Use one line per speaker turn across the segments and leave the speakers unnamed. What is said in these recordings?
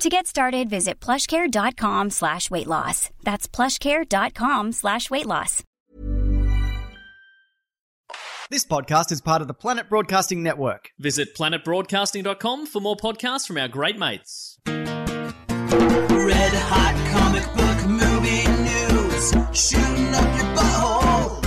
To get started, visit plushcare.com slash weight loss. That's plushcare.com slash weight loss.
This podcast is part of the Planet Broadcasting Network.
Visit planetbroadcasting.com for more podcasts from our great mates.
Red hot comic book movie news, shooting up your butthole.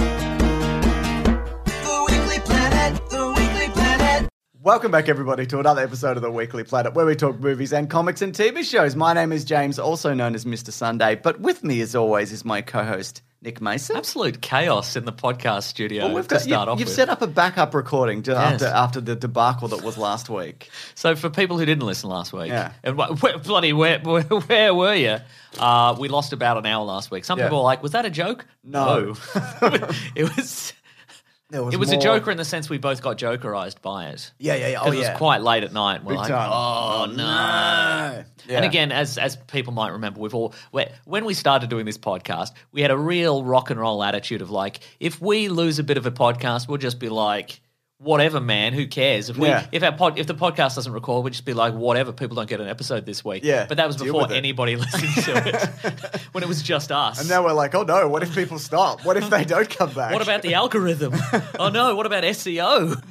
The Weekly Planet, the Weekly Planet.
Welcome back, everybody, to another episode of the Weekly Planet, where we talk movies and comics and TV shows. My name is James, also known as Mr. Sunday, but with me, as always, is my co-host Nick Mason.
Absolute chaos in the podcast studio
Well, we've
to
got-
start
you,
off
you've
with.
set up a backup recording just
Yes.
after after the debacle that was last week.
so for people who didn't listen last week,
Yeah.
and wh- where, bloody where, where, where were you? Uh, we lost about an hour last week. Some
Yeah.
people were like, "Was that a joke?"
No.
it was.
There
It was a
more-
joker in the sense we both got jokerized by it.
Yeah, yeah, yeah. Oh,
Because it was
yeah.
quite late at night. We're
Big
like,
time.
oh, no.
Yeah.
And again, as as people might remember, we've all we- when we started doing this podcast, we had a real rock and roll attitude of like, if we lose a bit of a podcast, we'll just be like, whatever, man, who cares? If we
Yeah.
if our pod, if the podcast doesn't record, we'll just be like, whatever. People don't get an episode this week.
Yeah,
but that was
deal
before
with it.
anybody listened to it when it was just us.
And now we're like, oh no, what if people stop? What if they don't come back?
What about the algorithm? oh no, what about SEO?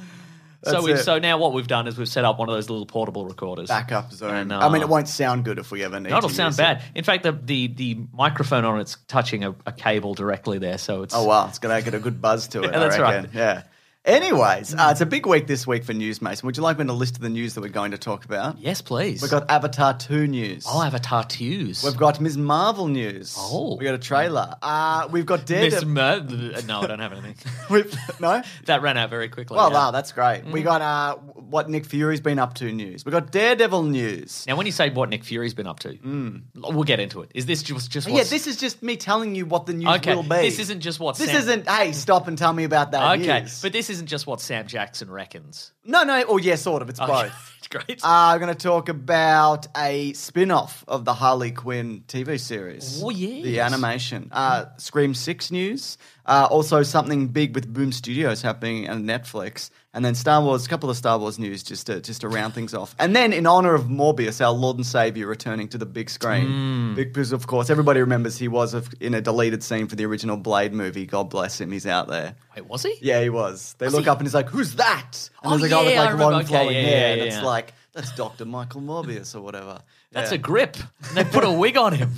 That's
so we've,
it.
so now what we've done is we've set up one of those little portable recorders.
backup Zoom?
And, uh,
I mean, it won't sound good if we ever need.
No, it'll
to
sound
use it.
bad. In fact, the, the the microphone on it's touching a, a cable directly there, so it's
Oh wow, it's gonna get a good buzz to it.
Yeah,
I
that's
reckon.
right.
Yeah. Anyways, uh, it's a big week this week for news, Mason. Would you like me to list the news that we're going to talk about?
yes, please.
We've got Avatar Two news.
I'll have a tattoos.
We've got Ms. Marvel news.
Oh.
we got a trailer. Uh, we've got
Miss
Daredevil.
Mer- no, I don't have anything.
We've- no.
that ran out very quickly.
Well,
yeah.
wow, that's great.
Mm.
We got uh, what Nick Fury's been up to news. We got Daredevil news.
Now, when you say what Nick Fury's been up to, we'll get into it. Is this just just
Mm. Oh, yeah,
what's-
this is just me telling you what the news
okay?
will be.
This isn't just what
This
Sam-
isn't. Hey, stop and tell me about that
okay,
news.
but this isn't just what Sam Jackson reckons.
no, no. Oh, yeah, sort of. It's
Okay.
both.
great.
Uh, I'm going to talk about a spin off of the Harley Quinn TV series.
Oh, yes.
The animation. Uh, Scream 6 news. Uh, also, something big with Boom Studios happening and Netflix. And then Star Wars, a couple of Star Wars news just to, just to round things off. And then, in honor of Morbius, our Lord and Savior returning to the big screen.
Mm.
Because, of course, everybody remembers he was of- in a deleted scene for the original Blade movie. God bless him, he's out there.
Wait, was he?
Yeah, he was. They look up and he's like, "Who's that?" And
Oh,
there's a guy with
yeah, I
like long
remember. Okay,
flowing
yeah,
hair,
yeah,
and
yeah,
it's
yeah.
like that's Doctor Michael Morbius or whatever.
That's
Yeah,
a grip. And they put a wig on him.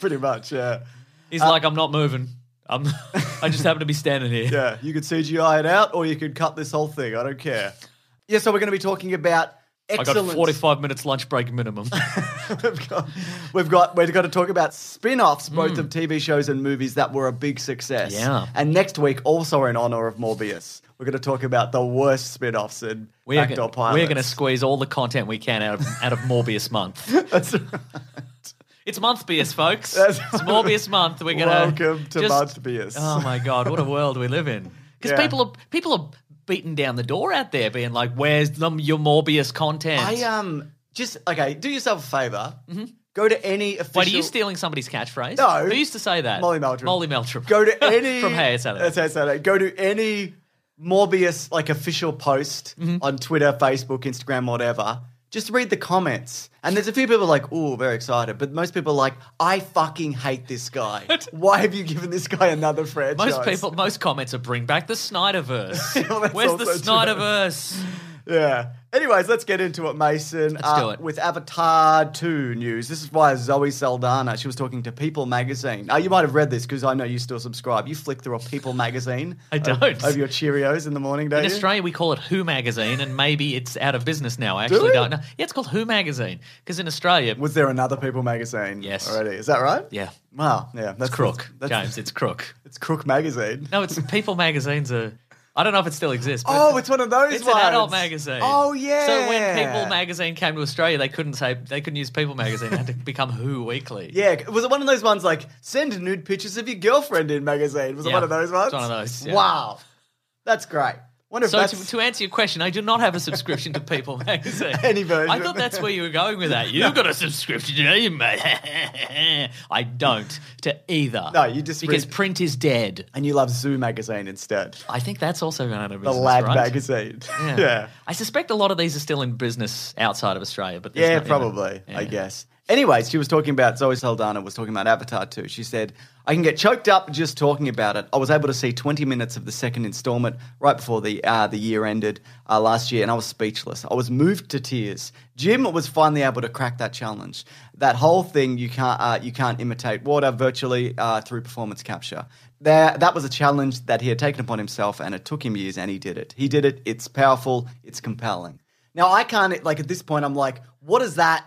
pretty much. Yeah, Uh,
He's like, I'm not moving. I'm, I just happen to be standing here.
yeah. You could CGI it out, or you could cut this whole thing. I don't care. Yeah, so we're going to be talking about
I
excellent.
got 45 minutes lunch break minimum.
we've got, we've got we're going to talk about spin-offs both of TV shows and movies that were a big success.
Hmm. Yeah.
And next week also in honor of Morbius, we're going to talk about the worst spin-offs and
We are
backdoor
gonna-
pilots.
we're going to squeeze all the content we can out of, out of Morbius month.
That's
It's Monthbius, folks.
That's-
it's Morbius month. We're going
Welcome to Monthbius.
Oh my god, what a world we live in. Because
Yeah.
people are people are beating down the door out there, being like, "Where's the, your Morbius content?"
I um just okay. Do yourself a favor. Go to any official.
Wait, are Mm-hmm. you stealing somebody's catchphrase?
No.
Who used to say that?
Molly Meldrum.
Molly Meltram.
Go to any
From Hey It's Saturday.
That's Hey It's Saturday. Go to any Morbius like official post
Mm-hmm.
on Twitter, Facebook, Instagram, whatever. Just read the comments. And there's a few people like, oh, very excited. But most people are like, I fucking hate this guy. Why have you given this guy another franchise?
Most people, most comments are bring back the Snyderverse.
Well, that's
Where's the
also true.
Snyderverse?
Yeah. Anyways, let's get into it, Mason. Let's
do it.
With Avatar 2 news. This is why Zoe Saldana, she was talking to People magazine. Now, you might have read this because I know you still subscribe. You flick through a People magazine.
I
o-
don't.
Over your Cheerios in the morning, don't
In
you?
Australia, we call it Who Magazine, and maybe it's out of business now. I actually
we?
don't know. Yeah, it's called Who Magazine because in Australia,
Was there another People magazine?
Yes.
Already. Is that right?
yeah,
Wow. Yeah. That's
crook
That's,
James, it's crook.
It's Crook magazine.
No, it's People Magazine's a. I don't know if it still exists. But
Oh, it's one of those
It's
ones.
an adult magazine.
Oh yeah.
So when People magazine came to Australia, they couldn't say they couldn't use People magazine. They had to become Who Weekly.
Yeah, was it one of those ones like send nude pictures of your girlfriend in magazine? Was it
Yeah,
one of those ones?
it's one of those, yeah.
Wow, that's great. Wonder if
So
that's
to, to answer your question, I do not have a subscription to People magazine.
Any version.
I thought that's where you were going with that. You've got a subscription, do you, mate? I don't to either.
No, you just
because
read-
print is dead.
and you love Zoo magazine instead,
I think that's also gone out of
the
business.
Lad
right?
magazine. Yeah, yeah,
I suspect a lot of these are still in business outside of Australia, but there's not even-
probably. I
yeah.
guess. Anyways, she was talking about Zoe Saldana was talking about Avatar too. She said, "I can get choked up just talking about it. I was able to see 20 minutes of the second installment right before the uh, the year ended uh, last year, and I was speechless. I was moved to tears. Jim was finally able to crack that challenge. That whole thing you can't uh, you can't imitate water virtually uh, through performance capture. There, that was a challenge that he had taken upon himself, and it took him years, and he did it. He did it. It's powerful. It's compelling. Now I can't like at this point. I'm like, what is that?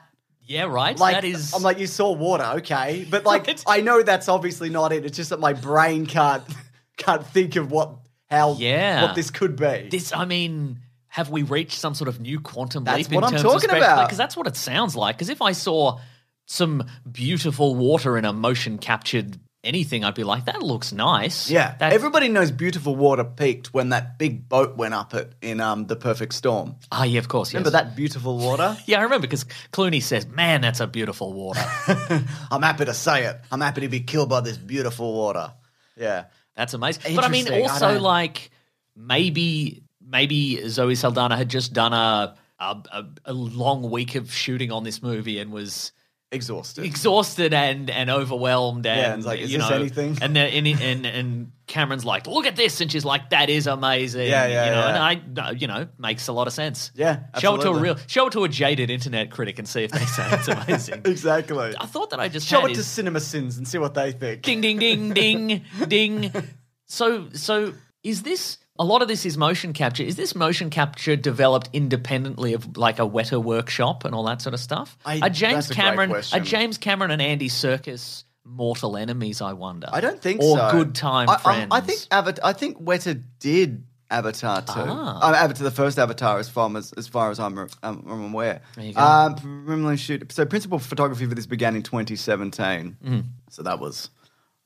Yeah, right.
Like
that is.
I'm like, you saw water, okay, but like
Right.
I know that's obviously not it. It's just that my brain can't can't think of what how
Yeah.
what this could be.
This, I mean, have we reached some sort of new quantum
That's
leap?
what
in terms
I'm talking about.
because that's what it sounds like. Because if I saw some beautiful water in a motion captured anything, I'd be like, "That looks nice."
yeah,
That-
everybody knows beautiful water peaked when that big boat went up it in um the perfect storm.
Ah, yeah, of course.
Remember
yes.
that beautiful water?
Yeah, I remember because Clooney says, "Man, that's a beautiful water."
I'm happy to say it. I'm happy to be killed by this beautiful water. Yeah.
That's amazing. But I mean,
Interesting. I
also
don't-
like maybe maybe Zoe Saldana had just done a a, a a long week of shooting on this movie and was
Exhausted.
exhausted and and overwhelmed and,
Yeah, it's like, is
you
this
know,
anything?
and then and, and and Cameron's like look at this and she's like that is amazing
Yeah, yeah,
you know
yeah.
and I you know makes a lot of sense
Yeah,
show it to a
absolutely.
real show it to a jaded internet critic and see if they say it's amazing
exactly.
I thought that I just
Show
had
it to
is-
Cinema Sins and see what they think.
ding ding ding ding ding so so is this a lot of this is motion capture is this motion capture developed independently of like a wetter workshop and all that sort of stuff
I-
are james
that's a great
cameron are
question.
james cameron and andy circus mortal enemies i wonder
I don't think
or
so.
good time
I, I-
friends
I, think Avatar. I think Weta did Avatar too.
Ah.
Uh, Avatar, the first Avatar, as far as as far as I'm, um, I'm aware.
There you go.
Um, primarily shoot. So principal photography for this began in 2017.
Mm-hmm.
So that was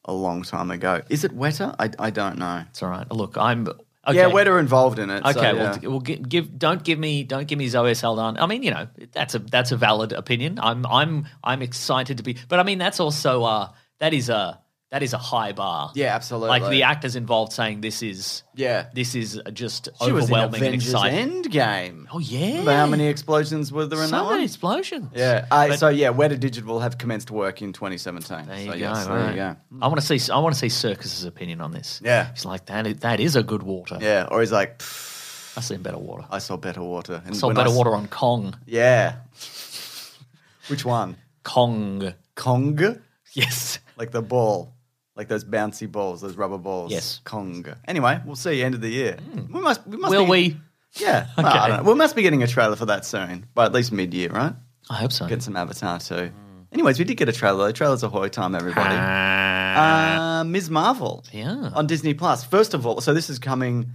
a long time ago. Is it Weta? I, I don't know.
it's all right look i'm okay.
Yeah, Weta involved in it. so,
Okay,
yeah.
well, d- well, gi- give don't give me don't give me Zoe Saldana. I mean, you know, that's a that's a valid opinion. I'm I'm I'm excited to be, but I mean, that's also uh that is a that is a high bar.
Yeah, absolutely.
Like the actors involved saying this is
Yeah.
this is just
she was in
overwhelming and
Avengers
exciting.
Endgame.
Oh yeah,
Remember how many explosions were there in that
so many
one?
explosions.
Yeah. Uh, so yeah, Weta Digital have commenced work in 2017.
There you
so
go.
yes, there
right.
you go.
I want to see I want to see Circus's opinion on this.
Yeah.
he's like that. Is, that is a good water.
Yeah, or he's like,
I've seen better water. I
I saw better water. And
saw
when
better
s-
water on Kong.
Yeah. Which one?
Kong.
Kong?
Yes.
Like the ball. Like those bouncy balls, those rubber balls.
Yes. Hmm.
Kong. Anyway, we'll see end of the year. We must, we must
Will
be,
we?
Yeah. Well, I don't know. We must be getting a trailer for that soon, by at least mid year, right?
I hope so.
Get some Avatar too. Anyways, we did get a trailer. The trailer's a hoy time, everybody. Uh, Ms. Marvel.
Yeah.
On Disney Plus. First of all, so this is coming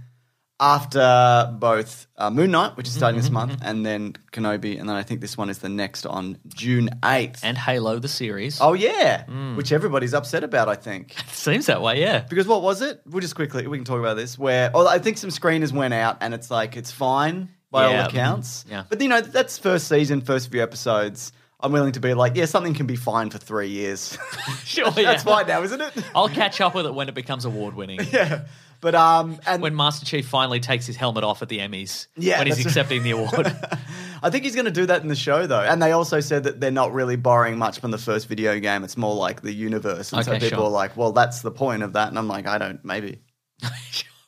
after both uh, Moon Knight, which is starting
Mm-hmm,
this month, and then Kenobi, and then I think this one is the next on June 8th.
and Mm. Halo the series.
oh, yeah. Which everybody's upset about, I think.
Seems that way, yeah.
Because what was it? We'll just quickly, we can talk about this, where, oh, I think some screeners went out and it's like, it's fine by
Yeah,
all accounts.
mm, yeah.
But, you know, that's first season, first few episodes. I'm willing to be like, yeah, something can be fine for three years.
Sure,
that's
Oh, yeah.
fine now, isn't it?
I'll catch up with it when it becomes award winning.
yeah. But, um, and
When Master Chief finally takes his helmet off at the Emmys.
Yeah,
When he's
that's right.
accepting the award.
I think he's going to do that in the show, though. And they also said that they're not really borrowing much from the first video game. It's more like the universe. And so
Okay,
people
sure.
are like, well, that's the point of that. And I'm like, I don't, maybe.
right,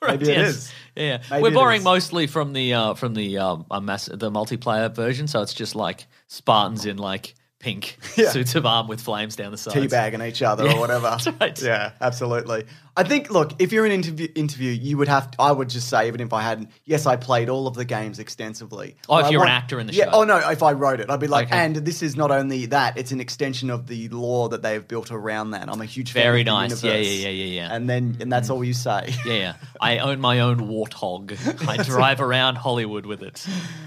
Maybe it
yes.
is.
Yeah,
Maybe
we're
it
borrowing
is.
mostly from the uh, from the um, uh, mass- the multiplayer version, so it's just like Spartans in like pink
Yeah.
suits of arm with flames down the sides.
teabagging each other or whatever.
right.
Yeah, absolutely. I think, look, if you're in an interview, interview, you would have. I would just say, even if I hadn't, yes, I played all of the games extensively.
Oh, if
But I
you're an actor in the
yeah,
show.
Oh no, if I wrote it, I'd be like,
Okay.
and this is not only that; it's an extension of the law that they've built around that. I'm a huge
Very
fan of
nice.
the
Yeah,
universe.
yeah, yeah, yeah, Mm. yeah.
And then, and that's all you say.
Yeah, yeah. I own my own warthog. I drive around Hollywood with it.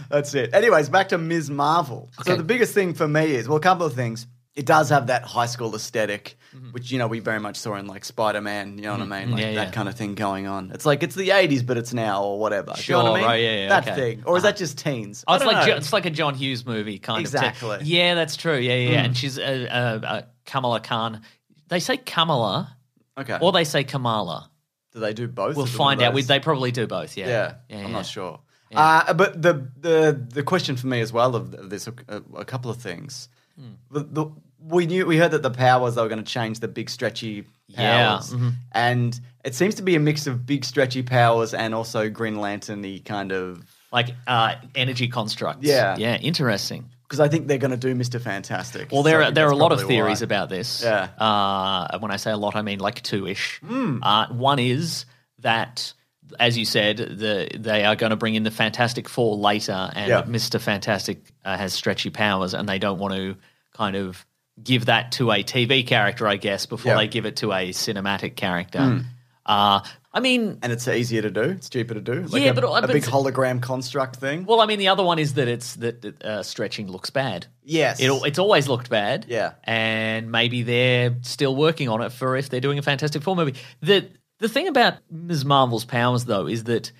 That's it. Anyways, back to Ms. Marvel. So
Okay.
the biggest thing for me is well, a couple of things. It does have that high school aesthetic, which you know we very much saw in like Spider Man. You know what I mean? Like
Mm-hmm. Mm, Yeah,
that
yeah.
kind of thing going on. It's like it's the '80s, but it's now or whatever. Do you
Sure,
know what I mean?
right, yeah, yeah,
that
okay.
thing, or is that just teens?
Oh,
I
it's
don't
like
know.
Jo- it's like a John Hughes movie kind
Exactly. Hmm.
of. thing. Yeah, that's true. Yeah, yeah. yeah. And she's uh, uh, uh, Kamala Khan. They say Kamala
okay.
or they say Kamala.
do they do both?
We'll
Is it
find
one of
out. We,
those?
they probably do both. Yeah.
Yeah,
yeah
I'm
yeah.
not sure. Uh, but the the the question for me as well of th- this a, a couple of things.
Hmm.
The, the, we knew we heard that the powers they were going to change the big stretchy
Yeah, mm-hmm.
powers, and it seems to be a mix of big stretchy powers and also Green Lanterny kind of.
Like uh, energy constructs.
Yeah.
Yeah. Interesting.
Because I think they're going to do Mister Fantastic.
Well,
So I
there are,
think
there are a
that's
lot of
probably why.
theories about this.
Yeah. Hmm.
Uh, when I say a lot, I mean like two ish. Uh, one is that, as you said, the they are going to bring in the Fantastic Four later, and
Yeah.
Mister Fantastic uh, has stretchy powers, and they don't want to kind of give that to a TV character, I guess, before
Yeah. Hmm.
they give it to a cinematic character. Uh, I mean,
and it's easier to do. It's cheaper to do. Like
Yeah,
a,
but-
a
but
big
it's-
hologram construct thing.
Well, I mean, the other one is that it's that uh, stretching looks bad.
Yes.
it, al- it's always looked bad.
Yeah.
and maybe they're still working on it for if they're doing a Fantastic Four movie. the The thing about Ms. Marvel's powers, though, is that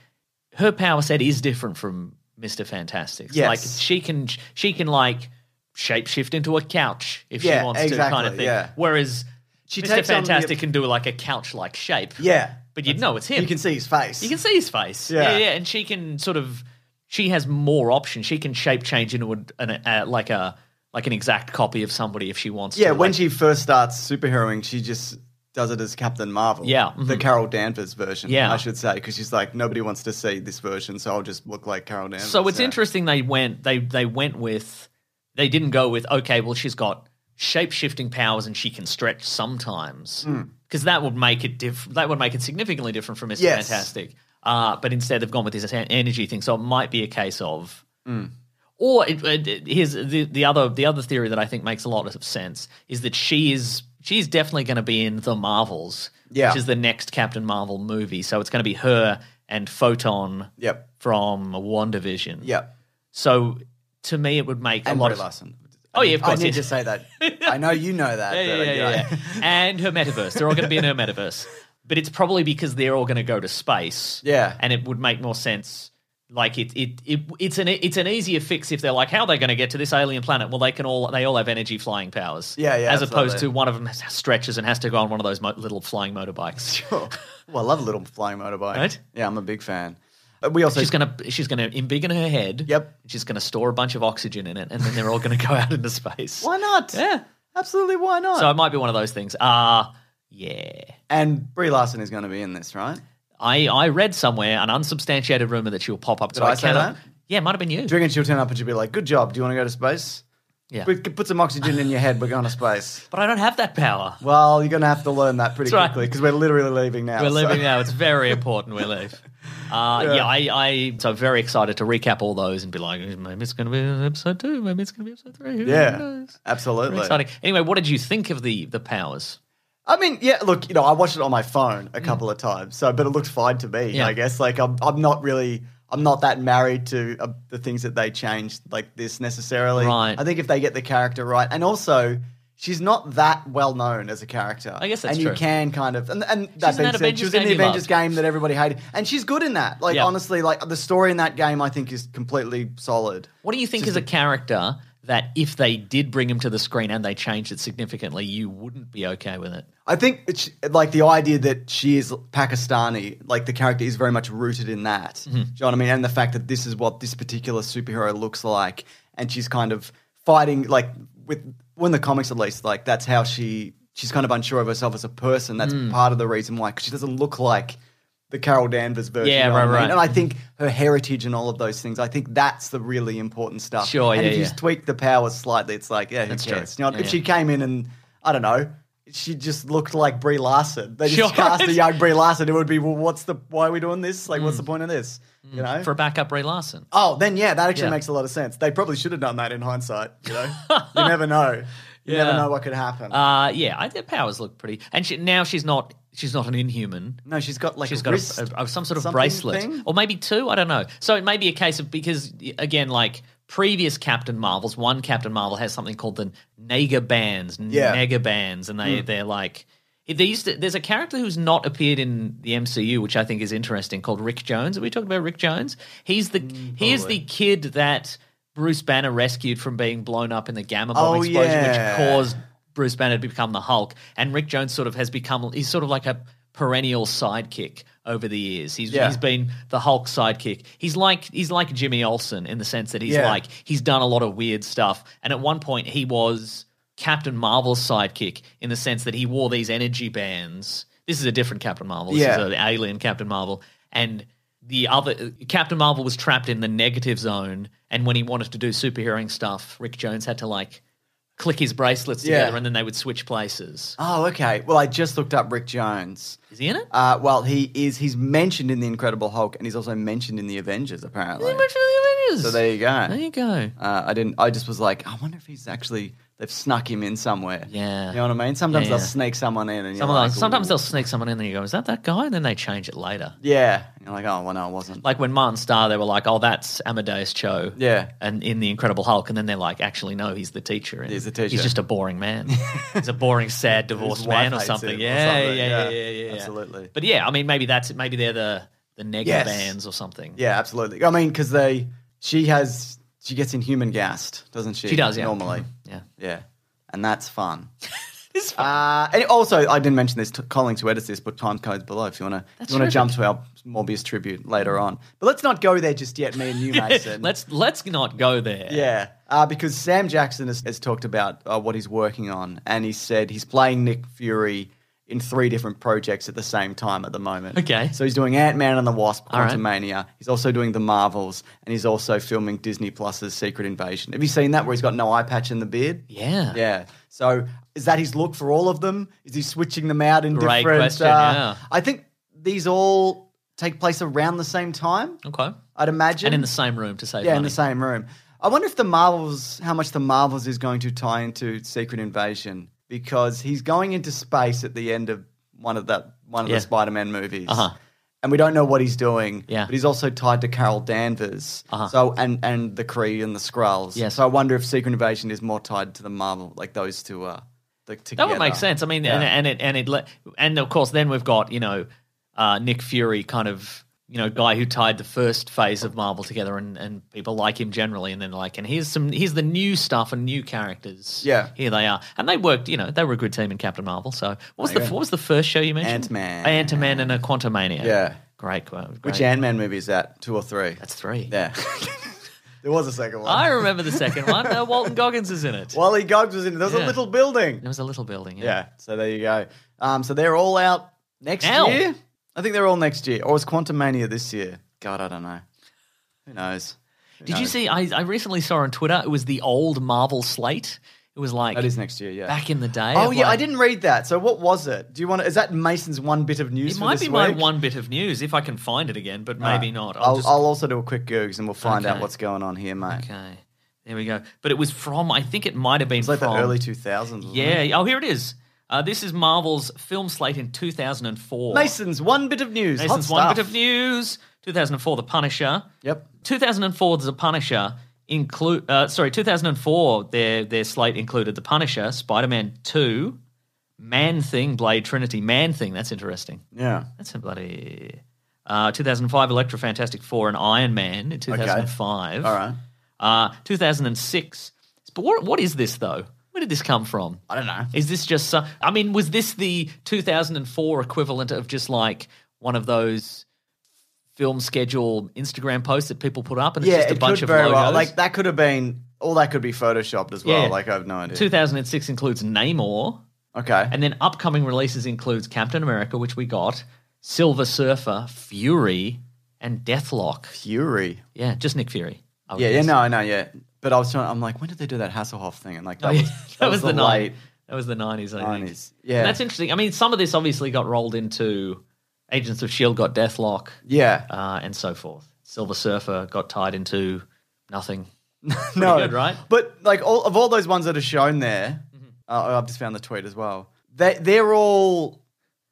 her power set is different from Mister Fantastic's.
Yes.
like she can she can like shapeshift into a couch if
Yeah,
she wants to, kind
exactly,
of thing.
yeah.
Whereas
She
Mister
takes on the-
Fantastic can do like a couch like shape.
yeah,
but you'd know it's him.
you can see his face.
You can see his face.
Yeah.
Yeah. yeah, and she can sort of she has more options. She can shape change into a, an, uh like a like an exact copy of somebody if she wants.
Yeah,
to.
when
like,
she first starts superheroing, she just does it as Captain Marvel.
Yeah,
the
mhm.
Carol Danvers version.
Yeah.
I should say because she's like nobody wants to see this version, so I'll just look like Carol Danvers.
so it's
yeah.
interesting they went they they went with they didn't go with okay well she's got shape shifting powers and she can stretch sometimes
Hmm.
because that would make it diff- that would make it significantly different from Mister
Yes.
Fantastic. Uh, but instead they've gone with this en- energy thing, so it might be a case of.
Hmm.
Or it, it, it- here's the, the other the other theory that I think makes a lot of sense is that she is she's definitely going to be in the Marvels,
Yeah.
which is the next Captain Marvel movie. So it's going to be her and Photon
Yep.
from WandaVision.
Yeah,
So to me, it would make
and
a lot
Brie
of
Larson.
Oh, yeah, of course,
I need
yeah.
to say that. I know you know that.
Yeah, yeah,
but,
yeah,
you know.
yeah. and her metaverse. They're all going to be in her metaverse, but it's probably because they're all going to go to space.
Yeah.
and it would make more sense. Like it, it, it, it's an it's an easier fix if they're like, how are they going to get to this alien planet? Well, they can all they all have energy flying powers.
Yeah, yeah,
As opposed
absolutely.
to one of them has- stretches and has to go on one of those mo- little flying motorbikes.
Sure. Oh, Well, I love a little flying motorbike.
Right?
Yeah, I'm a big fan. Uh, We also
She's gonna she's gonna embiggen her head.
Yep.
She's gonna store a bunch of oxygen in it, and then they're all gonna go out into space.
why not?
Yeah.
absolutely. Why not?
So it might be one of those things. Ah, yeah.
and Brie Larson is going to be in this, right?
I, I read somewhere an unsubstantiated rumor that she'll pop up.
Did I say
cannot-
that?
Yeah, it might have been you.
Do you reckon she'll turn up and she'll be like, "Good job. Do you want to go to space?
Yeah.
Put, put some oxygen in your head. We're going to space."
But I don't have that power.
Well, you're going to have to learn that pretty
That's right.
quickly because we're literally leaving now.
We're
so-
leaving now. It's very important we leave. Uh, yeah, I, I so very excited to recap all those and be like, maybe it's going to be episode two, maybe it's going to be episode three. Who
Yeah,
knows? Very
absolutely.
exciting. Anyway, what did you think of the the powers?
I mean, yeah. Look, you know, I watched it on my phone
Mm.
a couple of times, so but it looks fine to me.
Yeah.
I guess like I'm, I'm not really, I'm not that married to uh, the things that they changed like this necessarily.
Right.
I think if they get the character right, and also. She's not that well known as a character.
I guess that's
and
true.
you can kind of and, and that
in
being
that
said,
Avengers
she was in the
game you
Avengers
loved.
game that everybody hated, and she's good in that. Like
Yeah.
honestly, like the story in that game, I think is completely solid.
What do you think
Just
is a character that if they did bring him to the screen and they changed it significantly, you wouldn't be okay with it?
I think it's like the idea that she is Pakistani, like the character is very much rooted in that.
Mm-hmm.
Do you know what I mean? And the fact that this is what this particular superhero looks like, and she's kind of fighting, like with well, in the comics at least, like that's
Mm.
how she she's kind of unsure of herself as a person. That's part of the reason why, because she doesn't look like the Carol Danvers version.
Yeah,
you know
right,
what I mean?
right. Mm-hmm.
And I think her heritage and all of those things. I think that's the really important stuff.
Sure,
And
yeah,
if you
yeah.
tweak the powers slightly, it's like, yeah, who
That's true.
cares? You know,
Yeah,
if
yeah.
she came in and I don't know. She just looked like Brie Larson. They
Sure.
just cast a young Brie Larson. It would be, well, what's the why are we doing this? Like, what's the point of this? You know,
Mm. for a backup Bray Larson.
Oh, then yeah, that actually
Yeah.
makes a lot of sense. They probably should have done that in hindsight. You know, you never know. You never
Yeah.
know what could happen.
Uh, yeah, I, her powers look pretty, and she, now she's not she's not an inhuman.
no, she's got like
She's
a
got
wrist.
a, a- some sort of
something
bracelet, Oh.
thing?
or maybe two. I don't know. So it may be a case of because again, like previous Captain Marvels, one Captain Marvel has something called the Naga bands,
Yeah. Hmm.
Naga bands, and they they're like. They used to, there's a character who's not appeared in the MCU, which I think is interesting, called Rick Jones. Have we talked about Rick Jones? He's the
Mm,
he is the kid that Bruce Banner rescued from being blown up in the gamma bomb
Oh,
explosion,
yeah.
which caused caused Bruce Banner to become the Hulk, and Rick Jones sort of has become he's sort of like a perennial sidekick over the years. He's
Yeah.
he's been the Hulk sidekick. He's like he's like Jimmy Olsen in the sense that he's
Yeah.
like he's done a lot of weird stuff, and at one point he was Captain Marvel's sidekick in the sense that he wore these energy bands. This is a different Captain Marvel. This
Yeah.
is an alien Captain Marvel, and the other Captain Marvel was trapped in the negative zone, and when he wanted to do superheroing stuff, Rick Jones had to like click his bracelets
Yeah.
together and then they would switch places.
Oh, okay. Well, I just looked up Rick Jones.
Is he in it?
Uh, well, he is. He's mentioned in the Incredible Hulk, and he's also mentioned in the Avengers. Apparently, so there you go.
There you go.
Uh, I didn't. I just was like, I wonder if he's actually they've snuck him in somewhere.
Yeah.
you know what I mean. Sometimes
Yeah, yeah.
they'll sneak someone in, and you're
Someone
like,
else- sometimes
"Ooh."
they'll sneak someone in and you go, is that that guy? And then they change it later.
Yeah, and you're like, oh well, no, it wasn't.
Like when Martin Starr, they were like, oh, that's Amadeus Cho.
Yeah.
And in The Incredible Hulk. And then they're like, actually, no, he's the teacher. And
He's the teacher.
He's just a boring man. he's a boring, sad, divorced
His wife
man or
hates
something.
him or
Yeah,
something.
yeah,
Yeah,
yeah, yeah, yeah, yeah.
absolutely.
But yeah, I mean, maybe that's it. Maybe they're the, the nega
Yes.
bands or something.
Yeah, absolutely. I mean, because they, she has, she gets inhuman gassed, doesn't she?
She does, yeah.
Normally.
Yeah.
Yeah. And that's fun. it's fun. Uh, and also, I didn't mention this. T- Collings who edits this, but time codes below if you want to. You want to
terrific.
jump to our Morbius tribute later on, but let's not go there just yet. Me and you, Mason.
Let's let's not go there.
Yeah, uh, because Sam Jackson has, has talked about uh, what he's working on, and he said he's playing Nick Fury in three different projects at the same time at the moment.
Okay.
So he's doing Ant Man and the Wasp,
All right.
Quantum Mania. He's also doing the Marvels, and he's also filming Disney Plus's Secret Invasion. Have you seen that where he's got no eye patch and the beard?
Yeah.
Yeah. So is that his look for all of them? Is he switching them out in
Great
different? uh,
question, yeah.
I think these all take place around the same time.
Okay.
I'd imagine.
And in the same room to save
Yeah,
money.
in the same room. I wonder if the Marvels, how much the Marvels is going to tie into Secret Invasion because he's going into space at the end of one of that one of
Yeah.
the Spider-Man movies,
Uh-huh.
and we don't know what he's doing.
Yeah.
but he's also tied to Carol Danvers.
Uh-huh.
So and and the Kree and the Skrulls.
Yes.
So I wonder if Secret Invasion is more tied to the Marvel, like those two are. Like,
That
together.
would make sense. I mean,
Yeah.
and, and it and it le- and of course, then we've got you know uh, Nick Fury, kind of you know guy who tied the first phase of Marvel together, and, and people like him generally. And then like, and here's some here's the new stuff and new characters.
Yeah.
here they are, and they worked. You know, they were a good team in Captain Marvel. So what was the what was the first show you mentioned?
Oh, Ant-Man.
Ant Man, and a Quantumania.
Yeah.
great. great.
Which Ant-Man movie is that? Two or three?
That's three.
yeah. there was a second one.
I remember the second one. Uh, Walton Goggins is in it.
Wally Goggs was in. There was a
Yeah.
little building.
There was a little building.
Yeah. So there you go. Um, so they're all out next
Now.
year. I think they're all next year, or is Quantum Mania this year? God, I don't know. Who knows? Who
Did you
knows?
see? I, I recently saw on Twitter it was the old Marvel slate. It was like
That is next year. Yeah.
back in the day.
oh
of
yeah, I
like-
didn't read that. So what was it? Do you want? To, is that Mason's one bit of news?
It
for
might be
this
my
week?
one bit of news if I can find it again, but
Uh,
maybe not.
I'll,
I'll, just,
I'll also do a quick Googs and we'll find out
Okay.
what's going on here, mate.
okay, there we go. But it was from. I think it might have been
It's like
from
the early two thousands.
Yeah. Oh, here it is. Uh, this is Marvel's film slate in 2004.
Mason's one bit of news.
Mason's
Hot
one
stuff.
bit of news. 2004, The Punisher.
Yep.
2004, The Punisher include. Uh, sorry, 2004. Their their slate included The Punisher, Spider Man Two, Man Thing, Blade Trinity, Man Thing. That's interesting.
Yeah.
That's a bloody. Uh, 2005, Electro Fantastic Four and Iron Man. In 2005.
All right.
Uh, 2006. But what, what is this though? Where did this come from?
I don't know.
Is this just some, I mean, was this the 2004 equivalent of just like one of those film schedule Instagram posts that people put up and it's just a bunch of logos?
well. Like that could have been all that could be photoshopped as well.
Yeah.
Like I have no idea.
2006 includes Namor,
okay.
and then upcoming releases includes Captain America, which we got, Silver Surfer, Fury, and Deathlock.
Fury.
Yeah, just Nick Fury. I would
Yeah, yeah,
guess.
no, I know, yeah. But I was trying. I'm like, when did they do that Hasselhoff thing? And like, that,
Oh, yeah.
was,
that, was the
late
night. That was the nineties. I think.
90s. Yeah,
And that's interesting. I mean, some of this obviously got rolled into Agents of Shield E got Deathlock,
yeah.
uh, and so forth. Silver Surfer got tied into nothing.
no,
good, right? Mm-hmm.
But like all of all those ones that are shown there, uh, I've just found the tweet as well. They they're all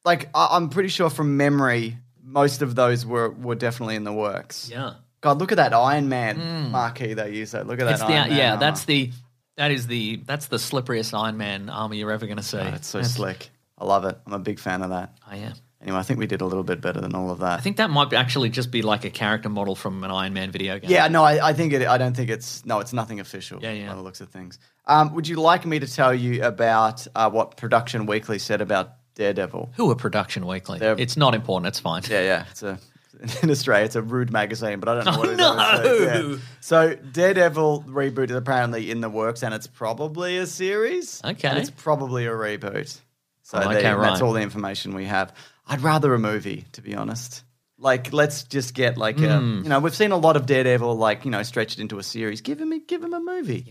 like I, I'm pretty sure from memory, most of those were were definitely in the works.
Yeah, Mm.
God, look at that Iron Man marquee they use. Though, look at that.
it's the,
Iron Man
yeah.
armor.
That's the that is the that's the slipperiest Iron Man armor you're ever going to see. Oh,
Oh, it's so slick. I love it. I'm a big fan of that.
I am.
Anyway, I think we did a little bit better than all of that.
I think that might be- actually just be like a character model from an Iron Man video game.
Yeah, no, I, I think it. I don't think it's no, it's nothing official.
Yeah, yeah.
By the looks of things. Um, would you like me to tell you about uh, what Production Weekly said about Daredevil?
Who are Production Weekly?
They're-
It's not important. It's fine.
Yeah, yeah. It's a in Australia, it's a rude magazine, but I don't know
Oh,
what it is.
no!
overseas, yeah. So Daredevil reboot is apparently in the works, and it's probably a series.
Okay.
and it's probably a reboot. So
Oh,
there-
okay,
that's
right.
all the information we have. I'd rather a movie, to be honest. Like, let's just get like
Hmm.
a, you know, we've seen a lot of Daredevil, like you know, stretched into a series. Give him, a- give him a movie.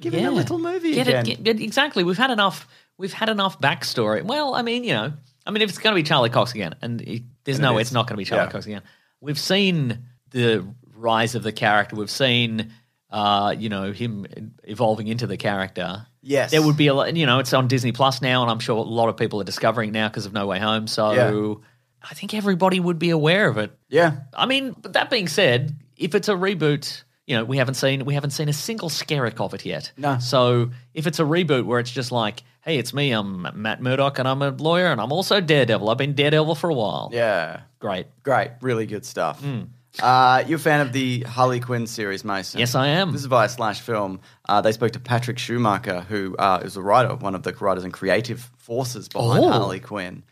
Give him a,
Yeah.
little movie
Get It,
again.
get- get- exactly. We've had enough. We've had enough backstory. Well, I mean, you know, I mean, if it's going to be Charlie Cox again, and it, there's
And it
no, way
is.
it's not going to be Charlie
Yeah.
Cox again. We've seen the rise of the character. We've seen, uh, you know, him evolving into the character.
Yes.
there would be a lot. You know, it's on Disney Plus now, and I'm sure a lot of people are discovering it now because of No Way Home. So, I think everybody would be aware of it.
yeah,
I mean, but that being said, if it's a reboot, you know, we haven't seen we haven't seen a single skerrick of it yet.
No.
So if it's a reboot where it's just like, hey, it's me, I'm Matt Murdock, and I'm a lawyer, and I'm also Daredevil. I've been Daredevil for a while.
yeah.
Great.
Great, really good stuff.
Mm.
Uh, you're a fan of the Harley Quinn series, Mason?
Yes, I am.
This is via Slash Film. Uh, they spoke to Patrick Schumacher, who uh, is a writer, one of the writers and creative forces behind
Oh.
Harley Quinn.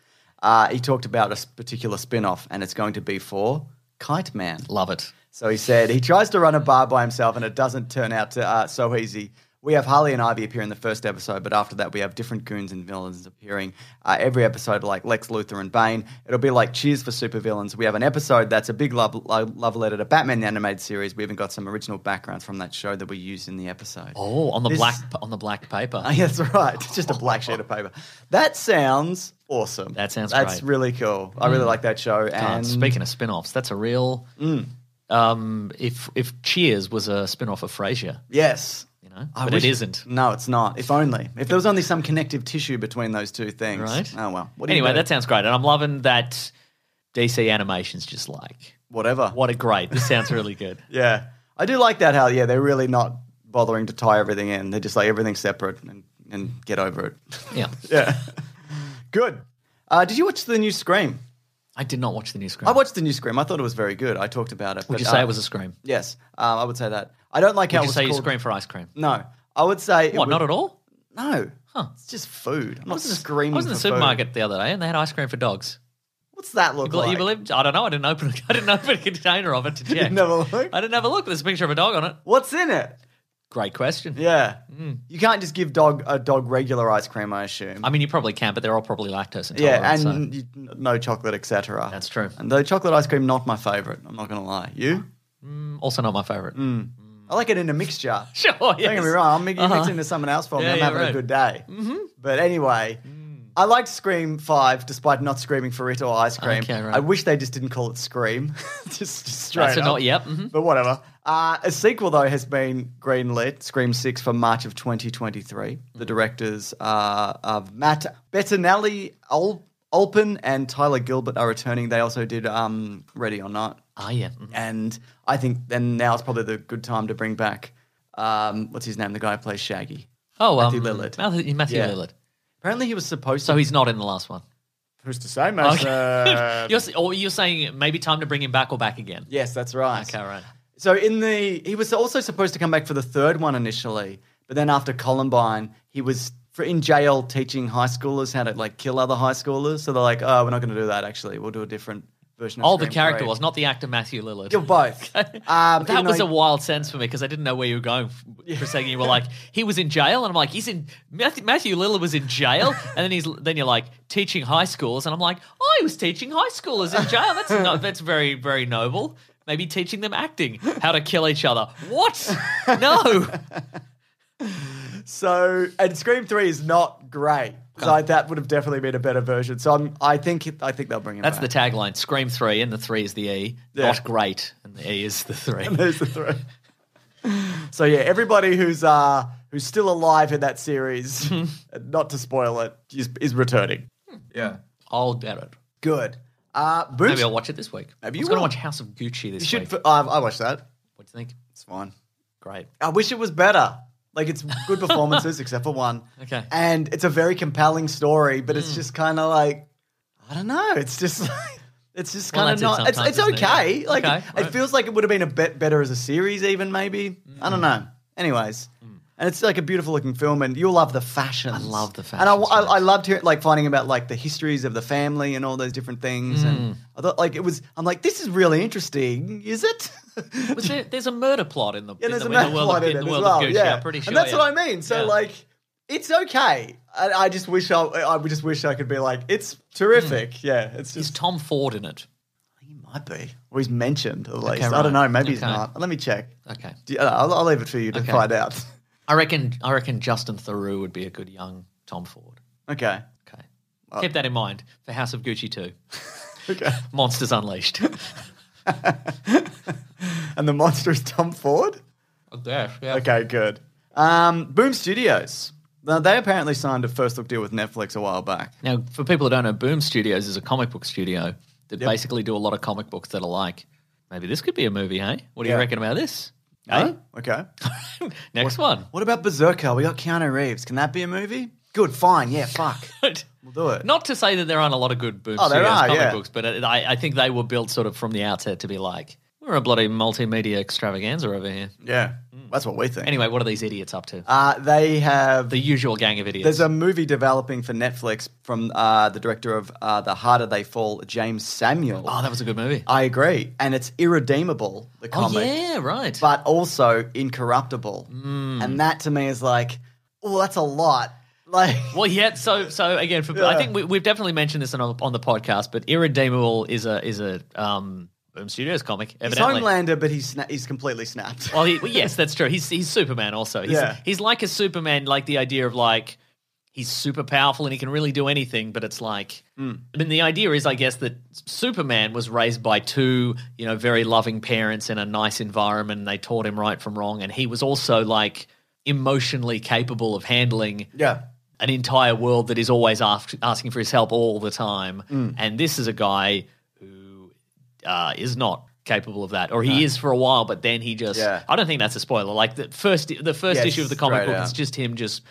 Uh, he talked about a s- particular spin off, and it's going to be for Kite Man.
Love it.
So he said he tries to run a bar by himself, and it doesn't turn out to, uh, so easy. We have Harley and Ivy appear in the first episode, but after that, we have different goons and villains appearing uh, every episode, like Lex Luthor and Bane. It'll be like Cheers for supervillains. We have an episode that's a big love, lo- love letter to Batman the animated series. We even got some original backgrounds from that show that we used in the episode.
Oh, on the
This-
black on the black paper.
Oh, yeah, that's right. It's just a black sheet of paper. That sounds awesome.
That sounds
That's
great. Mm.
really cool. I really like that show.
God,
And
speaking of spin-offs, that's a real.
Mm.
Um, if if Cheers was a spin-off of Frasier,
yes,
you know,
I
but
wish-
it isn't.
No, it's not. If only. If there was only some connective tissue between those two things.
Right.
Oh well. What do you
Anyway,
do?
that sounds great, and I'm loving that DC animation's just like
whatever.
What a great. This sounds really good.
Yeah, I do like that. How yeah, they're really not bothering to tie everything in. They're just like everything's separate and and get over it.
yeah.
yeah. Good. Uh, did you watch the new Scream?
I did not watch the new Scream.
I watched the new Scream. I thought it was very good. I talked about it.
Would
but,
you say
uh,
it was a Scream?
Yes, um, I would say that. I don't like how
Would
it
you
was
say you
called-
Scream for ice cream?
No, I would say it
What,
would-
not at all?
No,
Huh.
it's just food. I'm
I
not
was in the-
screaming.
I was in the
for food.
supermarket the other day and they had ice cream for dogs.
What's that look
You bel-
like?
you believe? I don't know. I didn't open. I didn't open a container of it to check.
didn't have a look?
I didn't have a look. There's a picture of a dog on it.
What's in it?
Great question.
Yeah. Mm. You can't just give dog a dog regular ice cream, I assume.
I mean, you probably can, but they're all probably lactose intolerant.
yeah, and
so-
you, no chocolate, etc.
That's true.
And though chocolate ice cream not my favorite, I'm not going to lie. You?
also not my favorite.
I like it in a mixture.
Sure.
Mm. Don't
yes. Uh-huh.
get me wrong, I'm mi- you're mixing into someone else for me.
Yeah,
I'm
yeah,
having a
right. Mm.
good day. Mm-hmm. But anyway, I liked Scream 5 despite not screaming for it or ice cream.
Okay, right.
I wish they just didn't call it Scream. just, just straight
That's a
up.
not. Yep. mhm.
But whatever. Uh, a sequel, though, has been greenlit, Scream 6, for March of 2023. The directors uh, of Matt Bettinelli, Ul- Ulpin, and Tyler Gilbert are returning. They also did um, Ready or Not.
Ah, yeah.
Mm-hmm.
mhm.
And I think then now is probably the good time to bring back, um, what's his name, the guy who plays Shaggy.
Oh, um,
Matthew Lillard.
Matthew, Matthew
Yeah.
Lillard.
Apparently he was supposed
So
to...
he's not in the last one.
Who's to say, Uh,
Okay. you're, s- or you're saying maybe time to bring him back or back again.
yes, that's right.
Okay, right.
So in the he was also supposed to come back for the third one initially, but then after Columbine, he was for in jail teaching high schoolers how to like kill other high schoolers. So they're like, "Oh, we're not going to do that. Actually, we'll do a different version. Of
Oh, the
Scream
character
Parade.
was not the actor Matthew Lillard.
You're both. Um,
that was
a
a wild sense for me because I didn't know where you were going f- for a second. You were like, he was in jail, and I'm like, he's in Matthew, Matthew Lillard was in jail, and then he's then you're like teaching high schools, and I'm like, oh, he was teaching high schoolers in jail. That's not, that's very very noble. Maybe teaching them acting, how to kill each other. What? No.
So, and Scream Three is not great. So I- that would have definitely been a better version. So I'm, I think I think they'll bring it.
That's the
back.
tagline. Scream three, and the three is the E.
Yeah.
Not great, and the E is the three.
There's the throw. so yeah, everybody who's uh who's still alive in that series,
Mm-hmm.
not to spoil it, is, is returning. Yeah,
I'll bet it.
good. Uh, Boom.
Maybe I'll watch it this week. I
Maybe you
was going to
will.
watch House of Gucci this
you should.
week.
f- I, I watched that.
what do you think?
It's fine.
Great.
I wish it was better. Like it's good performances except for one.
Okay. Hmm.
And it's a very compelling story, but it's just kind of like I don't know. It's just like, it's just
Well,
kind of
that's it
not. It's it's
sometimes, isn't it?
okay.
Yeah.
Like
Okay,
it
right.
feels like it would have been a bit better as a series, even maybe. I
Hmm.
don't know. Anyways. And it's like a beautiful looking film, and you'll love the fashions. I
love the
And I,
fashions,
I, I
yes.
loved hearing, like finding about like the histories of the family and all those different things.
Hmm.
And I thought like it was, I'm like, this is really interesting, is it?
Was there, there's a murder plot in the,
Yeah,
in the,
there's a
in
mad
the world,
plot
of,
in
in
it
the
as
world
well.
of Gucci.
yeah,
I'm pretty sure.
and that's
yeah.
what I mean. So
Yeah.
like, it's okay. I, I just wish I, I would just wish I could be like, it's terrific. Yeah, it's
Is
just
Tom Ford in it?
Hmm. he might be, or he's mentioned at least. I
right.
don't know. Maybe he's
Okay.
not. Let me check.
Okay.
Do you- I'll, I'll leave it for you to
Okay.
find out.
I reckon. I reckon Justin Theroux would be a good young Tom Ford.
Okay.
Okay.
Uh,
Keep that in mind for House of Gucci too.
Okay.
Monsters Unleashed.
And the monster is Tom Ford.
I guess, Oh, yeah.
Okay, good. Um, Boom Studios. Now they apparently signed a first look deal with Netflix a while back.
Now, for people who don't know, Boom Studios is a comic book studio that basically do a lot of comic books that are like, maybe this could be a movie, hey? What do
Yeah.
you reckon about this?
Huh? Eh? Okay.
Hey? Next one.
What about Berserker? We got Keanu Reeves. Can that be a movie? Good. Fine. Yeah. Fuck. We'll do it.
Not to say that there aren't a lot of good Boom
Oh, there
Studios
are,
comic
yeah.
books, but it- I, I think they were built sort of from the outset to be like, we're a bloody multimedia extravaganza over here.
Yeah, that's what we think.
Mm. Anyway, what are these idiots up to?
uh, they have.
the usual gang of idiots.
there's a movie developing for Netflix from uh, the director of uh, The Harder They Fall, James Samuel.
oh, that was a good movie.
I agree, and it's irredeemable. The comic,
oh, yeah, right.
but also incorruptible,
Mm.
and that to me is like, oh, that's a lot. Like,
well, yeah. So, so again, for, I think we, we've definitely mentioned this on, on the podcast, but irredeemable is a is a um, Boom Studios comic.
it's
Evidently,
Homelander, but he's sna- he's completely snapped.
Well, he, well, yes, that's true. He's he's Superman also. He's,
Yeah.
he's like a Superman, like the idea of like he's super powerful and he can really do anything. But it's like,
Hmm.
I mean, the idea is, I guess, that Superman was raised by two, you know, very loving parents in a nice environment. And they taught him right from wrong, and he was also like emotionally capable of handling
yeah,
an entire world that is always ask, asking for his help all the time.
Mm.
And this is a guy who uh, is not capable of that, or he is for a while, but then he just.
Yeah.
I don't think that's a spoiler. Like the first, the first
Yes,
issue of the comic
straight
book,
out.
it's just him just.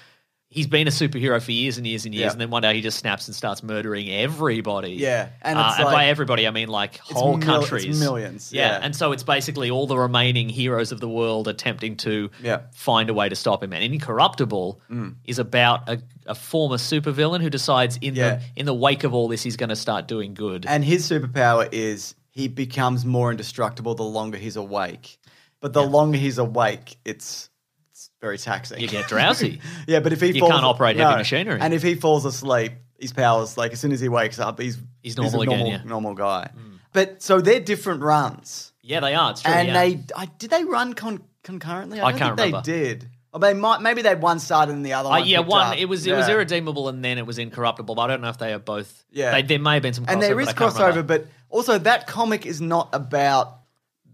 He's been a superhero for years and years and years,
Yeah.
and then one day he just snaps and starts murdering everybody.
Yeah, and
Uh,
it's
and by
like-
everybody I mean like whole
mil- it's
countries,
millions, yeah.
and so it's basically all the remaining heroes of the world attempting to
Yeah. Hmm.
find a way to stop him. And Incorruptible is about a, a former supervillain who decides in
Yeah.
the in the wake of all this he's going to start doing good.
and his superpower is he becomes more indestructible the longer he's awake. But the longer he's awake, it's, it's very taxing.
you get drowsy.
Yeah, but if he
You
falls,
can't operate heavy machinery.
And if he falls asleep, his powers like as soon as he wakes up, he's
He's normal
a
again,
normal,
yeah.
normal guy. But so they're different runs,
yeah, they are. It's true.
and
yeah.
they I, did they run con- concurrently? I,
I
don't
can't
think They did. Or they might maybe they had one started and the other
Uh,
one.
yeah,
picked
one
up.
it was it was
Yeah.
irredeemable, and then it was incorruptible. But I don't know if they are both.
Yeah.
they, there may have been some. Crossover,
and there is
but I can't remember.
crossover, but also that comic is not about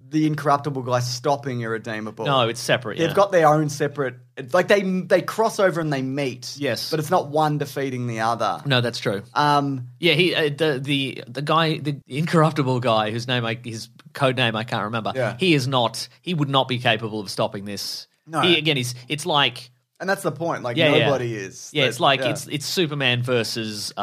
the incorruptible guy stopping irredeemable.
no, it's separate.
They've
yeah.
got their own separate, like they they cross over and they meet.
Yes.
but it's not one defeating the other.
no, that's true.
Um,
Yeah, he uh, the the the guy, the incorruptible guy, whose name I his code name I can't remember.
Yeah.
he is not. He would not be capable of stopping this.
No.
he, again, he's it's like
And that's the point. Like
Yeah, yeah.
nobody is.
yeah,
They-
it's like
yeah.
it's it's Superman versus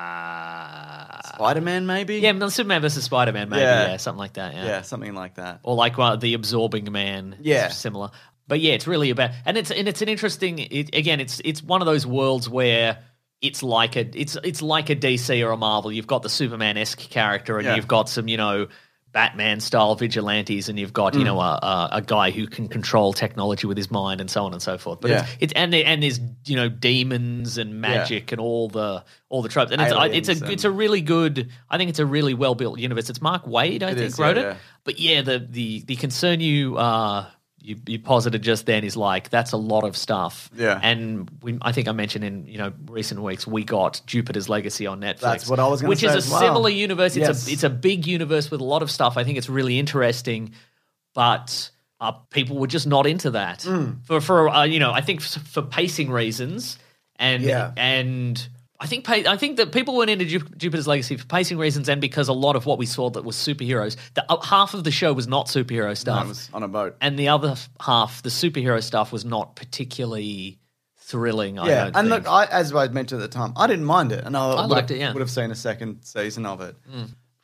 uh
Spider-Man, maybe.
yeah, no, Superman versus Spider Man, maybe
Yeah.
yeah. something like that. Yeah,
yeah, something like that.
or like uh, the Absorbing Man. is
Yeah.
similar. But yeah, it's really about, and it's and it's an interesting. It, again, it's it's one of those worlds where it's like a it's it's like a DC or a Marvel. You've got the Superman esque character, and
Yeah.
you've got some you know Batman style vigilantes, and you've got you know a,
Mm.
a a guy who can control technology with his mind, and so on and so forth. But it's,
Yeah.
it's and there, and there's you know demons and magic and all the all the tropes, and it's I- it's
Aliens
a
and-
it's a really good. I think it's a really well built universe. It's Mark Wade, I
It
think,
is, yeah,
wrote it.
yeah.
But yeah, the the the concern you uh you, you posited just then is like that's a lot of stuff.
Yeah.
and we, I think I mentioned in you know recent weeks we got Jupiter's Legacy on Netflix.
That's what I was gonna
which
say
is a
as well.
similar universe. It's
Yes.
a it's a big universe with a lot of stuff. I think it's really interesting, but. Uh, people were just not into that
Mm.
for for uh, you know I think f- for pacing reasons and
Yeah.
and I think pa- I think that people went into Ju- Jupiter's Legacy for pacing reasons, and because a lot of what we saw that was superheroes, the uh, half of the show was not superhero
I
stuff,
was on a boat.
and the other f- half, the superhero stuff, was not particularly thrilling. I
yeah,
don't
and
think.
look, I, as I mentioned at the time, I didn't mind it, and I, would
liked
have,
it, yeah. Mm.
would have seen a second season of it.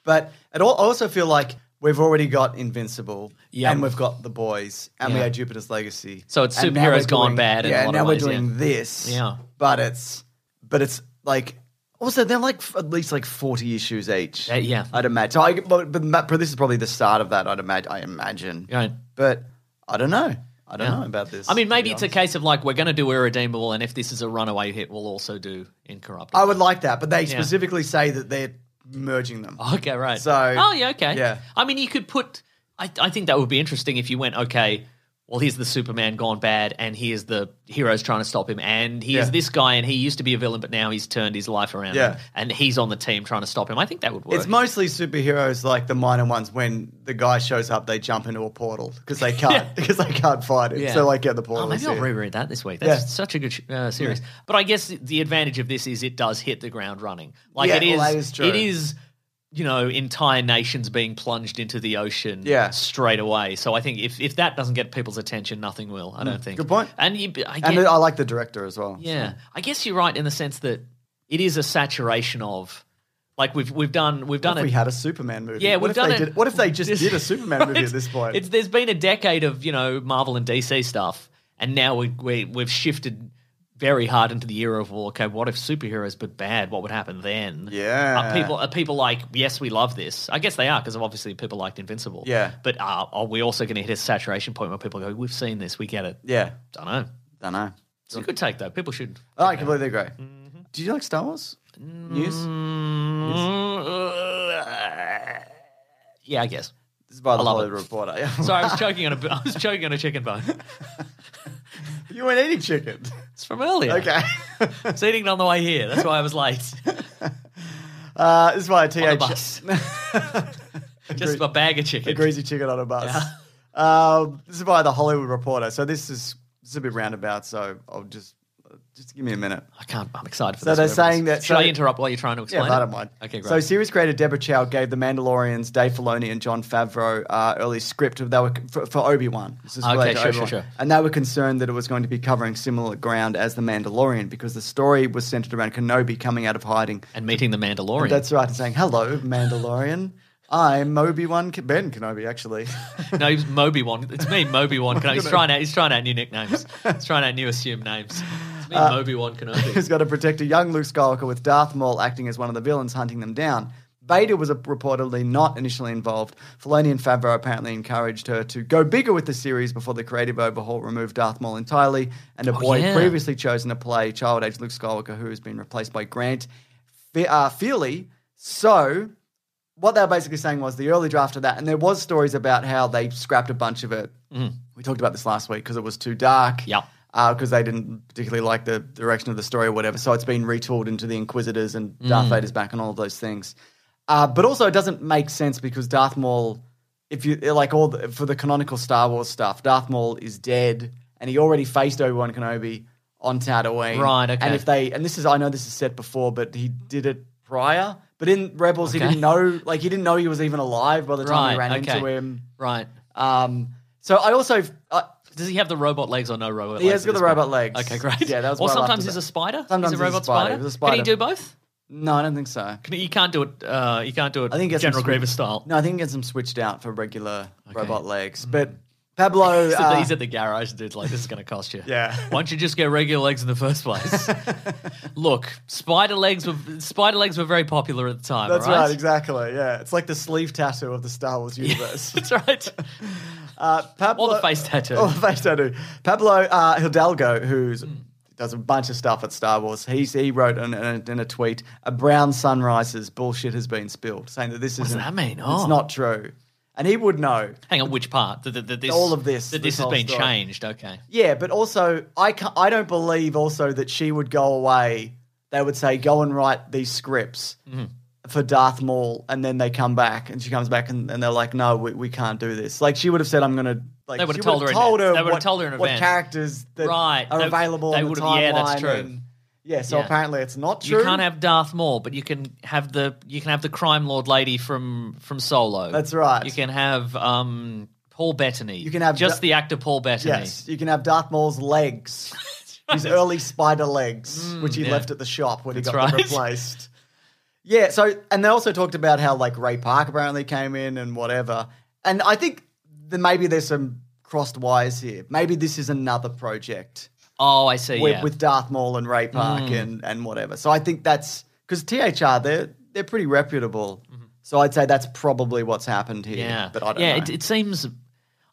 But it all, I also feel like we've already got Invincible,
Yeah.
and we've got The Boys, and we
Yeah.
had Jupiter's Legacy.
So it's
And now we're
superheroes gone
doing-
bad in
Yeah,
a lot
now
of
we're
ways,
doing
yeah.
this.
Yeah.
but it's but it's like. Also, they're like f- at least like forty issues each.
Uh, yeah.
I'd imagine. So I, but, but ma- this is probably the start of that. I'd imagine. I imagine.
Right.
But I don't know. I don't
Yeah.
know about this.
I mean,
to
maybe
be
it's a
honest.
case of like we're going to do irredeemable, and if this is a runaway hit, we'll also do incorruptible.
I would like that, but they specifically say that they're merging them.
Okay, right.
So-
oh yeah, okay.
yeah.
I mean, you could put. I, I think that would be interesting if you went okay. Well, here's the Superman gone bad, and here's the heroes trying to stop him, and here's
Yeah.
this guy, and he used to be a villain, but now he's turned his life around,
Yeah.
and he's on the team trying to stop him. I think that would work.
It's mostly superheroes like the minor ones. When the guy shows up, they jump into a portal because they can't because they can't fight it.
Yeah.
So like, yeah, the
Oh,
portal.
maybe
is
I'll
it.
reread that this week. That's
Yeah.
such a good sh- uh, series. But I guess the advantage of this is it does hit the ground running. Like
Yeah,
it is,
well, that is true.
it is, you know, entire nations being plunged into the ocean
Yeah.
straight away. So I think if, if that doesn't get people's attention, nothing will. I don't think.
Mm, Good point.
And you, I
and
get-
I like the director as well.
yeah, I guess you're right in the sense that it is a saturation of, like we've we've done we've done
What if
it.
we had a Superman movie?
Yeah,
what
we've
if
done
they
it.
Did, what if they just
This-
did a Superman movie at this point?
It's, there's been a decade of you know Marvel and DC stuff, and now we, we we've shifted very hard into the era of well, okay, what if superheroes but bad? What would happen then?
Yeah.
are people are people like yes, we love this. I guess they are because obviously people liked Invincible.
Yeah.
but are, are we also going to hit a saturation point where people go, we've seen this, we get it?
yeah,
Don't know.
don't know.
It's a good take though. People should.
I completely agree.
Mm-hmm.
Do you like Star Wars
Mm.
news?
yeah, I guess.
This is by the
love
Hollywood
it.
Reporter.
Sorry, I was choking on a I was choking on a chicken bone.
you weren't eating chicken.
It's from earlier.
Okay.
I was eating it on the way here. That's why I was late.
Uh, this is by
On the
TH.
bus. Just a bag of chicken.
a greasy chicken on a bus. Um, this is by the Hollywood Reporter. So this is this is a bit roundabout. So I'll just just give me a minute.
I can't. I'm excited for
So
this.
they're
whatever it
saying
is.
that-
Should
so-
I interrupt while you're trying to
Yeah,
explain?
I
it?
don't mind.
Okay, great.
So series creator Deborah Chow gave the Mandalorians, Dave Filoni, and John Favreau uh, early script of they were for, for Obi Wan. This is
Okay,
related to
sure, sure,
Obi-Wan.
sure.
And they were concerned that it was going to be covering similar ground as the Mandalorian because the story was centered around Kenobi coming out of hiding.
and meeting the Mandalorian.
That's right, and saying hello, Mandalorian. I'm Obi Wan Ke- Ben Kenobi, actually.
no, he's Moby One. It's me, Moby One Kenobi. He's trying out. He's trying out new nicknames. he's trying out new assumed names. It's me,
Uh,
Moby One
who's
Kenobi.
got to protect a young Luke Skywalker with Darth Maul acting as one of the villains hunting them down. Vader was reportedly not initially involved. Filoni and Favreau apparently encouraged her to go bigger with the series before the creative overhaul removed Darth Maul entirely and a boy
yeah.
previously chosen to play child age Luke Skywalker, who has been replaced by Grant Fe- uh, Feely. So, what they were basically saying was the early draft of that, and there was stories about how they scrapped a bunch of it. We talked about this last week because it was too dark
Yep.
because they didn't particularly like the direction of the story or whatever. So it's been retooled into the Inquisitors and Darth Vader's back and all of those things. Uh, but also, it doesn't make sense because Darth Maul, if you like all the, for the canonical Star Wars stuff, Darth Maul is dead, and he already faced Obi Wan Kenobi on Tatooine.
Right, okay.
And if they and this is I know this is set before, but he did it prior. But in Rebels, he
Okay.
didn't know like he didn't know he was even alive by the time
Right,
he ran
okay.
into him.
right.
Um, so I also. uh, I
Does he have the robot legs or no robot
He
legs?
has
at
got
this
the robot
point?
legs.
Okay, great.
Yeah, that was
Or
what I laughed
sometimes he's
about.
a spider. He's
Sometimes
a
he's a
robot
spider. He's a
Can he
spider.
do both?
No, I don't think so.
Can, you can't do it. Uh, you can't do it.
I think it gets them
General
swi-
Grievous style.
No, I think it gets them switched out for regular robot legs. But Pablo.
Hmm. So
uh,
he's at the garage. Dude's like, "This is going to cost you."
Yeah.
Why don't you just get regular legs in the first place? Look, spider legs were spider legs were very popular at the time.
that's
right.
right, exactly. Yeah, it's like the sleeve tattoo of the Star Wars universe.
That's right.
Uh, Pablo,
Or the face tattoo.
Or the face tattoo. Pablo uh, Hidalgo, who does a bunch of stuff at Star Wars, he's, he wrote in, in, a- in a tweet, a brown sun rises, bullshit has been spilled, saying that this is
that mean?
It's
Oh.
not true. And he would know.
Hang on, which part? That, that- that this,
All of this,
That
this
this, has
whole
been
story.
changed. Okay.
Yeah, but also, I, ca I don't believe also that she would go away. They would say, go and write these scripts.
Mm-hmm.
For Darth Maul, and then they come back, and she comes back, and, and they're like, "No, we, we can't do this." Like she would have said, "I'm gonna." Like
They would have
she
told her in
told
advance. They would have
what-
told her in
what
advance.
characters that
Right.
are
They-
available
they
on the
would have-
timeline.
yeah, that's true.
And, yeah, so
Yeah.
apparently it's not true.
You can't have Darth Maul, but you can have the you can have the crime lord lady from from Solo.
That's right.
You can have um Paul Bettany. You
can have
just
Da-
the actor Paul Bettany.
Yes, you can have Darth Maul's legs, his early spider legs, which he left at the shop when he
Mm, That's
got them
right.
replaced. Yeah. So, and they also talked about how like Ray Park apparently came in and whatever. And I think that maybe there's some crossed wires here. Maybe this is another project
Oh, I see.
with,
yeah. Mm.
with Darth Maul and Ray Park and, and whatever. So I think that's because THR they're they're pretty reputable. So I'd say that's probably what's happened here.
Mm-hmm. Yeah,
but I don't
yeah,
know.
It, it seems.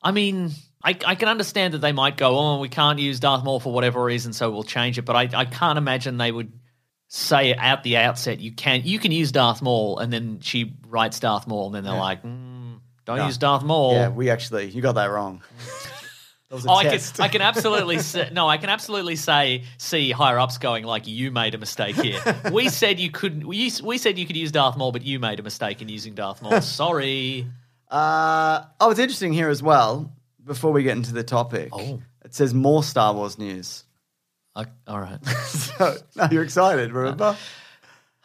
I mean, I, I can understand that they might go, oh, we can't use Darth Maul for whatever reason, so we'll change it. But I, I can't imagine they would say at the outset, you can you can use Darth Maul, and then she writes Darth Maul, and then they're like, mm, don't use Darth Maul.
yeah, we actually you got that wrong. that was a
Oh, I can,
test.
I can absolutely say, no, I can absolutely say see higher ups going like you made a mistake here. We said you couldn't. We, we said you could use Darth Maul, but you made a mistake in using Darth Maul. Sorry.
Uh, oh, it's interesting here as well. Before we get into the topic,
Oh.
it says more Star Wars news.
I, all right.
So, no, you're excited, remember?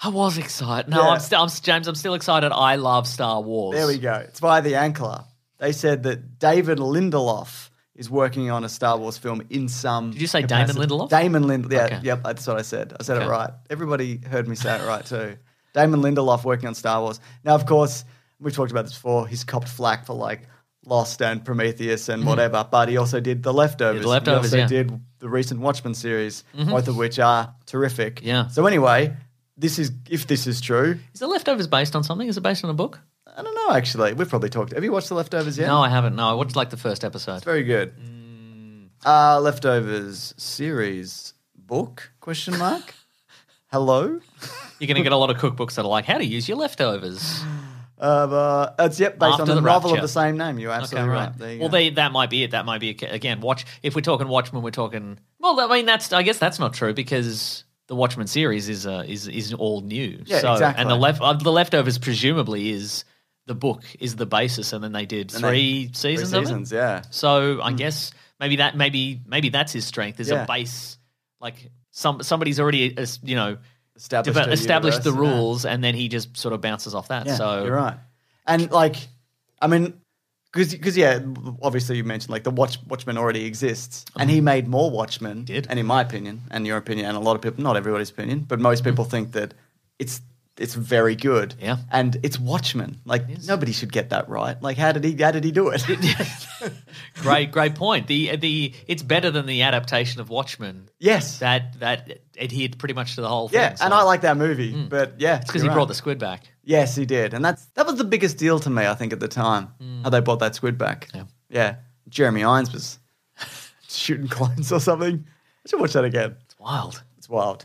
I was excited. No,
Yeah.
I'm still, I'm, James, I'm still excited. I love Star Wars.
There we go. It's via the Ankler. They said that David Lindelof is working on a Star Wars film in some.
Did you say Damon
capacity.
Lindelof?
Damon Lindelof. Yeah,
Okay.
yep. That's what I said. I said it
Okay.
right. Everybody heard me say it right too. Damon Lindelof working on Star Wars. Now, of course, we've talked about this before. He's copped flack for like Lost and Prometheus and whatever, but he also did The Leftovers.
Did The Leftovers,
He also
Mm-hmm. yeah. Mm-hmm.
did the recent Watchmen series, both of which are terrific.
Yeah.
So anyway, this is if this is true.
Is the leftovers based on something? Is it based on a book?
I don't know. Actually, we've probably talked. Have you watched The Leftovers yet?
No, I haven't. No, I watched like the first episode.
Very good.
Mm.
Uh, leftovers series book question mark. Hello.
You're going to get a lot of cookbooks that are like how to use your leftovers.
Um, uh, it's yep based
After
on the,
the
novel of
Rapture.
the same name. You're
Okay,
absolutely
right.
right. There you
well,
go.
they, that might be it. That might be it. again. Watch if we're talking Watchmen, we're talking. Well, I mean, that's I guess that's not true because the Watchmen series is uh, is is all new.
Yeah,
so,
exactly.
And the left uh, the leftovers presumably is the book is the basis, and then they did
they-
three
Three
seasons. of it?
seasons, yeah.
So I guess maybe that maybe maybe that's his strength is
Mm. Yeah.
a base like some somebody's already uh, you know
Established,
deve-
a
established the
universe, yeah.
rules and then he just sort of bounces off that.
Yeah,
so
you're right. And like, I mean, because yeah, obviously you mentioned like the Watch Watchmen already exists, and he made more Watchmen.
Mm-hmm. Did.
and in my opinion, and your opinion, and a lot of people, not everybody's opinion, but most people think that it's it's very good.
Mm-hmm. Yeah.
and it's Watchmen. Like nobody should get that right. Like how did he how did he do it?
great great point. The the it's better than the adaptation of Watchmen
yes.
that that adhered pretty much to the whole
yeah,
thing. so-
and I like that movie, but yeah,
because Mm. he
you're
brought
right.
the squid back.
Yes, he did, and that's that was the biggest deal to me. I think at the time
Hmm.
how they bought that squid back. Yeah, Jeremy Irons was shooting clones or something. I should watch that again.
It's wild.
It's wild.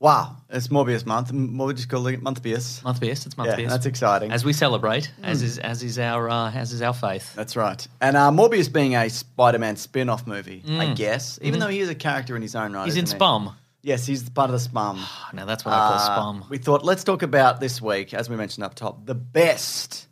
Wow, it's Morbius month. M- What would you call it? Month Beers.
Month Beers. It's Month
yeah,
Beers.
That's exciting.
As we celebrate, as
Mm.
is as is our uh, as is our faith.
That's right. And uh, Morbius being a Spider-Man spin-off movie, I
Mm.
guess. Even
Mhm.
though he is a character in his own right.
He's in
isn't he?
Spum. Ah,
Yes, he's part of the Spum.
now that's what I call Spum.
Uh, We thought let's talk about this week, as we mentioned up top, the best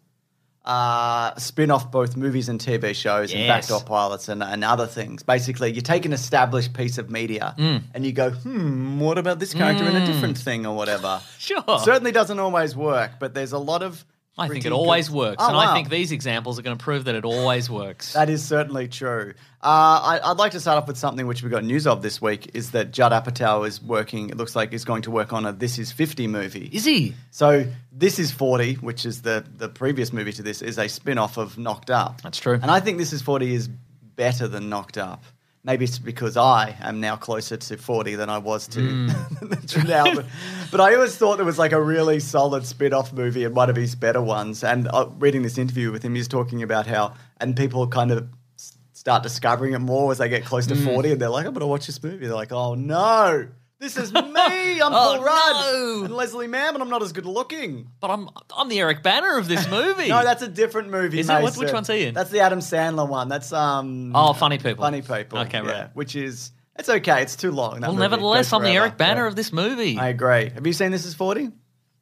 uh, spin-off both movies and TV shows and
Yes.
backdoor pilots and, and other things. Basically, you take an established piece of media
Mm.
and you go, hmm, what about this character in a
Mm.
different thing or whatever?
Sure.
It certainly doesn't always work, but there's a lot of.
I think
pretty
it always
good-
works,
Oh,
and
wow.
I think these examples are going to prove that it always works.
That is certainly true. Uh, I, I'd like to start off with something which we got news of this week is that Judd Apatow is working. It looks like he's going to work on a This Is 50 movie.
Is he?
So This Is 40, which is the the previous movie to this, is a spin off of Knocked Up.
That's true.
And I think This Is 40 is better than Knocked Up. Maybe it's because I am now closer to 40 than I was to,
Hmm.
to now. But, but I always thought there was like a really solid spin off movie and one of his better ones. And uh, reading this interview with him, he's talking about how, and people kind of s- start discovering it more as they get close to
Hmm.
40 and they're like, I'm going to watch this movie. They're like, oh no. This is me. I'm
Oh,
Paul Rudd
no.
and Leslie Mann, and I'm not as good looking.
But I'm I'm the Eric Banner of this movie.
No, that's a different movie.
Is it? What-
Mason.
which one's he in?
That's the Adam Sandler one. That's um.
Oh, Funny People.
Funny people.
Okay,
yeah,
right.
which is it's okay. It's too long. that
Well,
movie. It
nevertheless,
goes
I'm the
forever.
Eric Banner
Yeah.
of this movie.
I agree. Have you seen This Is Forty?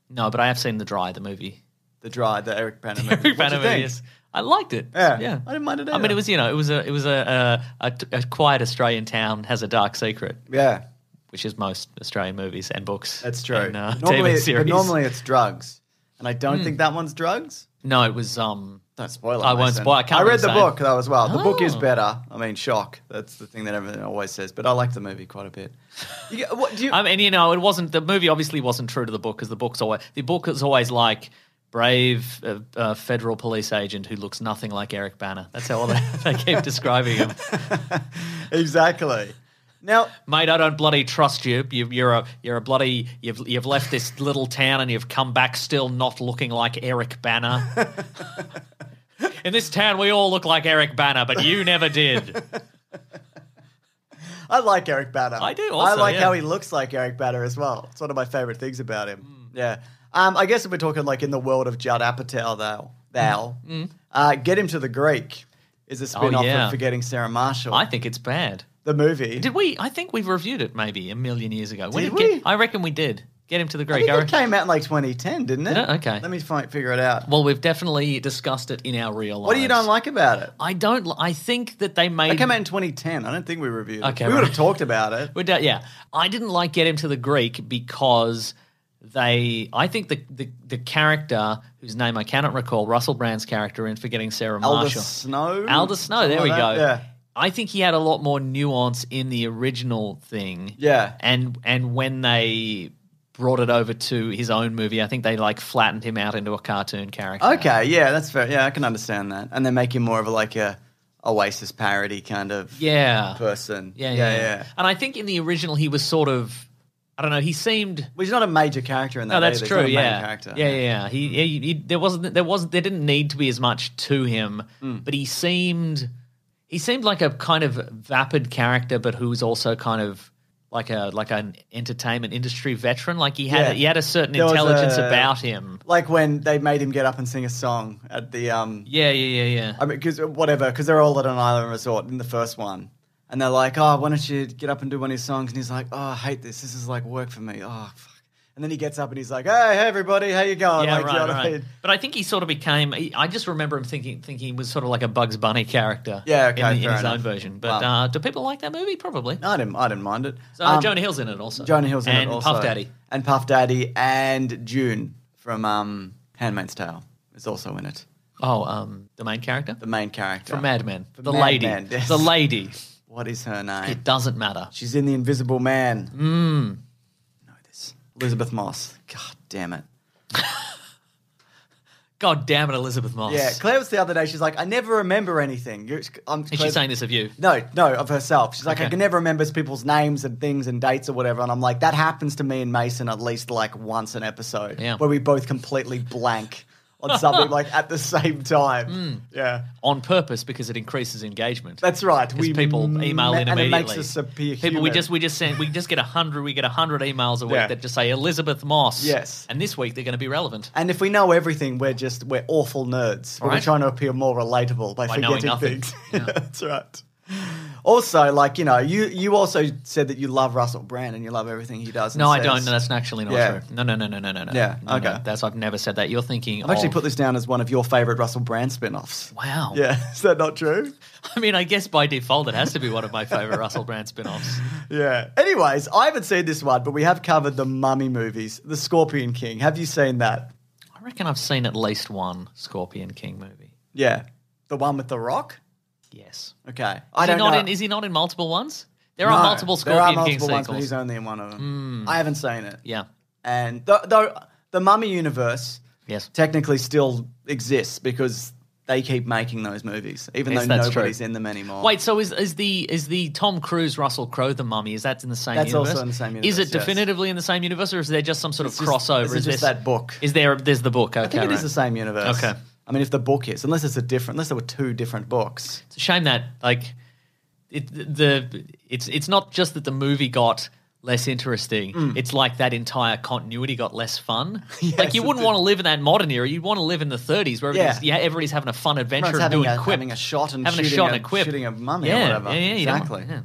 no, but I have seen The Dry, the movie.
The Dry, the Eric Banner movie.
Eric
What'd
Banner
you
movie.
think?
Yes. I liked it.
Yeah. I didn't mind it
I mean,
either.
it was you know, it was a it was a a, a a quiet Australian town has a dark secret,
Yeah,
which is most Australian movies and books.
that's true.
And, uh,
normally,
TV
it-
series.
But normally it's drugs, and I don't think that one's drugs.
no, it was um.
Don't spoil it.
I won't
Mason.
spoil- I can't
read
really
the
say.
book though as well. The book is
Oh.
better. I mean, shock. That's the thing that everyone always says. But I like the movie quite a bit. You get- what, do you,
I mean, you know, it wasn't the movie. Obviously, wasn't true to the book because the book's always the book is always like brave uh, uh, federal police agent who looks nothing like Eric Banner. That's how all they, they keep describing him.
exactly. Now,
Mate, I don't bloody trust you. you you're a you're a bloody you've you've left this little town and you've come back still not looking like Eric Banner. In this town, we all look like Eric Banner, but you never did.
I like Eric Banner.
I do
I
also,
like
yeah.
how he looks like Eric Banner as well. It's one of my favorite things about him.
Hmm.
Yeah. Um, I guess if we're talking like in the world of Judd Apatow, though, thou, uh, get him to the Greek is a spin-off
Hmm. Oh, yeah.
of Forgetting Sarah Marshall,
I think it's bad.
the movie.
Did we? I think we've reviewed it maybe a million years ago.
Did
it
we?
Get, I reckon we did. Get him to the
I
Greek.
think
I
it
reckon-
came out in like 2010, didn't it?
Did it? Okay.
Let me find, figure it out.
Well, we've definitely discussed it in our real life.
What do you don't like about it?
I don't. li- I think that they made.
It came out in 2010. I don't think we reviewed it.
Okay,
we would have
right.
talked about it.
We're da- yeah, I didn't like Get Him to the Greek because they. I think the, the the character whose name I cannot recall, Russell Brand's character in Forgetting Sarah
Elder
Marshall,
Snow.
Aldous Snow. There
Something
we go.
like that.
I think he had a lot more nuance in the original thing.
Yeah. Yeah.
and and when they brought it over to his own movie. I think they like flattened him out into a cartoon character.
Okay, yeah, that's fair. Yeah, I can understand that. And they make him more of a, like a Oasis parody kind of
Yeah.
person.
Yeah, yeah, yeah, And I think in the original he was sort of I don't know, he seemed
Well, he's not a major character in that.
No, that's
either. He's
true.
not a main
yeah.
character. Mm.
yeah, yeah, yeah. He, he, he- there wasn't, there wasn't, there didn't need to be as much to him,
Mm.
but he seemed, he seemed like a kind of vapid character, but who was also kind of like a like an entertainment industry veteran. Like he had,
Yeah.
he had a certain
There was
intelligence
a-
about him.
Like when they made him get up and sing a song at the um,
Yeah, yeah, yeah, yeah.
I mean, because whatever, because they're all at an island resort in the first one, and they're like, "Oh, why don't you get up and do one of your songs?" And he's like, "Oh, I hate this. This is like work for me. Oh, fuck." And then he gets up and he's like, "Hey, hey, everybody, how you going?"
yeah,
like,
right,
you know what I
right.
mean?
But I think he sort of became. he- I just remember him thinking, thinking he was sort of like a Bugs Bunny character.
Yeah, okay,
in, the- in
fair
his
enough.
own version. But
Wow.
uh, do people like that movie? Probably.
No, I didn't. I didn't mind it.
So uh,
Um,
Jonah Hill's in it also.
Jonah Hill's in
and
it also.
Puff Daddy.
and Puff Daddy and June from um, *Handmaid's Tale* is also in it.
Oh, um, the main character
The main character
from Mad Men,
From
the
Mad
lady,
Men, yes.
the lady.
What is her name?
It doesn't matter.
She's in The Invisible Man. Mm.
Hmm.
Know this. Elizabeth Moss. God damn it.
God damn it, Elizabeth Moss.
Yeah, Claire was the other day. She's like, I never remember anything. You're, I'm,
Is
Claire-
she saying this of you?
No, no, of herself. She's like, I
Okay.
can never remember people's names and things and dates or whatever. And I'm like, that happens to me and Mason at least like once an episode
Yeah.
where we both completely blank on something like at the same time.
Hmm.
Yeah.
On purpose because it increases engagement.
That's right.
Because people email
me-
in
and
immediately.
it makes us appear
people, we
human.
just we just send we just get a hundred we get a hundred emails a week
Yeah.
that just say Elizabeth Moss.
Yes.
and this week they're going to be relevant.
And if we know everything, we're just we're awful nerds. But We're
Right.
trying to appear more relatable by,
By knowing
forgetting
nothing.
things. Yeah, that's right. Also, like you know, you you also said that you love Russell Brand and you love everything he does. and
No, I
says.
don't. No, that's actually not
Yeah.
true. No, no, no, no, no, no, no.
Yeah,
No, no,
okay.
that's I've never said that. You're thinking.
I've actually
of-
put this down as one of your favorite Russell Brand spin-offs.
Oh. Wow.
Yeah, is that not true?
I mean, I guess by default it has to be one of my favorite Russell Brand spin-offs.
Yeah. Anyways, I haven't seen this one, but we have covered the Mummy movies, The Scorpion King. Have you seen that?
I reckon I've seen at least one Scorpion King movie.
Yeah, the one with the Rock.
Yes.
Okay,
Is
I don't
he not
know.
in? Is he not in multiple ones? There are
No,
multiple Scorpion
there are multiple
King
ones, but
sequels. Hmm.
he's only in one of them. I haven't seen it.
yeah.
And though the, the Mummy universe
Yes.
technically still exists because they keep making those movies, even
Yes,
though
that's true.
nobody's in them anymore.
Wait, so is is the is the Tom Cruise Russell Crowe the Mummy? Is that in the same
That's also
universe?
in the same
Is
universe,
it
yes.
definitively in the same universe, or is there just some sort
It's
of
just-
crossover?
this is just that book.
Is there? There's the book. Okay,
I think it
right.
is the same universe.
Okay.
I mean, if the book is, unless it's a different, unless there were two different books.
It's a shame that like it the it's it's not just that the movie got less interesting.
Mm.
It's like that entire continuity got less fun. like you
it
wouldn't
did.
want to live in that modern era. You'd want to live in the 30s where everybody's, yeah.
Yeah.
everybody's having a fun adventure,
Everyone's
and
having
doing
a,
quip,
having a shot and
having a
shooting
shot and a quip,
shooting a mummy
yeah,
or whatever.
Yeah, yeah, you don't
exactly.
want- yeah.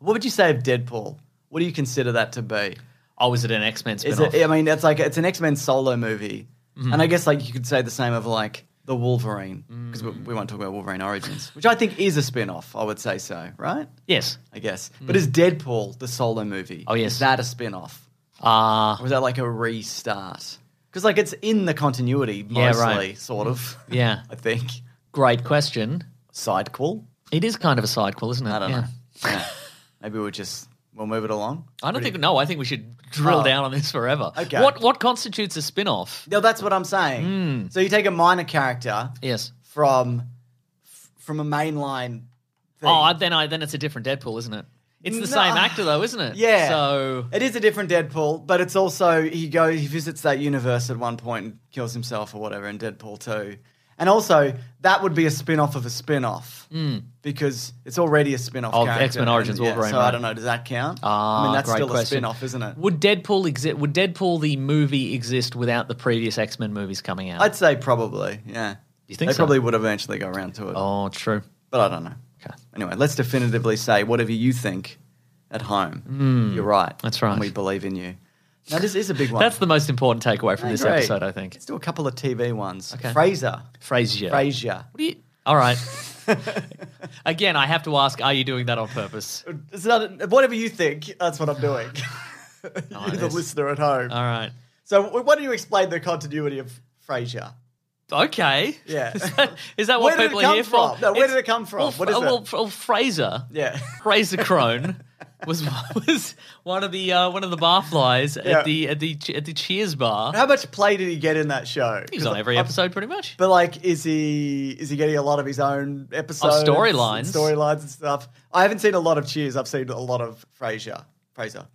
What would you say of Deadpool? What do you consider that to be?
Oh, is it an X Men spin
Is
off?
it? I mean, it's like it's an X Men solo movie,
Mm-hmm.
and I guess like you could say the same of like the Wolverine because we, we won't talk about Wolverine Origins, which I think is a spin off. I would say so, right?
Yes.
I guess. But is Deadpool the solo movie?
Hmm. Oh, yes.
is that a spin off?
Uh,
Or is that like a restart? Because like it's in the continuity mostly,
Yeah, right.
sort of.
Yeah.
I think
great question.
sidequel.
It is kind of a sidequel, isn't it?
I don't
Yeah.
know. Yeah. Maybe we'll just we'll move it along.
I don't think no. I think we should drill
Oh.
down on this forever.
Okay.
What what constitutes a spin-off?
No, that's what I'm saying.
Hmm.
So you take a minor character
Yes.
from f- from a mainline. Thing.
Oh, I- then I then it's a different Deadpool, isn't it? It's the
No.
same actor though, isn't it?
Yeah.
So
It is a different Deadpool, but it's also he goes he visits that universe at one point and kills himself or whatever in Deadpool 2. And also that would be a spin-off of a spin-off. Because it's already a spin-off
Of
character.
Hmm. Oh, X-Men Origins
And, yeah,
Wolverine,
So
right.
I don't know, does that count?
ah,
I mean that's
great
still
question.
a spin-off, isn't it?
Would Deadpool exist? Would Deadpool the movie exist without the previous X Men movies coming out?
I'd say probably, yeah.
You think
they
so?
probably would eventually go around to it.
oh, true.
But I don't know.
Okay.
Anyway, let's definitively say whatever you think at home. You're right.
Hmm. That's right.
And we believe in you. Now this is a big one.
That's the most important takeaway from this
Great.
episode, I think.
Let's do a couple of TV ones.
Okay.
Fraser.
Frasier.
Frasier.
What do you? All right. Again, I have to ask: Are you doing that on purpose?
It's not, whatever you think, that's what I'm doing. You're the
Nice.
listener at home.
All right.
So, wh- why don't you explain the continuity of Frasier?
Okay.
Yeah.
Is that, is that
Where
what
did it
people
come
are here
from?
for?
No, where
It's- uh,
did it come from?
Well,
What is
oh,
it?
well, f- well, Fraser.
Yeah.
Fraser Crone was was one of the uh, one of the barflies
Yeah.
at the at the at the Cheers bar.
How much play did he get in that show?
He was on every episode, pretty much.
But like, is he is he getting a lot of his own episodes, and
storylines.
storylines and stuff? I haven't seen a lot of Cheers. I've seen a lot of Frasier. Fraser.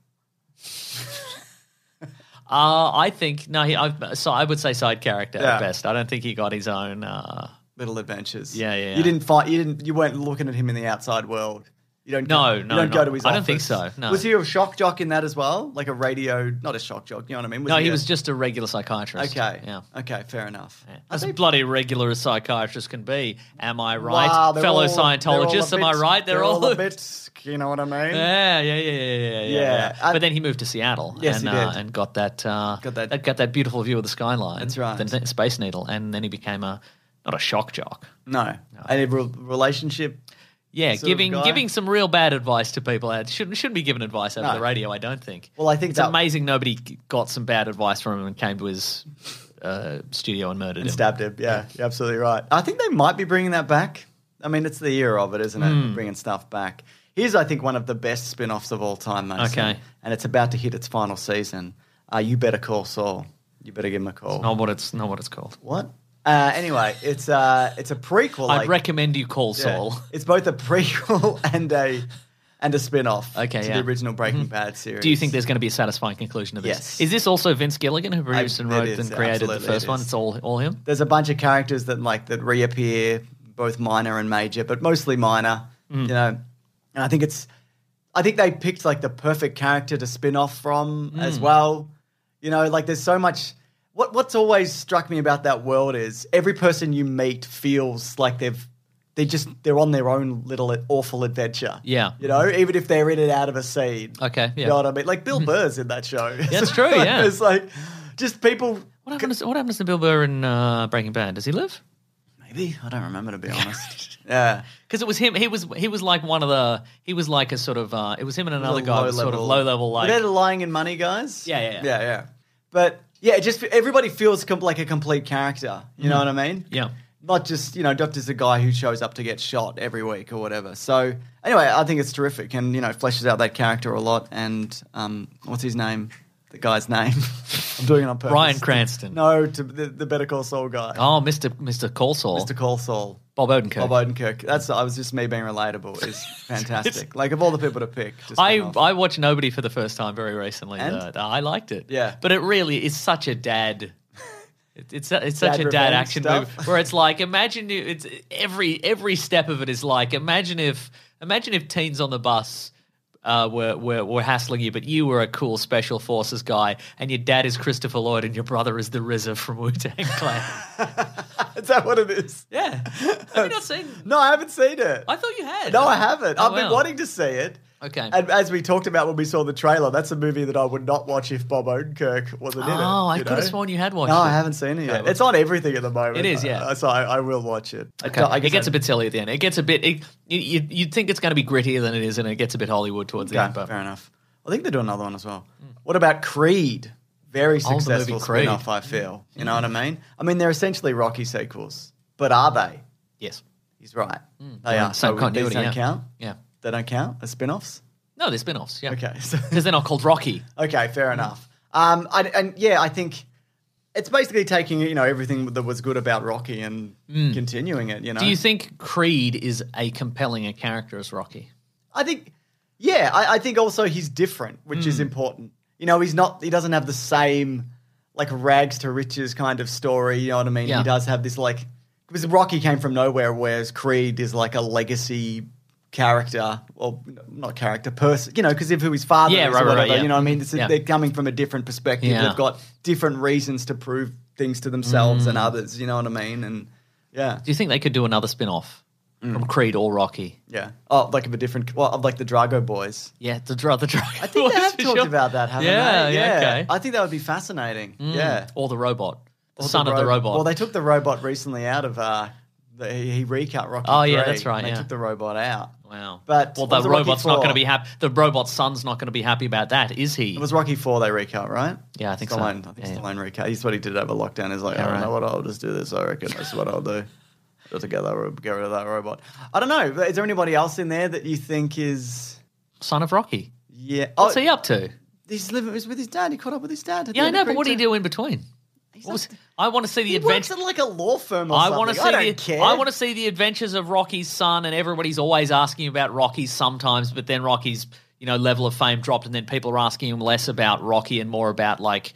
Uh, I think no. He, I, so I would say side character
Yeah.
at best. I don't think he got his own. Uh,
Little Adventures.
Yeah, yeah, yeah.
You didn't find you didn't you weren't looking at him in the outside world. You don't
No,
you
no,
don't
no.
go to his
I don't think
office.
so, no.
Was he a shock jock in that as well? Like a radio not a shock jock, you know what I mean?
no, he
a-
was just a regular psychiatrist.
Okay.
Yeah.
Okay, fair enough.
As bloody regular as psychiatrists can be. Am I right,
Wow, they're
fellow
all-
Scientologists?
they're
am
all a
I
bit-
right? They're, all,
a bit you know what I mean?
Yeah, yeah, yeah, yeah, yeah, yeah.
Yeah,
yeah. but then he moved to Seattle,
Yes,
and,
he did.
Uh, and got that, uh,
Got that-
got that beautiful view of the skyline.
That's right.
The n- Space Needle, and then he became a not a shock jock.
No. Any re- relationship
Yeah,
Sort of
giving
guy.
giving some real bad advice to people. It shouldn't shouldn't be given advice over
No.
the radio. I don't think.
Well, I think
it's
that-
amazing nobody g- got some bad advice from him and came to his uh, studio and murdered
and
him.
stabbed him. Yeah, you're absolutely right. I think they might be bringing that back. I mean, it's the year of it, isn't it?
Hmm.
Bringing stuff back. Here's, I think, one of the best spin offs of all time, Mason.
Okay.
And it's about to hit its final season. Uh, you better call Saul. You better give him a call.
Not what it's not what it's called.
what? Uh, anyway, it's uh, it's a prequel.
I'd
like-
recommend you call
yeah.
Saul.
It's both a prequel and a and a spin off
Okay,
to
yeah. Mm-hmm.
the original Breaking Bad series.
Do you think there's going to be a satisfying conclusion to this?
Yes.
Is this also Vince Gilligan who produced
I-
and
it
wrote
is,
and created the
absolutely,
first
it
one?
is.
It's all all him.
there's a bunch of characters that like that reappear, both minor and major, but mostly minor.
Mm.
You know, and I think it's, I think they picked like the perfect character to spin off from
Mm.
as well. You know, like there's so much. What what's always struck me about that world is every person you meet feels like they've they just they're on their own little awful adventure.
Yeah.
you know, even if they're in and out of a scene.
Okay, yeah. Mm-hmm.
you know what I mean. Like Bill Burr's in that show.
That's true,
Like,
yeah.
it's like just people.
What happens? What happens to Bill Burr in uh, Breaking Bad? Does he live?
Maybe I don't remember to be honest. yeah.
Because it was him. He was he was like one of the. He was like a sort of. Uh, it was him and another
The
guy. was sort of
low-level-
low level like.
Were they the lying in money guys?
Yeah, yeah, yeah.
yeah, But yeah, it just everybody feels com- like a complete character. You know what I mean?
Mm-hmm. Yeah.
Not just you know, not just a guy who shows up to get shot every week or whatever. So anyway, I think it's terrific, and you know, fleshes out that character a lot. And um, what's his name? The guy's name. I'm doing it on purpose.
Bryan Cranston.
No, to the, the Better Call Saul guy.
Oh, Mister Mister Colsall.
Mr. Call Saul.
Bob Odenkirk.
Bob Odenkirk. That's I was just me being relatable. Is fantastic. like of all the people to pick, just
I,
went off.
I watched Nobody for the first time very recently.
And?
Uh, I liked it.
Yeah.
But it really is such a dad. it- It's it's such
Dad
a dad
revenge
action
stuff.
movie where it's like imagine you it's every every step of it is like imagine if imagine if teens on the bus uh, were, were were hassling you but you were a cool special forces guy and your dad is Christopher Lloyd and your brother is the RZA from Wu Tang Clan.
Is that what it is?
yeah, have you not seen?
No, I haven't seen it.
I thought you had.
no, I haven't.
Oh,
I've been
wow.
wanting to see it.
Okay.
And as we talked about when we saw the trailer, that's a movie that I would not watch if Bob Odenkirk wasn't in it.
Oh, I
you
could
know?
have sworn you had watched.
No,
it.
I haven't seen it yet.
well-
it's on everything at the moment.
It is, yeah.
Uh, So I, I will watch it. I
Okay.
don't- I
it
guess
gets a
I-
bit silly at the end. It gets a bit. It, you, you- you'd think it's going to be grittier than it is, and it gets a bit Hollywood towards the
Okay,
end. But
fair enough. I think they do another one as well. What about Creed? Very
Oh, the movie
successful
Creed. Mm.
spin-off, I feel. You know what I mean? I mean, they're essentially Rocky sequels, but are they?
yes,
He's right. They are.
Mm. same
So
continuity.
These don't
yeah.
count.
Yeah.
They don't count as spin-offs.
No, they're spin-offs. Yeah.
Okay. So
Because they're not called Rocky.
Okay, fair enough. Um, I, and yeah, I think it's basically taking you know everything that was good about Rocky and continuing it. You know,
Mm. Do you think Creed is a compelling a character as Rocky?
I think, yeah, I, I think also he's different, which
Hmm.
is important. You know, he's not, he doesn't have the same like rags to riches kind of story. You know what I mean?
Yeah.
He does have this like because Rocky came from nowhere, whereas Creed is like a legacy character, or not character person. You know, because of who his father
Yeah,
is
right,
or
right, right,
whatever.
yeah.
You know what I mean? It's,
Yeah.
They're coming from a different perspective.
Yeah.
They've got different reasons to prove things to themselves
Hmm.
and others. You know what I mean? And yeah.
Do you think they could do another spin-off
Mm.
from Creed or Rocky?
Yeah. Oh, like of a different, well, of like the Drago boys.
Yeah, the drug. The drug.
I think they have talked about that, haven't
yeah,
they?
Yeah. Okay. Mm.
I think that would be fascinating. Yeah.
Or the robot. The
Or
son of the
ro-
robot.
Well, they took the robot recently out of. Uh, the, he he recut Rocky.
Oh, yeah,
III,
that's right,
and They
yeah.
took the robot out.
Wow.
But
well,
what
the
was it, Rocky
robot's not going to
IV?
be happy. The robot's son's not going to be happy about that, is he?
It was Rocky Four they recut, right?
Yeah, I think so.
Stallone, I think
Yeah, yeah.
Stallone recut. He's what he did over lockdown. He's like, I don't
right.
know what I'll just do this. I reckon that's what I'll do. Just to get that ro- get rid of that robot. I don't know. Is there anybody else in there that you think is?
son of Rocky?
Yeah. oh,
What's he up to?
He's living he was with his dad. He caught up with his dad.
Yeah, I know, but what do you do in between? What was- I want to see the
He works
adventure.
at like a law firm or
I
something.
want to see
I
the
don't care.
I want to see the adventures of Rocky's son, and everybody's always asking about Rocky sometimes, but then Rocky's you know level of fame dropped, and then people are asking him less about Rocky and more about like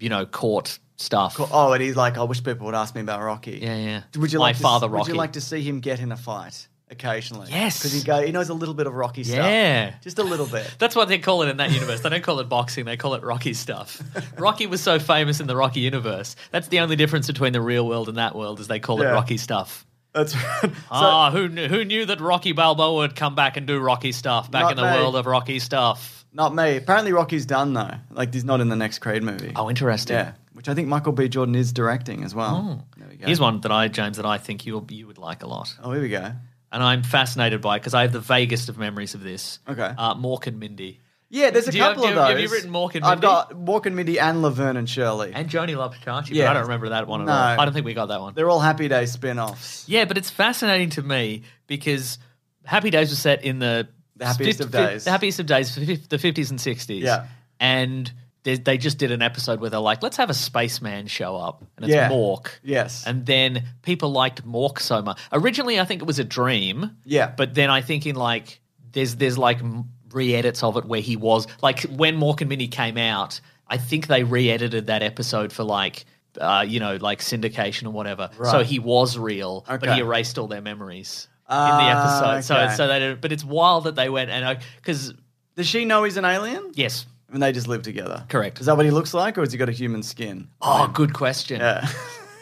you know court stuff.
Oh, and he's like, I wish people would ask me about Rocky.
Yeah, yeah.
Would you
My
like
father
to,
Rocky?
Would you like to see him get in a fight occasionally?
Yes.
because he go he knows a little bit of Rocky stuff.
Yeah.
just a little bit.
That's what they call it in that universe. They don't call it boxing, they call it Rocky stuff. Rocky was so famous in the Rocky universe. That's the only difference between the real world and that world is they call
Yeah.
it Rocky stuff.
That's right.
ah, who knew, who knew that Rocky Balboa would come back and do Rocky stuff back
Not
in the
me.
world of Rocky stuff?
Not me. Apparently, Rocky's done though. Like he's not in the next Creed movie.
Oh, interesting. Oh.
yeah, which I think Michael B. Jordan is directing as well. There we go.
Here's one that I, James, that I think you you would like a lot,
Oh, here we go.
and I'm fascinated by it because I have the vaguest of memories of this.
Okay.
uh, Mork and Mindy
Yeah, there's a
Do you have- do
couple
you
of
have-
those.
have you written Mork and
I've
Mindy?
got Mork and Mindy and Laverne and Shirley.
and Joni loves Chachi, but
Yeah.
I don't remember that one at
No.
all. I don't think we got that one.
They're all Happy Day spin-offs.
Yeah, but it's fascinating to me because Happy Days was set in the,
The happiest of days.
the happiest of days, fif- the fifties and sixties.
Yeah.
and they, they just did an episode where they're like, let's have a spaceman show up, and it's
Yeah.
Mork.
Yes.
And then people liked Mork so much. Originally, I think it was a dream.
Yeah.
But then I think in like there's there's like m- re-edits of it where he was like when Mork and Minnie came out. I think they re-edited that episode for like uh, you know like syndication or whatever. So he was real, but
Okay.
he erased all their memories in the
Ah,
episode. So
okay.
so they didn't, but it's wild that they went and because
Does she know he's an alien?
yes.
And they just live together.
Correct.
Is that what he looks like, or has he got a human skin?
Oh, good question.
Yeah.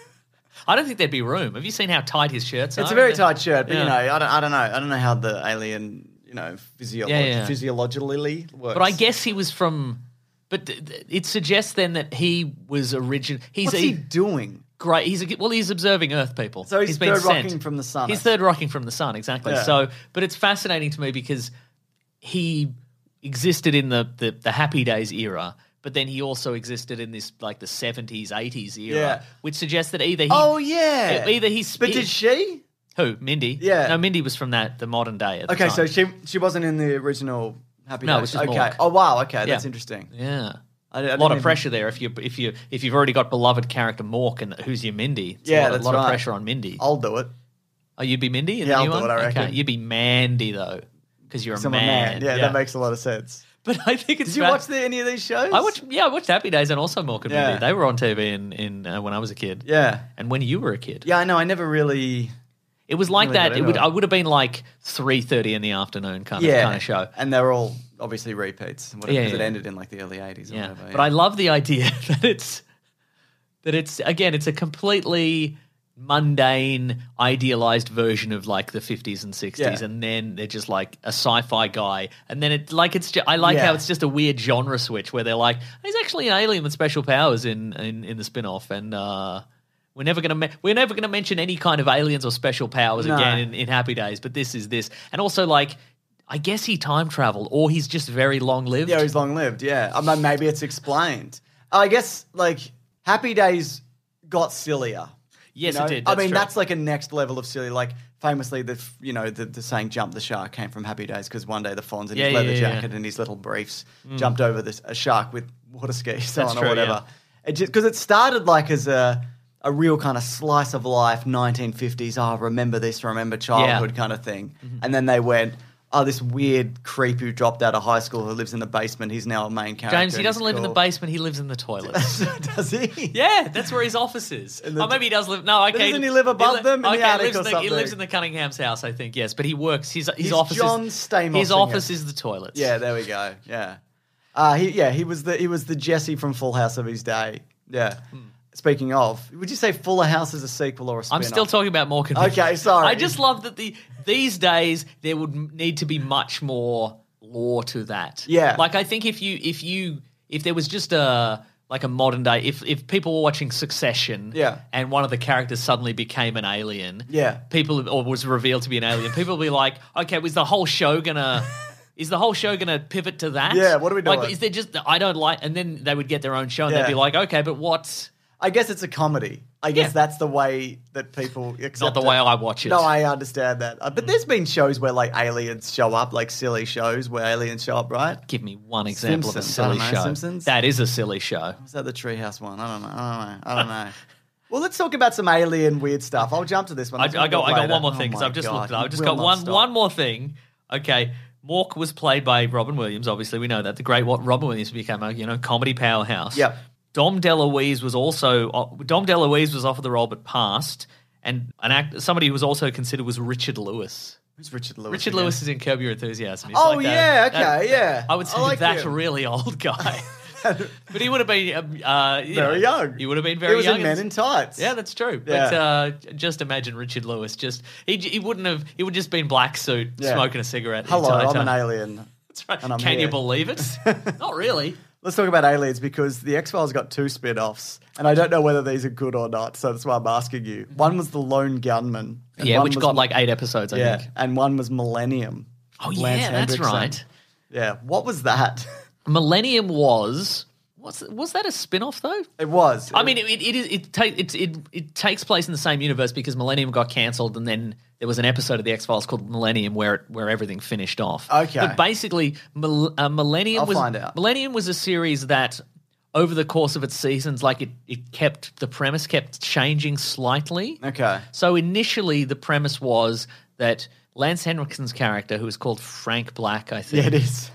I don't think there'd be room. Have you seen how tight his shirts are?
It's a very tight shirt, but you
Yeah.
know, I don't, I don't know. I don't know how the alien, you know, physiolog-
Yeah, yeah.
physiologically works.
But I guess he was from. But th- th- it suggests then that he was original. He's
what's
a
he doing?
great. He's a, well, he's observing Earth people.
So he's
been
third
sent.
rocking from the sun.
He's third rocking from the sun, exactly.
Yeah.
So, but it's fascinating to me because he existed in the, the the Happy Days era, but then he also existed in this like the seventies, eighties era,
Yeah.
which suggests that either he, e,
Oh yeah.
either he's
But did she?
who Mindy,
Yeah.
no, Mindy was from that the modern day. At the
Okay, so
time.
she she wasn't in the original Happy
No,
Days.
it was just
okay.
Mork.
Oh wow. Okay, that's
Yeah.
interesting.
yeah.
I- I
a
didn't
lot of
even-
pressure there if you if you if you've already got beloved character Mork and who's your Mindy. It's a
Yeah,
lot, of-
that's
lot
right.
of pressure on Mindy.
I'll do it.
Oh, you'd be Mindy in
Yeah,
the
I'll
new
do
one.
it, I reckon.
You'd be Mandy though, because you're a
I'm
man.
Yeah, that makes a lot of sense.
But I think it's.
Did you
fa-
watch the, any of these shows?
I watched. Yeah, I watched Happy Days and also Mork and
Yeah.
Mindy. They were on TV in in uh, when I was a kid.
Yeah.
And when you were a kid,
Yeah, I know. I never really.
it was like
Really
that.
got
It
into
would.
it.
I would have been like three thirty in the afternoon kind
yeah.
of kind of show.
And they're all obviously repeats and whatever
Yeah,
because it
yeah.
ended in like the early 80s or
Yeah.
whatever.
But I love the idea that it's that it's again it's a completely mundane idealized version of like the 50s and 60s
Yeah.
and then they're just like a sci-fi guy and then it like it's just, I like
Yeah.
how it's just a weird genre switch where they're like he's actually an alien with special powers in in, in the spin-off and uh we're never gonna me- we're never gonna mention any kind of aliens or special powers
No.
again in, in Happy Days, but this is this, and also like I guess he time traveled or he's just very long lived.
Yeah, he's long lived. Yeah, I mean, maybe it's explained. I guess like Happy Days got sillier. you
Yes, it
know?
did.
I mean,
true.
that's like a next level of silly. Like famously, the f- you know the, the saying "jump the shark" came from Happy Days because one day the Fonz in
Yeah,
his
yeah,
leather
yeah,
jacket
yeah. Mm.
and his little briefs jumped over this, a shark with water skis
That's
on or
true,
whatever. It just because it started like as a a real kind of slice of life, 1950s. Oh, remember this, remember childhood kind of thing.
Mm-hmm.
And then they went. Oh, this weird creep who dropped out of high school who lives in the basement. He's now a main character.
James, he
and
doesn't
he's
live in the
cool."
basement. He lives in the toilets.
Does he?
yeah, that's where his office is. oh, maybe he does live. No, okay.
Doesn't he live above
li-
them in the
okay,
attic
lives
or
in the- He
something?
lives in the Cunningham's house, I think. Yes, but he works. His his
He's
office.
John
is,
Stamos
His
in
office
it.
is the toilets.
Yeah, there we go. Yeah. Uh, he, yeah, he was the he was the Jesse from Full House of his day. Yeah. Speaking of, would you say Fuller House is a sequel or a
Hmm.
spin
I'm still talking about more convictions.
Okay, sorry.
I just love that the these days there would m- need to be much more law to that.
Yeah.
like I think if you if you if there was just a like a modern day if if people were watching Succession,
Yeah.
and one of the characters suddenly became an alien,
Yeah.
people or was revealed to be an alien, people would be like, okay, was the whole show gonna? Is the whole show going to pivot to that?
Yeah, what are we
Like,
doing?
is there just I don't like, and then they would get their own show, and
Yeah.
they'd be like, okay, but what's
I guess it's a comedy. I guess that's the way that people accept
Not the
it.
way I watch it. Hmm.
No, I understand that. Uh, But there's been shows where like aliens show up, like silly shows where aliens show up, right?
Give me one example
Simpsons, I
of a silly
don't know,
show.
Simpsons?
That is a silly show.
Is that the treehouse one? I don't know. I don't know. I don't know. Well, let's talk about some alien weird stuff. I'll jump to this one.
I,
Let's
I
talk
got
about
I got
later.
one more
Oh
thing because
my
I've just
God,
looked it up.
you
I've just
will
got
not
one
stop.
one more thing. Okay, Mork was played by Robin Williams. Obviously, we know that the great what Robin Williams became a you know comedy powerhouse.
Yep.
Dom DeLuise was also uh, Dom DeLuise was offered the role but passed, and an act somebody who was also considered was Richard Lewis.
Who's Richard Lewis?
Richard
again?
Lewis is in Curb Your Enthusiasm. He's
Oh
like
yeah,
that-
okay,
that-
yeah.
I would say
like
that
him.
really old guy. but he would have been um, uh, you
Very
know,
young.
He would have been
He
very
was
young.
in
and s-
Men in Tights.
yeah, that's true. But
Yeah.
uh, just imagine Richard Lewis. Just he, he wouldn't have. He would just been black suit,
Yeah.
smoking a cigarette.
Hello,
the entire
I'm
time.
an alien.
That's right.
and I'm
Can you
here.
believe it? Not really.
Let's talk about aliens because the X Files got two spin offs, and I don't know whether these are good or not, so that's why I'm asking you. One was The Lone Gunman. and
Mm-hmm. Yeah,
one
which
was
got like eight episodes. I
Yeah,
think.
and one was Millennium.
Oh
Lance
yeah, that's
Hendrickson.
right.
Yeah, what was that?
Millennium was. Was, was that a spin-off though?
It was.
I mean, it it it, is- it, take, it it it takes place in the same universe because Millennium got cancelled, and then there was an episode of the X Files called Millennium where it, where everything finished off.
Okay.
but basically, Mil, uh, Millennium
I'll
was
find out.
Millennium was a series that over the course of its seasons, like it it kept the premise kept changing slightly.
okay.
So initially, the premise was that Lance Henriksen's character, who is called Frank Black, I think,
Yeah, it is.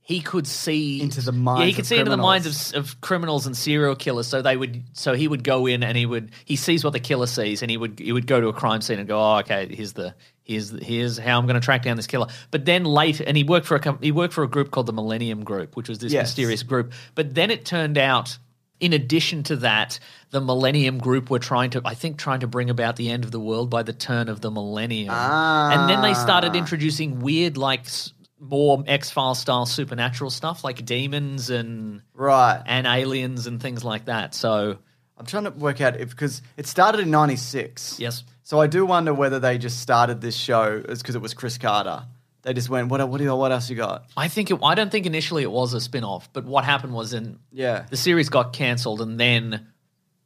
he could see
Into the minds
Yeah, he could
of
see into the minds of, of criminals and serial killers. So they would. So he would go in and he would. He sees what the killer sees, and he would. He would go to a crime scene and go, "Oh, okay, here's the." Here's, the- here's how I'm going to track down this killer. But then late, and he worked for a com- he worked for a group called the Millennium Group, which was this
Yes.
mysterious group. But then it turned out, in addition to that, the Millennium Group were trying to, I think, trying to bring about the end of the world by the turn of the millennium. And then they started introducing weird, like s- more X File style supernatural stuff, like demons and
Right.
and aliens and things like that. So
I'm trying to work out if, because it started in 96.
yes,
So I do wonder whether they just started this show because it was Chris Carter. They just went, what, what, do you, what else you got?
I think it, I don't think initially it was a spin off, but what happened was in
Yeah.
the series got cancelled and then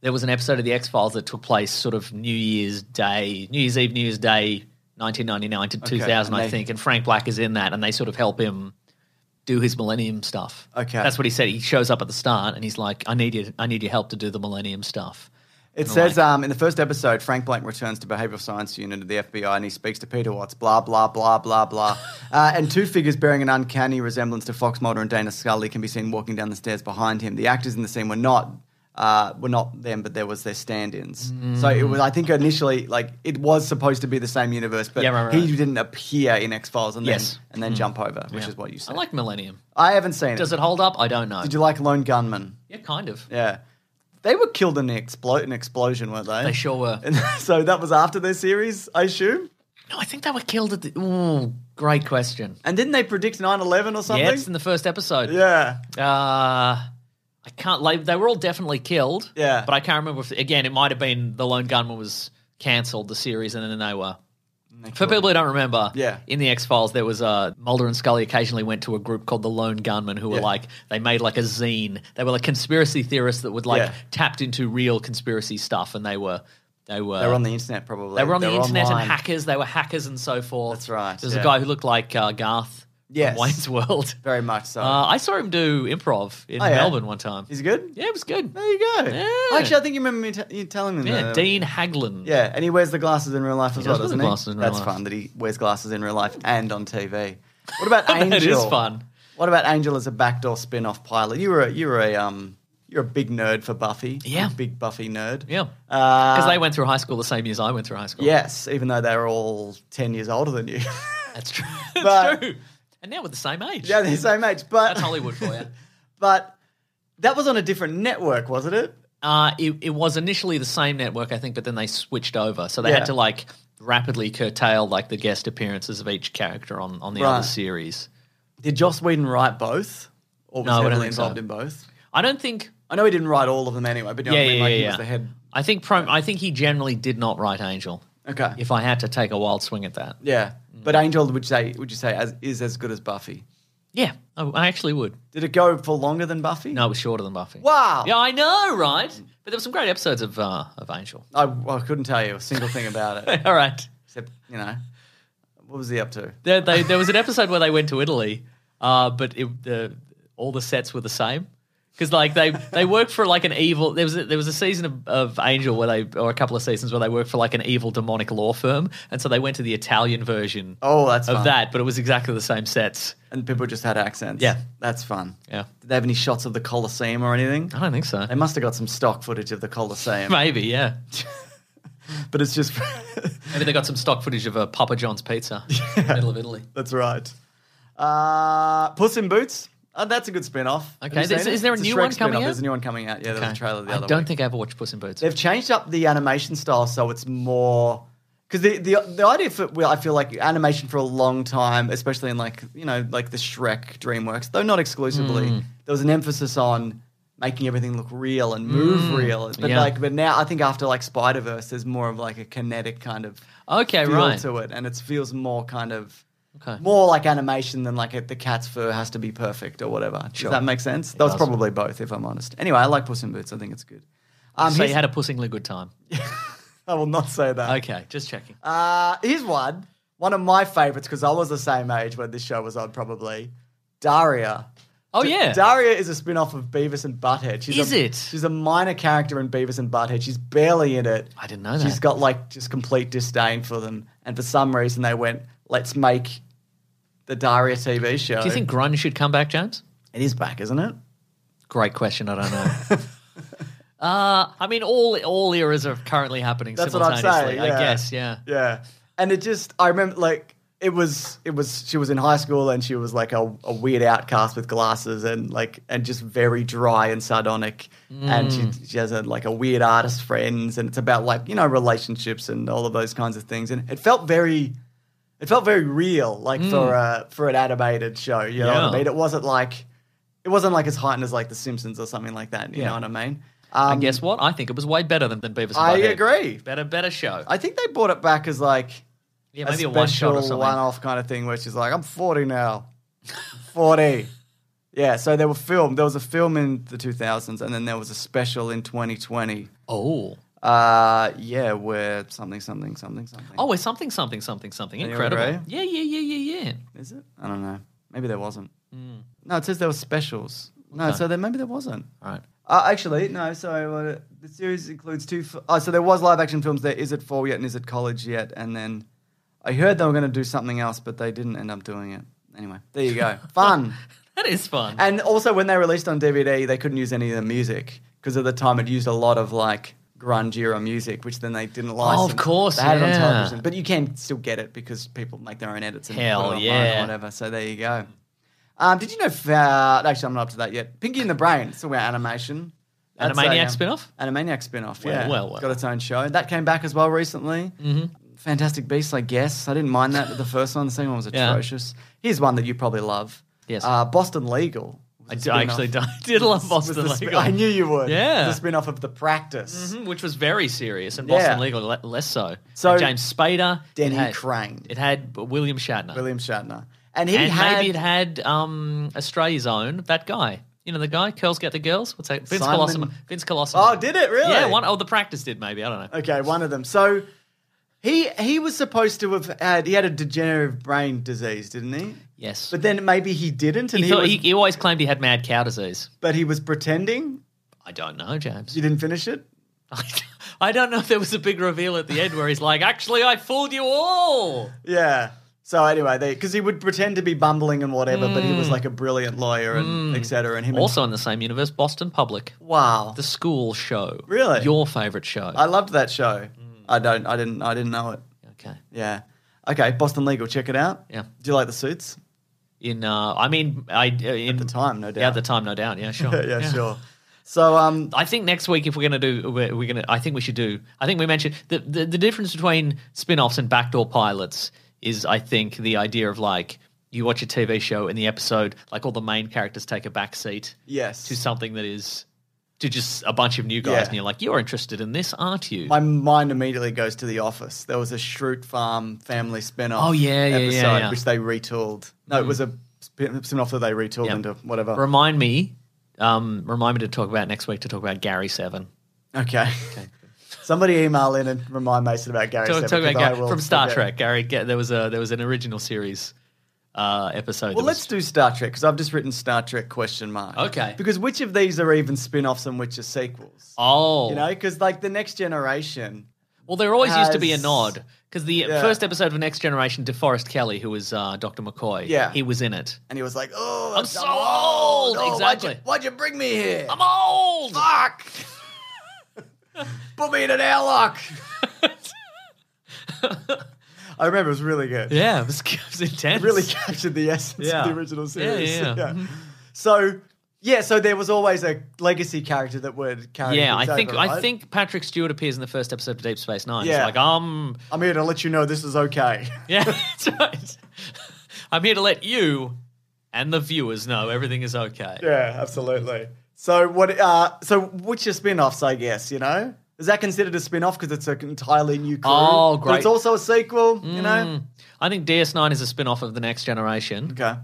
there was an episode of the X Files that took place sort of New Year's Day, New Year's Eve, New Year's Day, 1999 to 2000,
and
I
they-
think. And Frank Black is in that, and they sort of help him do his Millennium stuff.
Okay.
that's what he said. He shows up at the start and he's like, "I need you, I need your help to do the Millennium stuff."
It says um, in the first episode, Frank Blank returns to behavioral science unit of the FBI and he speaks to Peter Watts, blah, blah, blah, blah, blah. uh, and two figures bearing an uncanny resemblance to Fox Mulder and Dana Scully can be seen walking down the stairs behind him. The actors in the scene were not. Uh, were not them, but there was their stand-ins. So it was. I think initially, like it was supposed to be the same universe, but
Yeah, right, right,
he
right.
didn't appear in X Files and
Yes. Hmm.
then and then jump over, which
Yeah.
is what you said.
I like Millennium.
I haven't seen
Does
it.
it hold up? I don't know.
Did you like Lone Gunman?
yeah, kind of.
Yeah. They were killed in an, explo- an explosion, weren't they?
They sure were.
And so that was after their series, I assume.
No, I think they were killed at the. Ooh, great question.
And didn't they predict 9 11 or something?
Yeah, it's in the first episode.
yeah.
Uh I can't. Like, they were all definitely killed.
Yeah.
but I can't remember. if Again, it might have been the Lone Gunman was cancelled the series, and then they were. For people who don't remember,
Yeah.
in the X Files, there was uh, Mulder and Scully occasionally went to a group called the Lone Gunman, who were
Yeah.
like they made like a zine. They were like conspiracy theorists that would like
Yeah.
tapped into real conspiracy stuff, and they were they were
They were on the internet, probably.
they were on the internet
online.
and hackers. They were hackers and so forth.
That's right,
There's
yeah.
a guy who looked like uh, Garth. from
Yes.
Wayne's World.
Very much so.
Uh, I saw him do improv in
Oh, yeah.
Melbourne one time.
Is it good?
Yeah, it was good.
There you go.
Yeah.
Actually, I think you remember me t- you telling me
Yeah,
that.
Dean Haglund.
Yeah, and he wears the glasses in real life as
He
well,
does wear the
doesn't
glasses
he?
in real
That's
life.
fun that he wears glasses in real life and on TV. What about Angel?
That is fun.
What about Angel as a backdoor spin-off pilot? You were a, you were a um you're a big nerd for Buffy.
Yeah.
You're a big Buffy nerd.
Yeah.
Uh,
Because they went through high school the same year as I went through high school.
Yes, even though they're all ten years older than you.
That's true. That's
But-
true. And now we're the same age.
yeah, they're the same age. But
That's Hollywood for you.
But that was on a different network, wasn't it?
Uh, it, it was initially the same network, I think, but then they switched over. So they
Yeah.
had to like rapidly curtail like the guest appearances of each character on, on the
Right.
other series.
Did Joss Whedon write both, or was
No, I don't
heavily
think so.
involved in both?
I don't think
I know he didn't write all of them anyway, but you know
yeah,
what
yeah,
I mean?
yeah,
like he
yeah.
was the head.
I think prim- I think he generally did not write Angel.
Okay.
If I had to take a wild swing at that,
Yeah, but Angel, would you say would you say as, is as good as Buffy?
Yeah, I, I actually would.
Did it go for longer than Buffy?
No, it was shorter than Buffy.
Wow.
Yeah, I know, right? But there were some great episodes of uh, of Angel.
I, I couldn't tell you a single thing about it.
All right.
Except, you know, what was he up to?
There, they, there was an episode where they went to Italy, uh, but it, the, all the sets were the same. Because like they, they work for like an evil. There was a, there was a season of, of Angel where they, or a couple of seasons where they worked for like an evil demonic law firm, and so they went to the Italian version.
Oh, that's
of
fun.
that, but it was exactly the same sets.
And people just had accents.
Yeah.
That's fun.
Yeah.
Did they have any shots of the Colosseum or anything?
I don't think so.
They must have got some stock footage of the Colosseum.
Maybe yeah.
But it's just.
Maybe they got some stock footage of a Papa John's pizza in the middle of Italy.
that's right. Uh, Puss in Boots. Uh, that's a good spin off.
Okay, is- is there a new one coming out?
There's a new one coming out. Yeah, there's a trailer the
I
other
don't
week.
think I ever watched Puss in Boots.
They've changed up the animation style so it's more because the, the the idea for well, I feel like animation for a long time, especially in like you know like the Shrek DreamWorks, though not exclusively,
Hmm.
there was an emphasis on making everything look real and move real. But
Hmm. yeah.
like, but now I think after like Spider Verse, there's more of like a kinetic kind of
Okay,
feel
right.
to it, and it feels more kind of.
Okay.
More like animation than like a, the cat's fur has to be perfect or whatever. Does that make sense? That was probably both, if I'm honest. Anyway, I like Puss in Boots. I think it's good. Um,
so
here's-
you had a pussingly good time.
I will not say that.
Okay, just checking.
Uh, here's one. One of my favorites because I was the same age when this show was on, probably. Daria.
oh yeah,
Daria is a spin off of Beavis and Butthead. She's
Is
a,
it?
She's a minor character in Beavis and Butthead. She's barely in it.
I didn't know that.
She's got like just complete disdain for them. And for some reason, they went, let's make the Daria TV show.
Do you think grunge should come back, James?
it is back, isn't it?
Great question. I don't know. uh, I mean, all all eras are currently happening
That's what I'm
simultaneously.
saying. yeah.
I guess. Yeah.
Yeah. And it just I remember like it was it was she was in high school and she was like a, a weird outcast with glasses and like and just very dry and sardonic and she,
Mm.
she has a, like a weird artist friends and it's about like you know relationships and all of those kinds of things and it felt very it felt very real like for uh, for an animated show you know what
Mm. Yeah.
I mean it wasn't like it wasn't like as heightened as like The Simpsons or something like that you
Yeah.
know what I memean
I
um,
guess what I think it was way better than, than Beavis. And
I
Butthead.
agree
Better, better show.
I think they brought it back as like
yeah, maybe a, one shot or something.
one-off kind of thing where she's like, "I'm 40 now, 40." Yeah, so there were film. There was a film in the 2000s, and then there was a special in 2020.
Oh,
Uh, yeah, where something, something, something, something.
oh, it's something, something, something, something
you
incredible.
agree?
Yeah, yeah, yeah, yeah, yeah.
is it? I don't know. Maybe there wasn't.
Hmm.
No, it says there were specials. No, so there maybe there wasn't.
All right.
Uh, actually, no. So uh, the series includes two. F- oh, so there was live action films. There is it fall yet, and is it college yet? And then I heard they were going to do something else, but they didn't end up doing it. Anyway, there you go. Fun.
That is fun.
and also, when they released on DVD, they couldn't use any of the music because at the time it used a lot of like grunge era music, which then they didn't license.
Oh, of course,
they had it on
yeah.
television, but you can still get it because people make their own edits and
Hell
put it online or
yeah.
whatever. So there you go. Um, did you know? f- Uh, actually, I'm not up to that yet. Pinky in the Brain. It's about animation.
Animaniac
spin-off.
spin-off?
Animaniac spin-off.
Well,
yeah,
well, well. Mm-hmm.
got its own show that came back as well recently. Fantastic Beasts, I guess. I didn't mind that. with The first one, the second one was
Yeah.
atrocious. Here's one that you probably love.
Yes.
Uh, Boston Legal.
I, do, I actually don't- did love
Was
Boston
the spin-
Legal,
I knew you would.
Yeah.
The spin off of The Practice.
Mhm, which was very serious, and Boston
Yeah.
Legal le- less so.
So-
And James Spader, it
Denny
had-
Crane.
it had William Shatner,
William Shatner. And he
and
had.
maybe it had um, Australia's own that guy. You know the guy, girls get the girls. What's that? Vince
Simon-
Colosimo. Vince Colosimo.
Oh, did it really? Uh,
Yeah, one oh the practice did maybe. I don't know.
Okay, one of them. So he he was supposed to have had. He had a degenerative brain disease, didn't he?
Yes,
But then maybe he didn't, and
he,
he,
thought,
was,
he, he always claimed he had mad cow disease.
but he was pretending.
I don't know, James.
You didn't finish it.
I don't know if there was a big reveal at the end where he's like, "Actually, I fooled you all."
Yeah. So anyway, because he would pretend to be bumbling and whatever, but he was like a brilliant lawyer and et etc. And him and-
Mm. Also in the same universe, Boston Public,
wow,
the school show.
Really?
your favorite show?
I loved that show.
Mm.
I don't. I didn't. I didn't know it.
okay.
Yeah. Okay. Boston Legal. Check it out.
Yeah.
Do you like the suits?
In uh, I mean, I uh, in
At the time, no doubt.
Yeah, at the time, no doubt. Yeah, sure.
yeah, Sure. So um,
I think next week, if we're going to do, we're, we're going to. I think we should do. I think we mentioned the, the the difference between spin-offs and backdoor pilots is, I think, the idea of like you watch a TV show and the episode, like all the main characters take a back seat
yes.
to something that is to just a bunch of new guys,
Yeah.
and you're like, you're interested in this, aren't you?
My mind immediately goes to The Office. There was a Shroot Farm family spin off
Oh, yeah, Mm. yeah, yeah,
episode
yeah.
which they retooled. No, it was a Siminoff that they retooled into whatever.
Remind me, um, remind me to talk about next week to talk about Gary Seven.
Okay. Somebody email in and remind Mason about Gary.
Talk,
Sepp,
talk about
because I
Gary,
will
from Star
forget.
Trek. Gary, Ga- there was a there was an original series uh, episode.
Well,
that was-
let's do Star Trek because I've just written Star Trek question mark.
Okay.
Because which of these are even spin-offs and which are sequels?
oh,
You know, because like the next generation.
well, there always used to be a
has-
nod because the
Yeah.
first episode of Next Generation, DeForest Kelly, who was uh, Doctor McCoy,
Yeah.
he was in it.
And he was like, "Oh,
I'm so old."
Oh,
exactly.
Why'd you, why'd you bring me here?
I'm old.
Fuck! Put me in an airlock. I remember it was really good.
Yeah, it was, it was intense.
really captured the essence
Yeah.
of the original
Yeah,
series.
yeah, Mm-hmm. yeah.
So yeah, so there was always a legacy character that would carry.
yeah, I
things
think
over,
I
right?
think Patrick Stewart appears in the first episode of Deep Space Nine.
Yeah.
It's like um,
I'm here to let you know this is okay.
yeah, that's right. I'm here to let you and the viewers know everything is okay.
yeah, absolutely. So what? Uh, so which are spin-offs? I guess you know. Is that considered a spin-off because it's an entirely new crew?
Oh,
But it's
great. Mm.
also a sequel, you know.
I think DS9 is a spin off of The Next Generation,
Okay.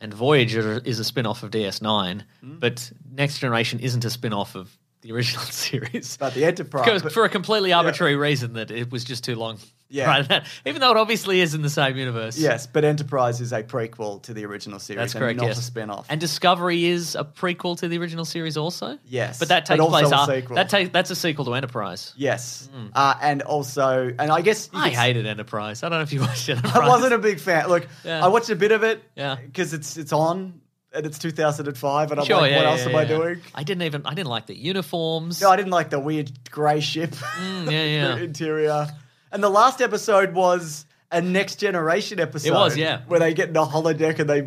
and Voyager is a spin off of DS9,
Mm.
but Next Generation isn't a spin off of the original series.
About the Enterprise.
Because
but-
for a completely arbitrary reason that it was just too long.
Yeah.
Right? Even though it obviously is in the same universe.
yes, but Enterprise is a prequel to the original series.
That's
and
correct.
Not
yes.
a spin-off.
And Discovery is a prequel to the original series also?
Yes,
But that
but
takes
also
place
a
after
sequel.
that takes that's a sequel to Enterprise.
yes, uh, and also, and I guess you
Mm. I
could-
hated Enterprise. I don't know if you watched Enterprise.
I wasn't a big fan. Look,
Yeah.
I watched a bit of it
Yeah.
because it's it's on and it's 2005, and I'm
Sure,
like,
yeah,
what
yeah,
else am
yeah,
I
yeah.
doing?
I didn't even I didn't like the uniforms.
No, I didn't like the weird grey ship
Mm, yeah, yeah.
interior. And the last episode was a Next Generation episode.
yeah.
where they get in a holodeck and they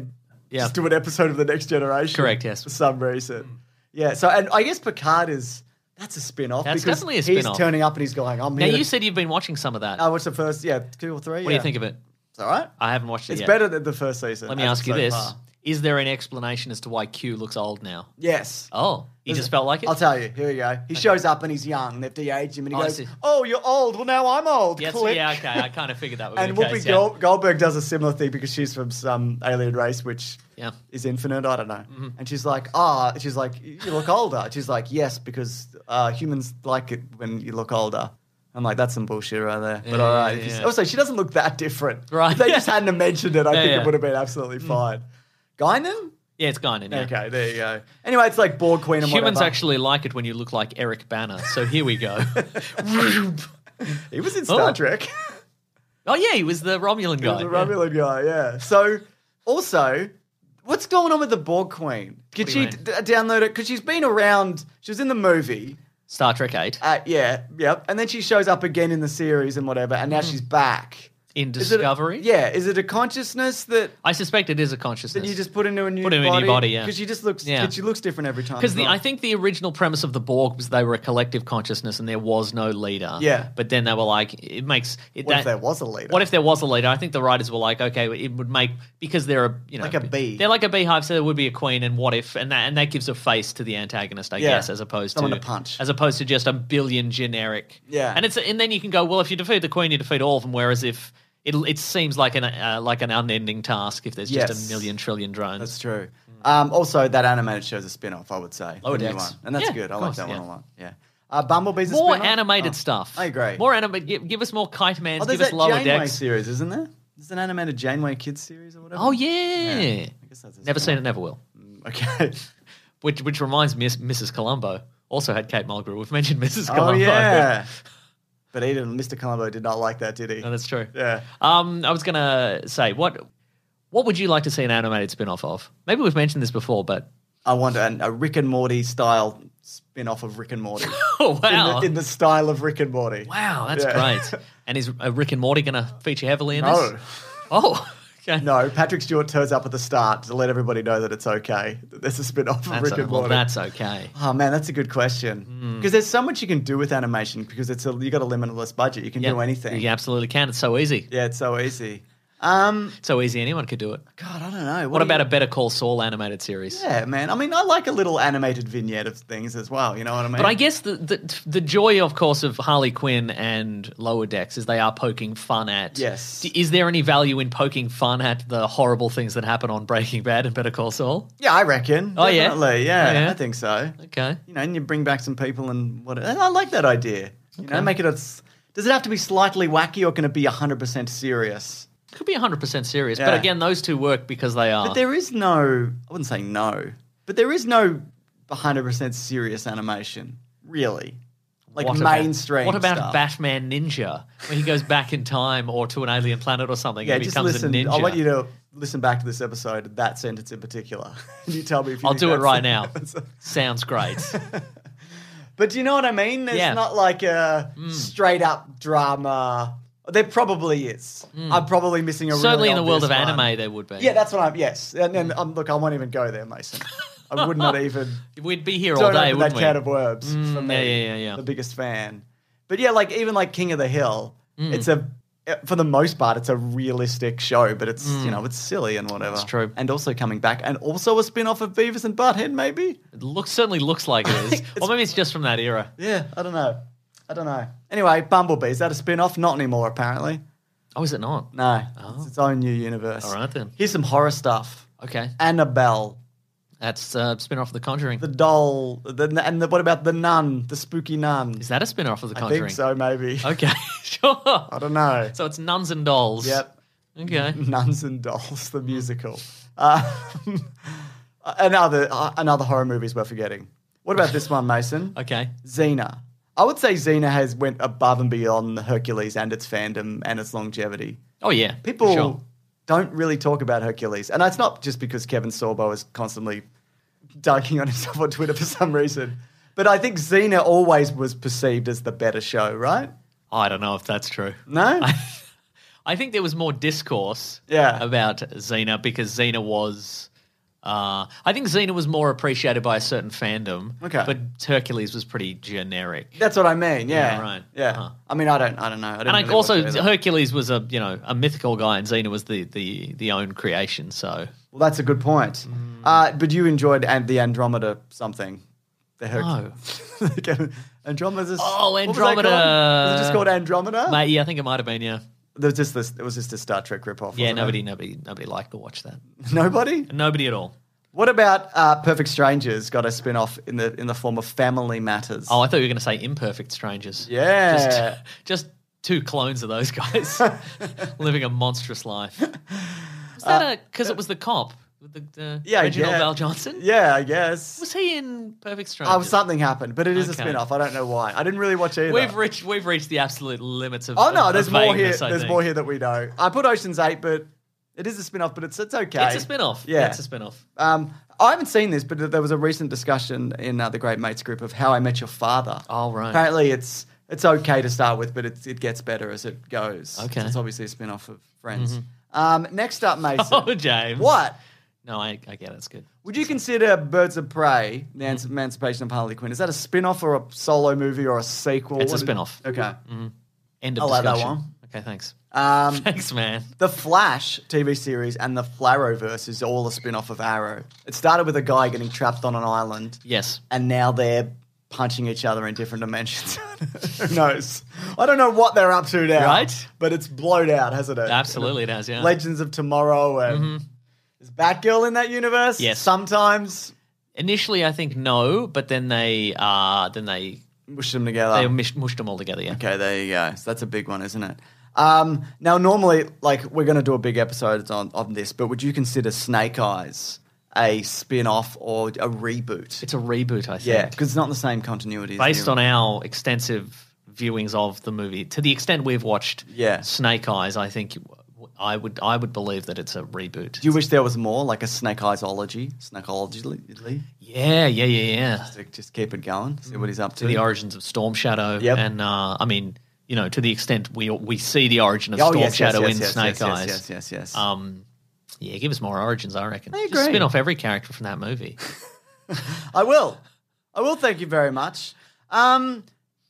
Yeah.
just do an episode of the Next Generation.
Correct, yes.
for some reason. Yeah. So, and I guess Picard is that's a spin off.
That's
because
definitely a
He's
spin-off.
turning up and he's going. I'm
Now
here.
you
to-
said you've been watching some of that.
I watched the first, Oh, yeah, two or three.
what do you think of it?
It's all right.
I haven't watched it
It's
yet.
better than the first season.
Let me
as
ask
of
you
so
this:
far.
Is there an explanation as to why Q looks old now?
Yes.
Oh, he just felt like it.
I'll tell you. Here we go. He shows up and he's young. They've de-aged him, and he
Oh, I
goes,
see.
"Oh, you're old. Well, now I'm old."
Yes,
Click.
yeah, okay. I kind of figured that would
And
be the
Whoopi
case. yeah.
Gol- Goldberg does a similar thing because she's from some alien race which
Yeah. Mm-hmm.
is infinite. I don't know. And she's like, "Ah," she's like, "You look older." And She's like, "Yes, because uh, humans like it when you look older." I'm like, "That's some bullshit right there." But
Yeah,
all right.
yeah,
if you-
yeah.
Also, she doesn't look that different.
Right.
If they just hadn't have mentioned it, I
Yeah,
think
yeah.
it would have been absolutely fine. Guinan.
Yeah, it's gone in. Yeah.
Okay, there you go. Anyway, it's like Borg Queen and
Humans
whatever.
actually like it when you look like Eric Banner. So here we go.
He was in Star
Oh.
Trek.
oh yeah, he was the Romulan
He
guy.
was a
yeah.
Romulan guy, yeah. So, also, what's going on with the Borg Queen? Could
What do
she
you
d- download it? Because she's been around. She was in the movie.
Star Trek Eight
Uh, yeah, yep. And then she shows up again in the series and whatever, and now she's back.
in
Is it
Hmm.
a-
Discovery.
yeah. Is it a consciousness that,
I suspect it is a consciousness.
that you just put into a new
Put
body?
it in a new body, yeah.
Because she just looks.
Yeah.
'cause She looks different every time.
Because
as
the,
well.
I think the original premise of the Borg was they were a collective consciousness and there was no leader.
Yeah.
But then they were like, it makes it,
what if
that-
there was a leader?
What if there was a leader? I think the writers were like, okay, it would make because they're a you know
Like a bee.
They're like a beehive, so there would be a queen. And what if and that and that gives a face to the antagonist, I
Yeah.
guess, as opposed
Someone
to
to punch.
as opposed to just a billion generic.
Yeah.
and it's and then you can go well if you defeat the queen, you defeat all of them. Whereas if it it seems like an uh, like an unending task if there's
Yes.
just a million trillion drones.
That's true. Um, also, that animated show's a spin off, I would say.
Hmm. Oh,
The
it
new
is.
one. And that's
Yeah,
good. I
of
like
course,
that one
yeah.
a lot. Yeah. Uh, Bumblebee's a
more
spin-off?
animated
Oh,
stuff.
I agree.
More animated. Give, give us more kite man.
Oh, there's
give us
that
lower
Janeway
decks.
series, isn't there? There's an animated Janeway kids series or whatever.
Oh yeah.
I guess that's a
Never seen
spin-off.
it. Never will.
Okay.
Which which reminds me, Mrs. Columbo also had Kate Mulgrew. We've mentioned Mrs.
oh
Columbo.
yeah. But even Mr. Columbo did not like that, did he?
no, that's true.
yeah.
Um, I was gonna say what what would you like to see an animated spin off of? Maybe we've mentioned this before, but
I want an, a Rick and Morty style spin off of Rick and Morty.
oh wow,
in, the, in the style of Rick and Morty.
wow, that's
Yeah.
great. And is uh, Rick and Morty gonna feature heavily in
No.
this? Oh, okay.
No, Patrick Stewart turns up at the start to let everybody know that it's okay. That there's a spin off of
that's
Rick
o-
and
well,
Morty.
that's Hmm. okay.
Oh man, that's a good question. Because there's so much you can do with animation because it's a, you got a limitless budget. You can
Yeah,
do anything.
You absolutely can. It's so easy.
Yeah, it's so easy. Um,
so easy, anyone could do it.
God, I don't know.
What, about a Better Call Saul animated series?
Yeah, man. I mean, I like a little animated vignette of things as well. You know what I mean?
But I guess the, the the joy, of course, of Harley Quinn and Lower Decks is they are poking fun at.
Yes.
D- Is there any value in poking fun at the horrible things that happen on Breaking Bad and Better Call Saul?
Yeah, I reckon.
Oh, yeah?
Definitely. Yeah,
Oh, yeah?
I think so.
Okay.
You know, and you bring back some people and what? And I like that idea. You know, make it a. s- Does it have to be slightly wacky, or can it be hundred percent serious?
Could be 100% serious. But
Yeah.
again, those two work because they are.
But there is no. I wouldn't say no, but there is no hundred percent serious animation, really. Like
What about-
mainstream.
What about
stuff.
Batman Ninja, where he goes back in time or to an alien planet or something
Yeah,
and
just
becomes
listen.
a ninja?
I want you to listen back to this episode, that sentence in particular. and you tell me if you
I'll
think
do it
that's-
right now. Sounds great.
But do you know what I mean? There's
Yeah. Mm.
not like a straight up drama. There probably is. I'm probably missing a
Mm. Certainly
really
in the world of
obvious
anime,
one.
there would be.
Yeah, that's what I'm. Yes, and, and um, look, I won't even go there, Mason. I would not even.
We'd be here
don't
all day,
open
wouldn't
that
we?
can of worms for
Mm,
me.
yeah, yeah, yeah, yeah.
The biggest fan. But yeah, like even like King of the Hill,
Mm.
it's a for the most part it's a realistic show, but it's you know it's silly and whatever. That's
Mm. true.
And also coming back, and also a spin off of Beavis and Butthead, maybe.
It looks certainly looks like it is. or maybe it's just from that era.
Yeah, I don't know. I don't know. Anyway, Bumblebee is that a spin off? Not anymore, apparently.
Oh, is it not?
No, it's its own new universe.
Oh. All right then.
Here's some horror stuff.
Okay,
Annabelle,
that's uh, spin off of The Conjuring.
the doll, the, and the, what about the nun, the spooky nun?
Is that a spin off of The
I
Conjuring?
think so, maybe.
Okay, sure.
I don't know.
So it's nuns and dolls.
Yep.
Okay.
Nuns and Dolls, the musical. Um, another uh, another horror movies we're forgetting. What about this one, Mason?
Okay.
Xena. I would say Xena has went above and beyond Hercules and its fandom and its longevity.
Oh yeah. for
People
sure.
don't really talk about Hercules, and it's not just because Kevin Sorbo is constantly dunking on himself on Twitter for some reason. But I think Xena always was perceived as the better show, right?
I don't know if that's true.
No,
I think there was more discourse
Yeah.
about Xena because Xena was. Uh, I think Xena was more appreciated by a certain fandom.
Okay.
But Hercules was pretty generic.
that's what I mean. Yeah,
Yeah, right.
Yeah,
Uh-huh.
I mean, I don't, I don't know. I didn't
and I
really watch
also
it either.
Hercules was a you know a mythical guy, and Xena was the the the own creation. So
Well, that's a good point.
Hmm.
Uh, but you enjoyed and the Andromeda something. The Herc-
No.
Andromeda's a s-
Oh,
what was that
Andromeda.
called? Was it just called Andromeda?
mate, yeah, I think it might have been yeah.
There was just this. It was just a Star Trek ripoff.
Yeah,
wasn't it?
nobody, nobody, nobody liked to watch that.
Nobody.
Nobody at all.
What about uh, Perfect Strangers? Got a spin off in the in the form of Family Matters.
Oh, I thought you were going to say imperfect strangers.
Yeah.
Just, just two clones of those guys living a monstrous life. Was that because it was the cop with the, the
Uh, Yeah,
Reginald
yeah.
Val Johnson?
yeah, I guess.
Was he in Perfect Strangers?
Oh, something happened, but it is a
Okay.
spin off. I don't know why. I didn't really watch either.
We've reached we've reached the absolute limits of
oh no,
of
there's more here.
vagueness, I
There's
think.
more here that we know. I put Ocean's Eight, but it is a spin off. But it's it's okay.
It's a spin off.
Yeah.
It's a spin off.
Um, I haven't seen this, but there was a recent discussion in uh, the Great Mates group of How I Met Your Father.
Oh, right.
Apparently, it's it's okay to start with, but it's, it gets better as it goes.
Okay. Mm-hmm.
So it's obviously a spin off of Friends. Um, next up, Mason.
Oh, James.
What
No, I, I get it. It's good.
would you consider Birds of Prey: The Emanci- Emancipation of Harley Quinn? Is that a spin off or a solo movie or a sequel?
It's a
What is-
spin-off.
Okay.
End of
I like that
discussion.
one.
Okay, thanks.
Um,
thanks, man.
The Flash TV series and the Flarrowverse is all a spin off of Arrow. It started with a guy getting trapped on an island.
Yes.
and now they're punching each other in different dimensions. Who knows? I don't know what they're up to now.
Right?
But it's blowed out, hasn't it?
Absolutely, it has. Yeah. Mm-hmm.
Legends of Tomorrow and is Batgirl in that universe?
Yes.
Sometimes
Initially, I think no, but then they uh then they
mush them together.
they mush, mushed them all together. Yeah.
okay, there you go. So that's a big one, isn't it? Um, now, normally, like we're going to do a big episode on, on this, but would you consider Snake Eyes a spin-off or a reboot?
It's a reboot, I think.
Yeah, because it's not in the same continuity. as the
Based on our extensive viewings of the movie, to the extent we've watched
Yeah.
Snake Eyes, I think I would I would believe that it's a reboot.
Do you wish there was more, like a snake eyesology? Snakeology?
yeah, yeah, yeah, yeah.
Just- Just keep it going, see what he's up to.
To the origins of Storm Shadow,
Yep.
and uh, I mean, you know, to the extent we we see the origin of
Oh,
Storm
yes, yes,
Shadow
yes,
in
yes,
Snake
yes, yes,
Eyes.
yes, yes, yes.
Um, yeah, give us more origins, I reckon.
I
Just
agree.
spin off every character from that movie.
I will. I will, thank you very much. Um,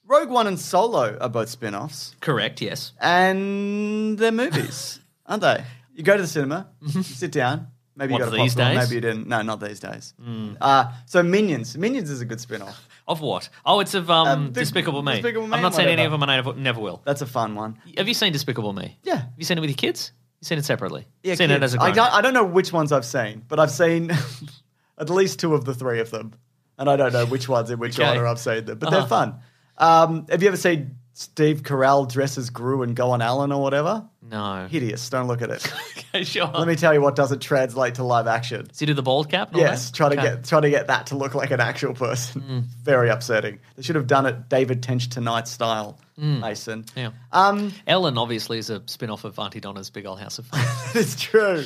Rogue One and Solo are both spin offs,
Correct. Yes.
and they're movies, aren't they? You go to the cinema, you sit down. Maybe you
Mm-hmm. What,
got a
these
popcorn,
days? Mm.
Maybe you didn't. No, not these days. Uh, so Minions. Minions is a good spin-off.
Of what? Oh, it's of um,
Um, Big-
Despicable, Me.
Despicable Me,
I've not seen any
whatever.
of them, and I never, never will.
That's a fun one.
Have you seen Despicable Me?
Yeah.
Have you seen it with your kids? You seen it separately?
Yeah,
seen it
kids.
as a
I
grown
don't, I don't know which ones I've seen, but I've seen at least two of the three of them, and I don't know which ones in which
Okay.
order I've seen them. But
Uh-huh.
they're fun. Um, have you ever seen Steve Carell dresses Gru and go on Allen or whatever?
No.
Hideous. Don't look at it.
Okay, sure.
Let me tell you what doesn't translate to live action.
So you do the bald cap? and all
Yes,
that?
try to
Okay. Hmm.
get try to get that to look like an actual person. Very upsetting. They should have done it David Tench tonight style, Mason.
Hmm. Yeah.
Um,
Ellen obviously is a spin off of Auntie Donna's Big Old House of Fun.
that is true.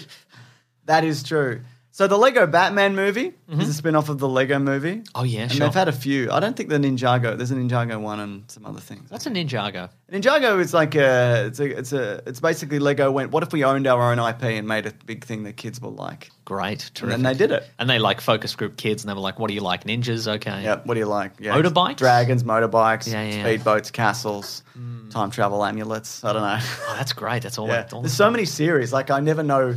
That is true. So the Lego Batman movie is a spin-off of the Lego movie.
Mm-hmm. Oh, yeah,
and
sure.
they've had a few. I don't think the Ninjago. There's a Ninjago one and some other things.
What's a Ninjago?
Ninjago is like a it's a it's a it's basically Lego went. What if we owned our own IP and made a big thing that kids will like?
Great.
And
Terrific.
then they did it.
And they like focus group kids and they were like, what do you like? Ninjas? Okay.
Yeah, what do you like? Yeah,
Motorbikes?
dragons, motorbikes,
Yeah, yeah, yeah.
speedboats, castles, time travel amulets. I don't know.
Oh, that's great. That's all.
yeah.
That's all
There's so many series. Like I never know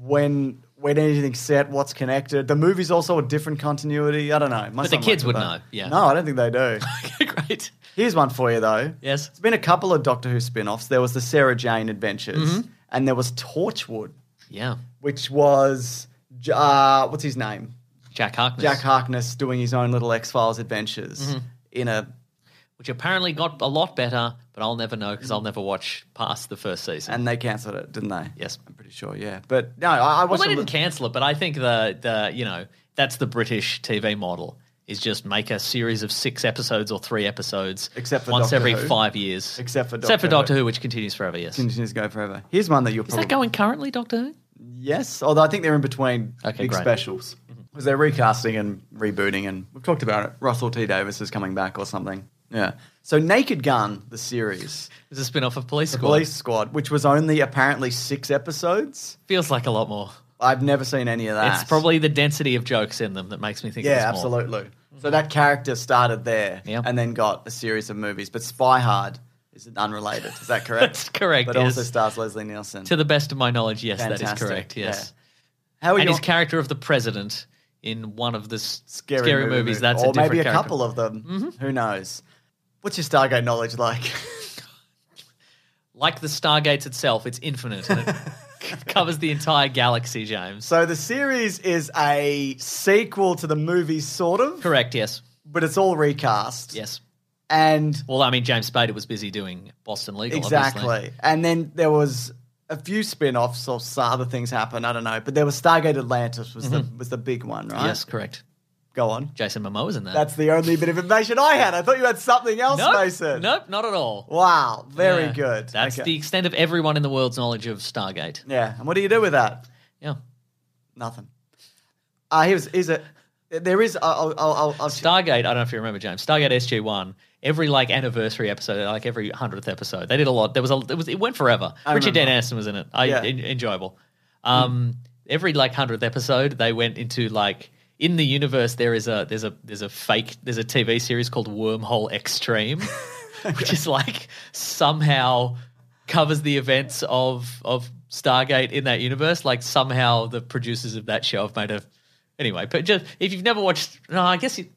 when when anything's set, what's connected. The movie's also a different continuity. I don't know.
But
My
the
son
kids
likes
would
it,
know,
though.
yeah.
No, I don't think they do.
Okay, great.
Here's one for you though.
Yes.
There's been a couple of Doctor Who spin-offs. There was the Sarah Jane Adventures,
Mm-hmm.
and there was Torchwood,
Yeah.
which was J- uh, what's his name?
Jack Harkness.
Jack Harkness doing his own little X Files adventures
Mm-hmm.
in a
Which apparently got a lot better, but I'll never know because I'll never watch past the first season.
and they cancelled it, didn't they?
yes.
I'm pretty sure. Yeah, but no, I, I
Well,
watched.
they
a
didn't
li-
cancel it, but I think the the you know that's the British TV model is just make a series of six episodes or three episodes,
Except for
once
Doctor
every
Who.
five years,
Except for
except for
Doctor
Doctor
Who.
Who, which continues forever. Yes, is
Continues to go forever. Here's one that you'll probably
that going currently, Doctor Who?
yes, although I think they're in between
Okay,
big
great. Mm-hmm.
specials because they're recasting and rebooting, and we've talked about it. Russell T Davis is coming back or something. Yeah. So Naked Gun, the series,
It's a spin off of Police Squad.
Police Squad, which was only apparently six episodes.
Feels like a lot more.
I've never seen any of that.
It's probably the density of jokes in them that makes me think.
Ah. yeah,
it's more.
absolutely. So that character started there
Yeah.
and then got a series of movies. But Spy Hard is unrelated. Is that correct?
That's correct,
But
yes.
also stars Leslie Nielsen.
To the best of my knowledge, yes, that is
Fantastic,
correct. Yes,
How are
and
you?
his character of the president in one of the s-
scary,
scary,
movie.
movies. That's
or
a different
maybe a
character. Mm-hmm.
couple of them. Who knows? What's your Stargate knowledge like?
like the Stargates itself, it's infinite. And it c- covers the entire galaxy, James.
so the series is a sequel to the movie, sort of,
Correct, yes.
but it's all recast.
Yes.
and
Well, I mean, James Spader was busy doing Boston Legal.
exactly.
Obviously.
And then there was a few spin-offs or s- other things happen. I don't know, but there was Stargate Atlantis was the was the big one, right?
Mm-hmm. Yes, correct.
Go on.
Jason Momoa is in that.
That's the only bit of information I had. I thought you had something else,
nope,
Mason.
Nope, not at all.
Wow, very
Yeah.
good.
That's
Okay.
the extent of everyone in the world's knowledge of Stargate.
yeah. And what do you do with that?
Yeah.
Nothing. Uh, here's here's a there is I'll I'll, I'll, I'll
Stargate, I don't know if you remember, James. Stargate SG One. Every like anniversary episode, like every hundredth episode, they did a lot. There was a, it was it went forever.
I
Richard
remember.
Dan Anderson was in it. I
Yeah.
en- enjoyable. Um, every like hundredth episode, they went into like in the universe. There is a there's a there's a fake there's a TV series called Wormhole Extreme, which is like somehow covers the events of of Stargate in that universe. Like somehow the producers of that show have made a anyway. But just if you've never watched, no, I guess you.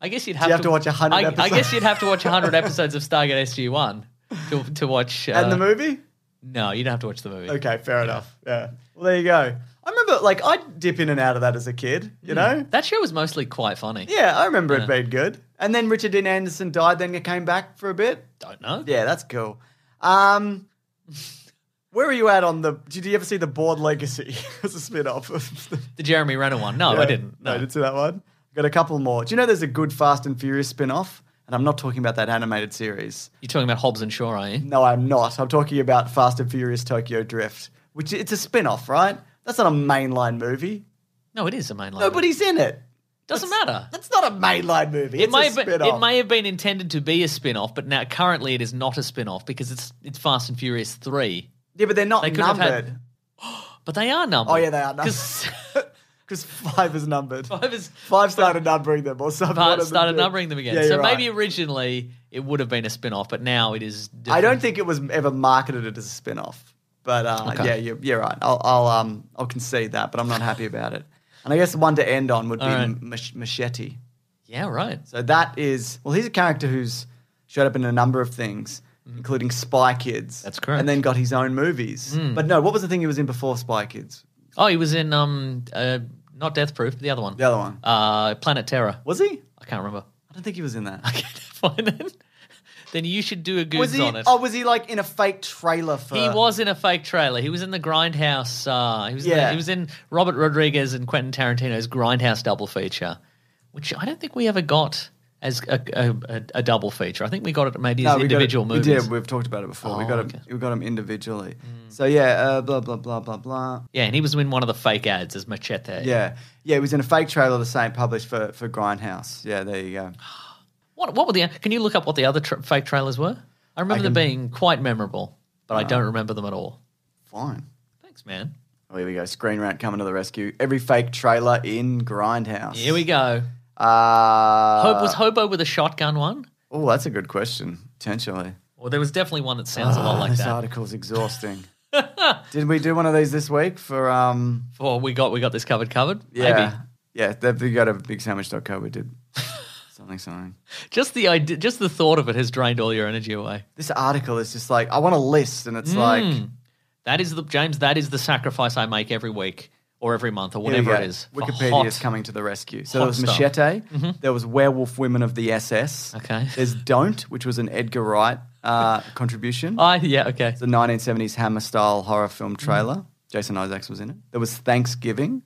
I guess you'd have,
you have to watch 100
I, I
episodes?
guess you'd have to watch 100 episodes of Stargate SG One to, to watch. Uh,
and the movie.
No, you don't have to watch the movie.
Okay, fair enough. Yeah. Well, there you go. I remember like I'd dip in and out of that as a kid. You know.
That show was mostly quite funny.
Yeah, I remember it being good. And then Richard Dean Anderson died. Then it came back for a bit.
Don't know.
Yeah, that's cool. Um, where were you at on the? Did you ever see the Board Legacy as a spin off?
The Jeremy Renner one. No, Oh, I didn't.
No, I
No.
didn't see that one. Got a couple more. Do you know there's a good Fast and Furious spin off? And I'm not talking about that animated series.
You're talking about Hobbs and Shaw, are you?
No, I'm not. I'm talking about Fast and Furious Tokyo Drift, which it's a spin off, right? That's not a mainline movie.
No, it is a mainline.
Nobody's in it.
Doesn't matter.
That's not a mainline movie.
It
it's
may,
a
have been,
spin
it
off.
may have been intended to be a spin-off, but now currently it is not a spin-off because it's it's Fast and Furious 3.
yeah, but they're not
They could have had-
numbered.
But they are numbered.
Oh, yeah, they are numbered.
'Cause
Because five is numbered.
Five is
Five started numbering them or something. one
part
of them
started
did.
numbering them again.
Yeah,
so
you're
maybe
right.
originally it would have been a spin-off, but now it is
I
different.
don't think it was ever marketed it as a spin off. But uh,
Okay.
yeah, you're, you're right. I'll, I'll um I'll concede that, but I'm not happy about it. And I guess the one to end on would be
All right.
M- Mach- Machete.
Yeah, right.
So that is well, he's a character who's showed up in a number of things,
Mm-hmm.
including Spy Kids. That's correct. And then got his own movies.
Mm.
But no, what was the thing he was in before Spy Kids?
Oh, he was in um, uh, not Death Proof, but the other one. The
other one.
Uh, Planet Terror.
Was he?
I can't remember.
I don't think he was in that.
Then you should do a goods
was he?
on it.
Oh, was he like in a fake trailer for?
he was in a fake trailer. He was in the Grindhouse. Uh, he was. In
Yeah.
the- he was in Robert Rodriguez and Quentin Tarantino's Grindhouse double feature, which I don't think we ever got as a, a, a, a double feature. I think we got it maybe as
we got it-
individual movies.
We did. We've talked about it before. we
Oh, Hmm.
got him. We got him individually. So yeah, uh, blah blah blah blah blah.
Yeah, and he was in one of the fake ads as Machete.
Yeah, yeah. It was in a fake trailer the same published for for Grindhouse. Yeah, there you go.
What, what were the? Can you look up what the other tra- fake trailers were? I remember them being quite memorable, but I don't remember them at all.
Fine.
Thanks, man.
Oh, here we go. Screen Rant coming to the rescue. Every fake trailer in Grindhouse.
Here we go.
Uh,
Hope was Hobo with a shotgun one?
Oh, that's a good question. Potentially.
Or there was definitely one that sounds a lot
Ah,
like
this
that.
article's exhausting. Did we do one of these this week for um?
For we got we got this covered covered.
Yeah,
Maybe.
yeah. That we got a big sandwich.co. We did something something.
Just the idea, just the thought of it has drained all your energy away.
This article is just like I want a list, and it's like
Mm. that is the James. That is the sacrifice I make every week or every month or
Here we
whatever
go.
it is. for
Wikipedia
hot-
is coming to the rescue. So
hot
there was
stuff. Mm-hmm.
Machete. There was Werewolf Women of the SS.
Okay.
There's Don't, which was an Edgar Wright uh, contribution.
Ah, yeah, okay.
It's a 1970s Hammer style horror film
Mm-hmm.
trailer. Jason Isaacs was in it. There was Thanksgiving.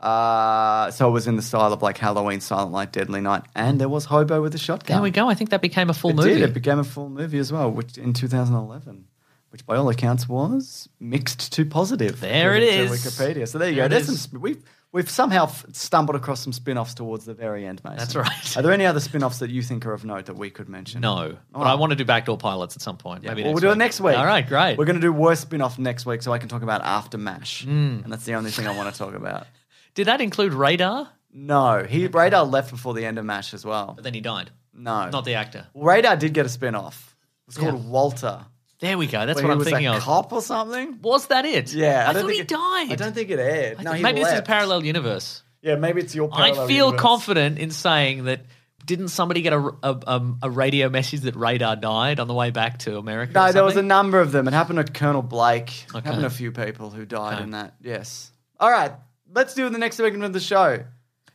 Uh, so it was in the style of like Halloween, Silent Night, Deadly Night, and there was Hobo with a shotgun.
There we go. I think that became a full
it
movie.
did. It became a full movie as well, which in 2011, which by all accounts was mixed to positive.
There it
according to
is.
Wikipedia. So there you
There it
go. There's
is.
some. sp- We've we've somehow f- stumbled across some spin-offs towards the very end, Mason.
That's right.
Are there any other spin-offs that you think are of note that we could mention?
no, but I want to do backdoor pilots at some point. Maybe
Well, we'll
next
do
week.
it next week.
All right, great.
We're going to do worst spin-off next week, so I can talk about After Mash,
Mm.
and that's the only thing I want to talk about.
Did that include Radar?
No, he Radar left before the end of Mash as well.
But then he died.
No,
Not the actor.
Radar did get a spin-off. It's called
Yeah.
Walter.
There we go. That's
When
what
he
I'm
was
thinking
a
of.
Cop or something?
Was that it?
Yeah,
I,
I don't
thought
think
he
it-
died.
I don't think it aired.
I
No,
th-
he
maybe this is
left.
parallel universe.
Yeah, maybe it's your.
I
parallel
feel
universe.
confident in saying that. Didn't somebody get a, a, um, a radio message that Radar died on the way back to America?
No,
or
there was a
something?
number of them. It happened to Colonel Blake. It
Okay.
happened to a few people who died in that. Yes. All right, let's do the next segment of the show.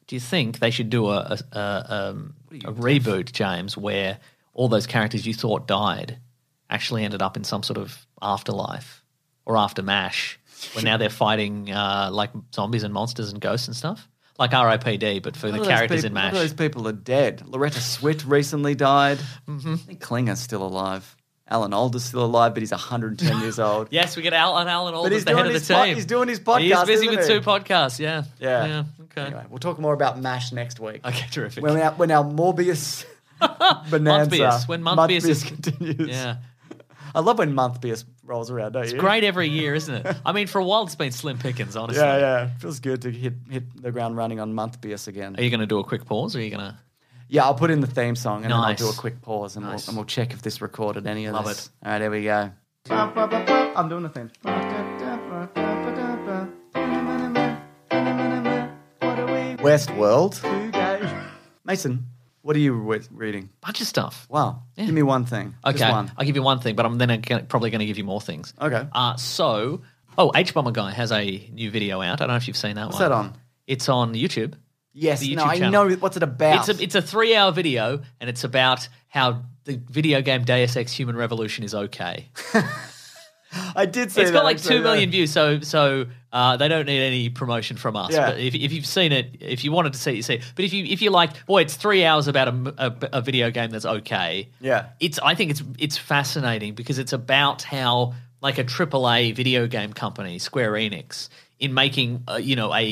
Do you think they should do a a, a, um, a reboot, James, where all those characters you thought died actually ended up in some sort of afterlife or after Mash, where now they're fighting uh, like zombies and monsters and ghosts and stuff, like R.I.P.D. but for
None
the
of those
characters in
people- none
Mash.
of those people are dead. Loretta Swit recently died.
Mm-hmm.
I think Klinger's still alive. Alan Alda's still alive, but he's 110 years old.
Yes, we get Alan Alan Alda
But he's
as the head
doing
of the
his po-
team.
he's doing his podcast,
He's busy
isn't
with
he?
two podcasts. Yeah.
Yeah.
okay.
Anyway, we'll talk more about MASH next week.
Okay. Terrific.
When our, when our Morbius bonanza.
Monthbius, when Monthbius is-
continues.
yeah.
I love when Monthbius rolls around, don't you?
It's great every year, isn't it? I mean, for a while it's been slim pickings, honestly.
Yeah, yeah. Feels good to hit hit the ground running on Monthbius again.
Are you going to do a quick pause? or Are you going to?
Yeah, I'll put in the theme song and
Nice.
then I'll do a quick pause and,
Nice.
we'll, and we'll check if this recorded any of
Love
this. All right, here we go. I'm doing the thing. Westworld. Mason, what are you re- reading?
Bunch of stuff.
Wow. Give me one thing.
Okay,
Just one.
I'll give you one thing, but I'm then gonna, probably going to give you more things.
Okay.
Uh, so, oh, H Bomber guy has a new video out. I don't know if you've seen that
What's
one.
that on?
It's on YouTube.
Yes,
The
no,
YouTube
I
channel.
know. What's it about?
It's a it's a three hour video, and it's about how the video game Deus Ex Human Revolution is okay.
I did say
It's got
that,
like
actually,
two million
yeah.
views, so so uh, they don't need any promotion from us.
Yeah.
But if, if you've seen it, if you wanted to see it, you see. it. But if you if you like, boy, it's three hours about a, m- a- a video game that's okay.
Yeah.
it's I think it's it's fascinating because it's about how like a AAA video game company, Square Enix, in making uh, you know a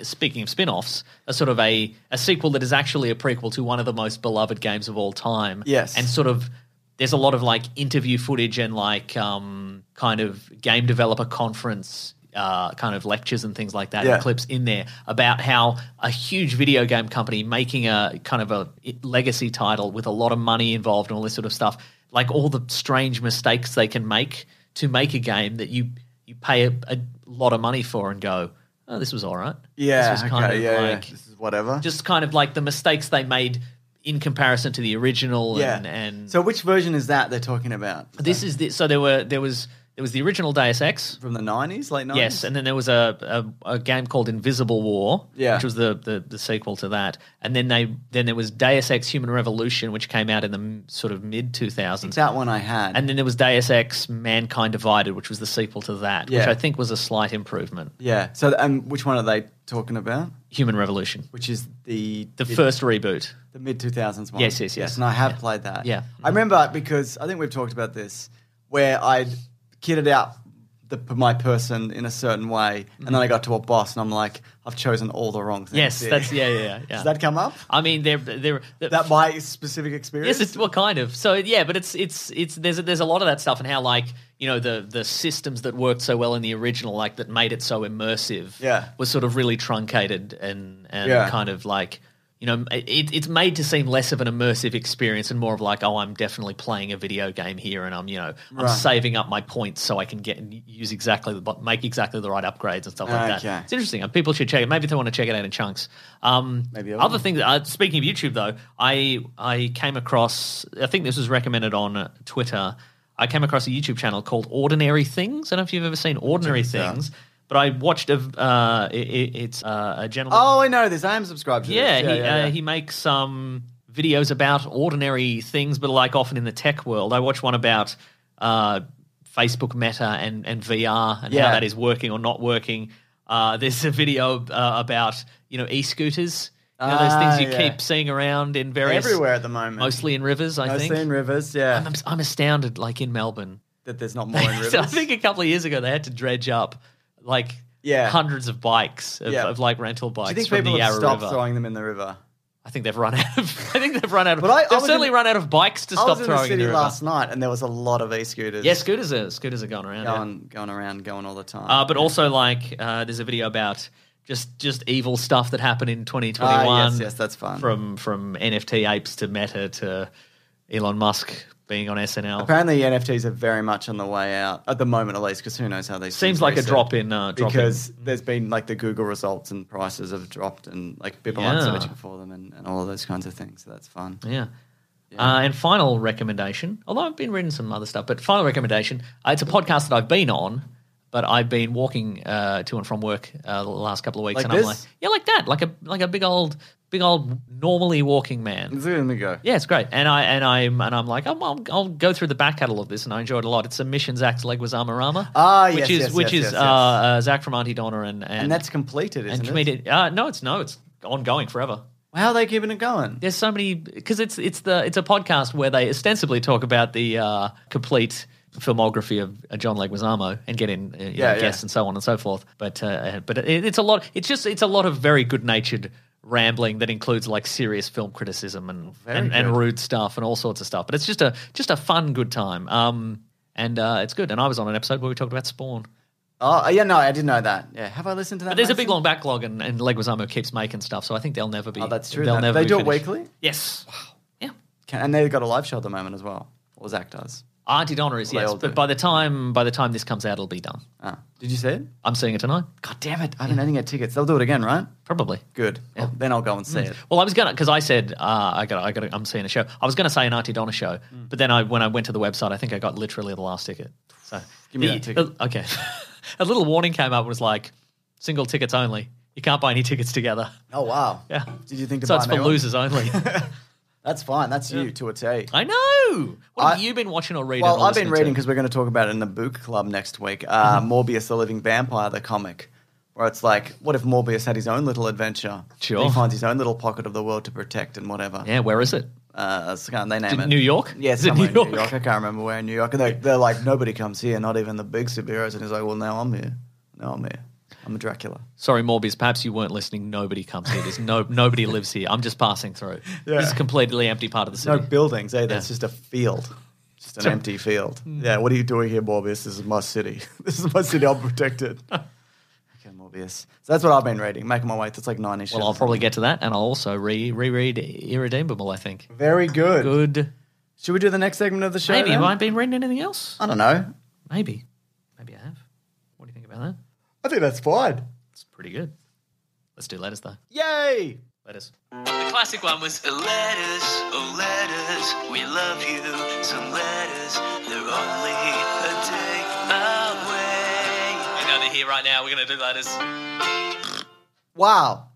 a speaking of spin-offs, a sort of a a sequel that is actually a prequel to one of the most beloved games of all time.
Yes.
and sort of there's a lot of like interview footage and like um kind of game developer conference. Uh, kind of lectures and things like that,
Yeah.
and clips in there about how a huge video game company making a kind of a legacy title with a lot of money involved and all this sort of stuff, like all the strange mistakes they can make to make a game that you you pay a, a lot of money for and go, oh, this was all right.
Yeah,
this was
okay, yeah, yeah. This is whatever.
Just kind of like the mistakes they made in comparison to the original.
Yeah.
and, and
So which version is that they're talking about?
this is the, so there were there was there was the original Deus Ex
from the nineties, late nineties.
Yes, and then there was a, a, a game called Invisible War,
Yeah.
which was the, the the sequel to that. And then they then there was Deus Ex Human Revolution, which came out in the m- sort of mid two thousands.
that one I had.
And then there was Deus Ex Mankind Divided, which was the sequel to that, which
Yeah.
I think was a slight improvement.
yeah. So and which one are they talking about?
Human Revolution,
Which is the
the first reboot.
the mid two thousands one.
Yes, yes, yes.
And I have played that.
Yeah.
I remember because I think we've talked about this, where I would kitted out the, my person in a certain way, and then I got to a boss, and I'm like, I've chosen all the wrong things.
Mm-hmm. Yes,
here.
that's yeah, yeah, yeah, yeah.
Does that come up?
I mean, they're they're
That my specific experience.
Yes, it's well, kind of. So yeah, but it's it's it's there's a, there's a lot of that stuff and how like you know the the systems that worked so well in the original, like that made it so immersive,
Yeah.
was sort of really truncated and and
Yeah.
kind of like you know it, it's made to seem less of an immersive experience and more of like oh I'm definitely playing a video game here and I'm you know I'm
Right.
saving up my points so I can get use exactly the make exactly the right upgrades and stuff like
Okay.
that. It's interesting. and People should check it. Maybe they want to check it out in chunks. Um,
Maybe I will.
other things. Uh, speaking of YouTube, though, I I came across. I think this was recommended on uh, Twitter. I came across a YouTube channel called Ordinary Things. I don't know if you've ever seen Ordinary Things, but I watched a. Uh, it, it- it's uh, a gentleman.
Oh, I know this. I am subscribed to
yeah,
this.
he Uh, he makes um, videos about ordinary things, but like often in the tech world. I watched one about uh, Facebook Meta and and VR and
Yeah.
how that is working or not working. Uh, there's a video uh, about you know e-scooters, you know, those
Ah,
things you
yeah.
keep seeing around in various
everywhere at the moment.
mostly in rivers. I
Mostly
think
in rivers. Yeah,
I'm, I'm astounded, like in Melbourne.
that there's not more in rivers.
So I think a couple of years ago they had to dredge up like
Yeah.
hundreds of bikes of,
Yeah.
of like rental
Do
bikes
you think
from
people
the
have
Yarra
stopped
River.
throwing them in the river?
I think they've run out of. I think they've run out of.
But I- I
they've
was
certainly
in-
run out of bikes to
I
stop
was in the
throwing
city
in the river.
last night, and there was a lot of e-scooters.
Yeah, scooters are scooters are going around. yeah.
going going around, going all the time.
Uh, but also like uh, there's a video about just just evil stuff that happened in 2021.
Ah, yes, yes, that's fun.
From from NFT apes to Meta to Elon Musk being on SNL.
Apparently, NFTs are very much on the way out at the moment, at least, because who knows how they.
Seems like a drop in. Uh, drop in.
because there's been like the Google results and prices have dropped, and like people aren't
Yeah.
searching for them, and, and all of those kinds of things. So that's fun.
Yeah. Uh, and final recommendation, although I've been reading some other stuff, but final recommendation, uh, it's a podcast that I've been on, but I've been walking uh, to and from work uh, the last couple of weeks,
Like
and
this?
I'm like, yeah, like that, like a like a big old big old normally walking man.
Let's give it a go.
Yeah, it's great, and I and I'm and I'm like, I'm, I'll, I'll go through the back catalogue of this, and I enjoy it a lot. It's a Missions Act Leguizamo Rama,
Ah,
which
yes,
is
yes,
which
yes,
is
yes, yes.
Uh, uh, Zach from Auntie Donna, and and,
And that's completed, isn't
and
it?
comedian. Uh, no, it's no, it's ongoing forever
How are they keeping it going?
there's so many because it's it's the it's a podcast where they ostensibly talk about the uh, complete filmography of uh, John Leguizamo and get in uh, you know,
Yeah, yeah.
guests and so on and so forth. But uh, but it, it's a lot. It's just it's a lot of very good natured rambling that includes like serious film criticism and and, and
good.
rude stuff and all sorts of stuff. But it's just a just a fun good time. Um, and uh, it's good. And I was on an episode where we talked about Spawn.
Oh, yeah, no, I didn't know that. Yeah, have I listened to that?
But there's a
Mason?
big long backlog, and, and Leguizamo keeps making stuff, so I think they'll never be.
Oh, that's true.
They'll
They-
never
they
be
do it
finished.
weekly?
Yes. Wow. Yeah.
Can, and they've got a live show at the moment as well. Or Zach does.
Auntie Donna is
They
yes,
all do.
but by the time by the time this comes out, it'll be done.
Ah. Did you see it?
I'm seeing it tonight,
God damn it! I didn't get tickets. They'll do it again, right?
probably.
Good. I'll- then I'll go and see it.
Well, I was gonna because I said uh, I got I got I'm seeing a show. I was gonna say an Auntie Donna show,
Mm.
but then I when I went to the website, I think I got literally the last ticket. So
Give me
the-
that ticket.
uh, okay, a little warning came up. It was like single tickets only. You can't buy any tickets together.
Oh wow!
Yeah.
Did you think
So
about
it's for losers only.
That's fine. That's you to a T.
I know. What have
I-
you been watching or reading?
well,
or
I've been
listening to?
reading because we're going to talk about it in the book club next week. Uh,
Mm-hmm.
Morbius, the Living Vampire, the comic, where it's like, what if Morbius had his own little adventure?
Sure.
He finds his own little pocket of the world to protect and whatever.
Yeah, where is it?
Uh, so can't they name it
New York?
Yeah,
Is it
somewhere
New York?
in New York. I can't remember where in New York. And they're, they're like, nobody comes here, not even the big superheroes. And he's like, well, now I'm here. Now I'm here. I'm a Dracula.
Sorry, Morbius, perhaps you weren't listening. Nobody comes here. There's no nobody lives here. I'm just passing through. This is a completely empty part of the
No
city.
buildings either. It's just a field. Just an empty field. Yeah, what are you doing here, Morbius? This is my city. This is my city. I'll protect it. okay, Morbius. So that's what I've been reading, making my way. It's like nine issues.
well, I'll probably get to that, and I'll also re reread Irredeemable. I think.
Very good.
Good.
Should we do the next segment of the show?
Maybe
then?
have I been reading anything else?
I don't know.
Maybe. Maybe I have. about that.
I think that's fine.
It's pretty good. Let's do letters though.
Yay!
Letters.
The classic one was letters, oh letters, we love you. Some letters, they're only a day away.
I know they're here right now. We're going to do letters.
Wow.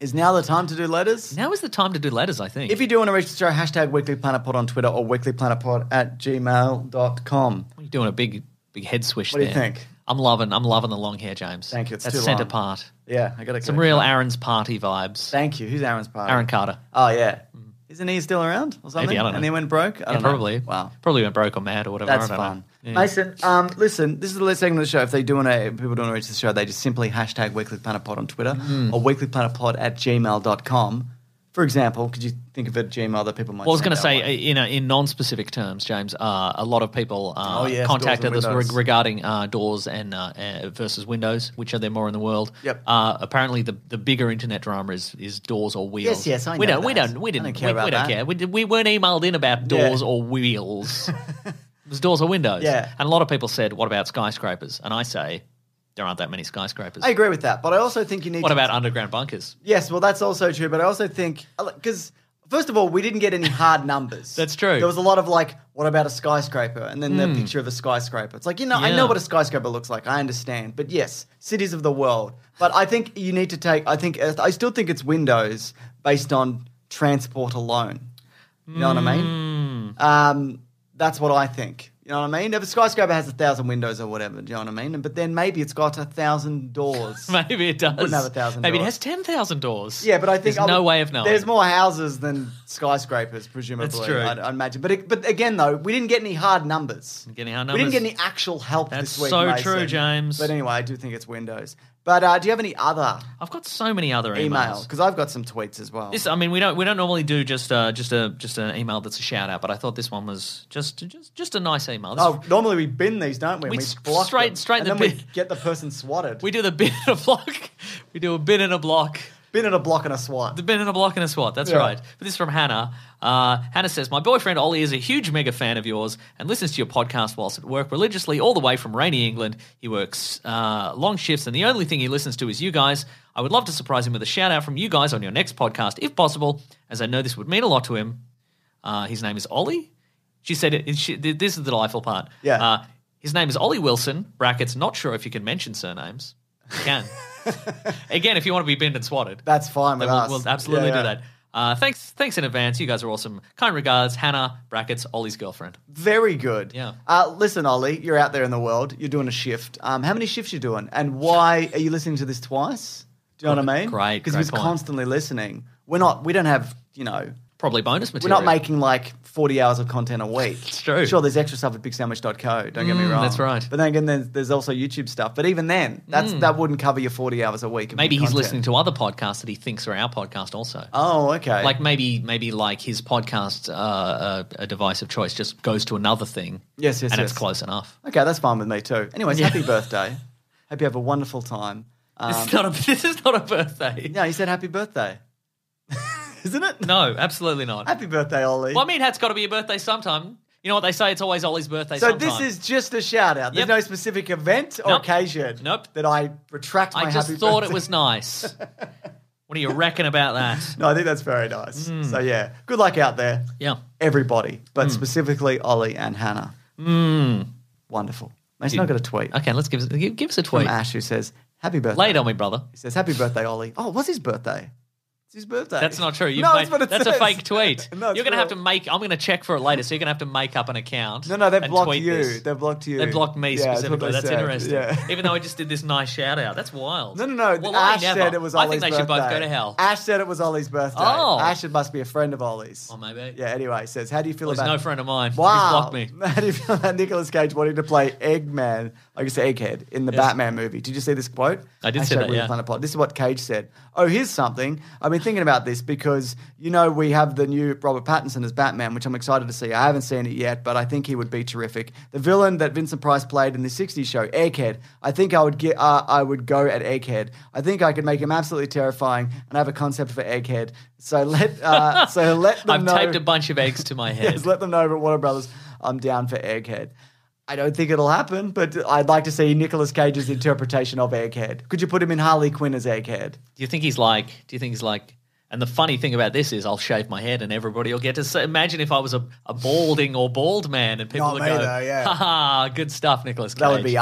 Is now the time to do letters?
Now is the time to do letters, I think.
If you do want to reach the show, hashtag WeeklyPlanetPod on Twitter or WeeklyPlanetPod at gmail.com.
What are you doing a big big head swish
What do you
there.
think?
I'm loving I'm loving the long hair, James.
Thank you, it's
That's
too
centre
long.
part.
Yeah, I got to
Some real Aaron's party vibes.
Thank you. Who's Aaron's partner?
Aaron Carter.
Oh, yeah. Isn't he still around or something?
Maybe I don't know.
And he went broke? I
Yeah,
don't know.
probably.
Wow.
Probably went broke or mad or whatever. I
That's
don't know.
fun.
Yeah.
Mason, um, listen, this is the last segment of the show. If they do want to, if people don't reach the show, they just simply hashtag Weekly Planet Pod on Twitter
Mm.
or weeklyplanetpod at gmail.com. For example, could you think of a Gmail that people might
Well, I was
send
going to
our
say,
way?
uh, in a, in non-specific terms, James, uh, a lot of people uh,
Oh, yes,
contacted
doors
us
and
reg-
windows.
regarding uh, doors and uh, uh, versus windows, which are there more in the world.
Yep.
Uh, apparently, the, the bigger internet drama is, is doors or wheels.
Yes, yes, I
we
know
Don't, we
that.
don't. We
I don't
didn't
care
we,
about
we don't
that.
care. We, did- we weren't emailed in about doors
Yeah.
or wheels. it was doors or windows.
Yeah.
And a lot of people said, "What about skyscrapers?" And I say, there aren't that many skyscrapers.
I agree with that, but I also think you need
uh, What
to
about underground bunkers?
Yes, well, that's also true. But I also think because first of all, we didn't get any hard numbers.
That's true. Hmm.
There was a lot of like, what about a skyscraper? And then the picture of a skyscraper. It's like you know, I
Yeah.
know what a skyscraper looks like. I understand. But yes, cities of the world. But I think you need to take. I think uh, I still think it's windows based on transport alone. You know what I mean?
Hmm.
Um, that's what I think. You know what I mean? If a skyscraper has a thousand windows or whatever, do you know what I mean? But then maybe it's got a thousand doors.
Maybe it does.
have a thousand
Maybe it
doors.
has ten thousand doors.
Yeah, but I think
there's no
I'll-
way of knowing.
There's more houses than skyscrapers, presumably.
That's true.
I'd, I'd imagine. But it, but again, though, we didn't get any hard numbers.
Getting our
We
numbers.
didn't get any actual help
That's
this week.
so
Mason.
true, James.
But anyway, I do think it's Windows. But uh, do you have any other
I've got so many other
email?
emails.
Because I've got some tweets as well.
This, I mean, we don't we don't normally do just uh, just a just an email that's a shout out, but I thought this one was just just just a nice email. This
oh, normally we bin these, don't we?
We
we
s-
block
straight-
them.
straight
and
the
then we
bin.
get the person swatted.
we do the bin in a block. We do a bin in a block.
bin in a block and a swat.
The bin in a block and a SWAT. That's
Yeah.
right. But this is from Hannah. Uh, Hannah says, "My boyfriend Ollie is a huge mega fan of yours and listens to your podcast whilst at work religiously, all the way from rainy England. He works uh, long shifts, and the only thing he listens to is you guys. I would love to surprise him with a shout out from you guys on your next podcast, if possible, as I know this would mean a lot to him. Uh, his name is Ollie. She said, it, she, th- "This is the delightful part.
Yeah.
Uh, his name is Ollie Wilson. Brackets. Not sure if you can mention surnames. You can." Again, if you want to be binned and swatted,
That's fine with
then
us.
we'll, we'll absolutely
Yeah, yeah.
do that. Uh, thanks, thanks in advance. You guys are awesome. Kind regards, Hannah. Brackets, Ollie's girlfriend.
Very good.
Yeah.
Uh, listen, Ollie, you're out there in the world. You're doing a shift. Um, how many shifts you doing? And why are you listening to this twice? Do you know what I mean?
Great,
Because
great
he was
point.
constantly listening. We're not. We don't have. You know.
Probably bonus
We're
material.
not making like 40 hours of content a week. It's
true. Mm,
Sure, there's extra stuff at bigsandwich.co, don't get me wrong.
that's right. Mm.
But then again, there's, there's also YouTube stuff. But even then, that's that wouldn't cover your 40 hours a week. of
Maybe
new
he's
content.
listening to other podcasts that he thinks are our podcast also.
Oh, okay.
Like maybe, maybe like his podcast, uh, uh, a device of choice, just goes to another thing.
Yes, yes,
and
yes.
it's close enough.
Okay, that's fine with me too. Anyways, happy birthday. Hope you have a wonderful time. Um,
this is not a. This is not a birthday.
No, he said happy birthday. Isn't it?
No, absolutely not.
Happy birthday, Ollie.
Well, I mean, hat's got to be your birthday sometime. You know what they say? It's always Ollie's birthday.
so
sometime.
this is just a shout out. There's
Yep.
no specific event or
Nope.
occasion
Nope.
that I retract my
I just
happy
thought
birthday.
it was nice. what do you reckon about that?
No, I think that's very nice. So yeah, good luck out there,
Hmm. Yeah. Hmm.
everybody, but specifically Ollie and Hannah. Wonderful. Mason, I got a tweet
Okay, let's give us give, give us a
from
tweet.
Ash who says, "Happy birthday."
Lay it on me, brother.
He says, "Happy birthday, Ollie." Oh, what's his birthday? It's his birthday.
That's not true. You
no,
made-
that's what it
that's a
says.
fake tweet.
No, it's
You're gonna
real.
have to make. I'm gonna check for it later. So you're gonna have to make up an account.
No, no, they've
and
blocked
tweet
you.
this.
They've blocked you.
They blocked me
Yeah, that's what
specifically.
they
That's,
said.
interesting.
Yeah.
Even though I just did this nice shout out. That's wild.
No, no, no.
Well, I
Ash
never.
said it was
I
Ollie's
think they
birthday.
should both go to hell.
Ash said it was Ollie's birthday.
Oh.
Ash it must be a friend of Ollie's.
Oh, maybe.
Yeah, anyway, says, how do you feel
Well, he's
about...
no friend of mine. He's
Wow.
blocked me.
How do you feel about Nicolas Cage wanting to play Eggman, I guess Egghead, in the Batman movie? Did you see this quote?
I did see
Hashtag
that,
We Were
yeah.
Planet Pod. This is what Cage said. Oh, here's something. I've been thinking about this because, you know, we have the new Robert Pattinson as Batman, which I'm excited to see. I haven't seen it yet, but I think he would be terrific. The villain that Vincent Price played in the 60s show, Egghead, I think I would get. Uh, I would go at Egghead. I think I could make him absolutely terrifying and I have a concept for Egghead. So let, uh, so let them
I've
know.
taped a bunch of eggs to my head.
Just let them know over at Warner Brothers, I'm down for Egghead. I don't think it'll happen, but I'd like to see Nicolas Cage's interpretation of Egghead. Could you put him in Harley Quinn as Egghead?
Do you think he's like? Do you think he's like? And the funny thing about this is, I'll shave my head, and everybody will get to say, imagine if I was a, a balding or bald man, and people
Not
would
me
go,
though, yeah.
"Ha ha, good stuff, Nicholas Cage."
That would be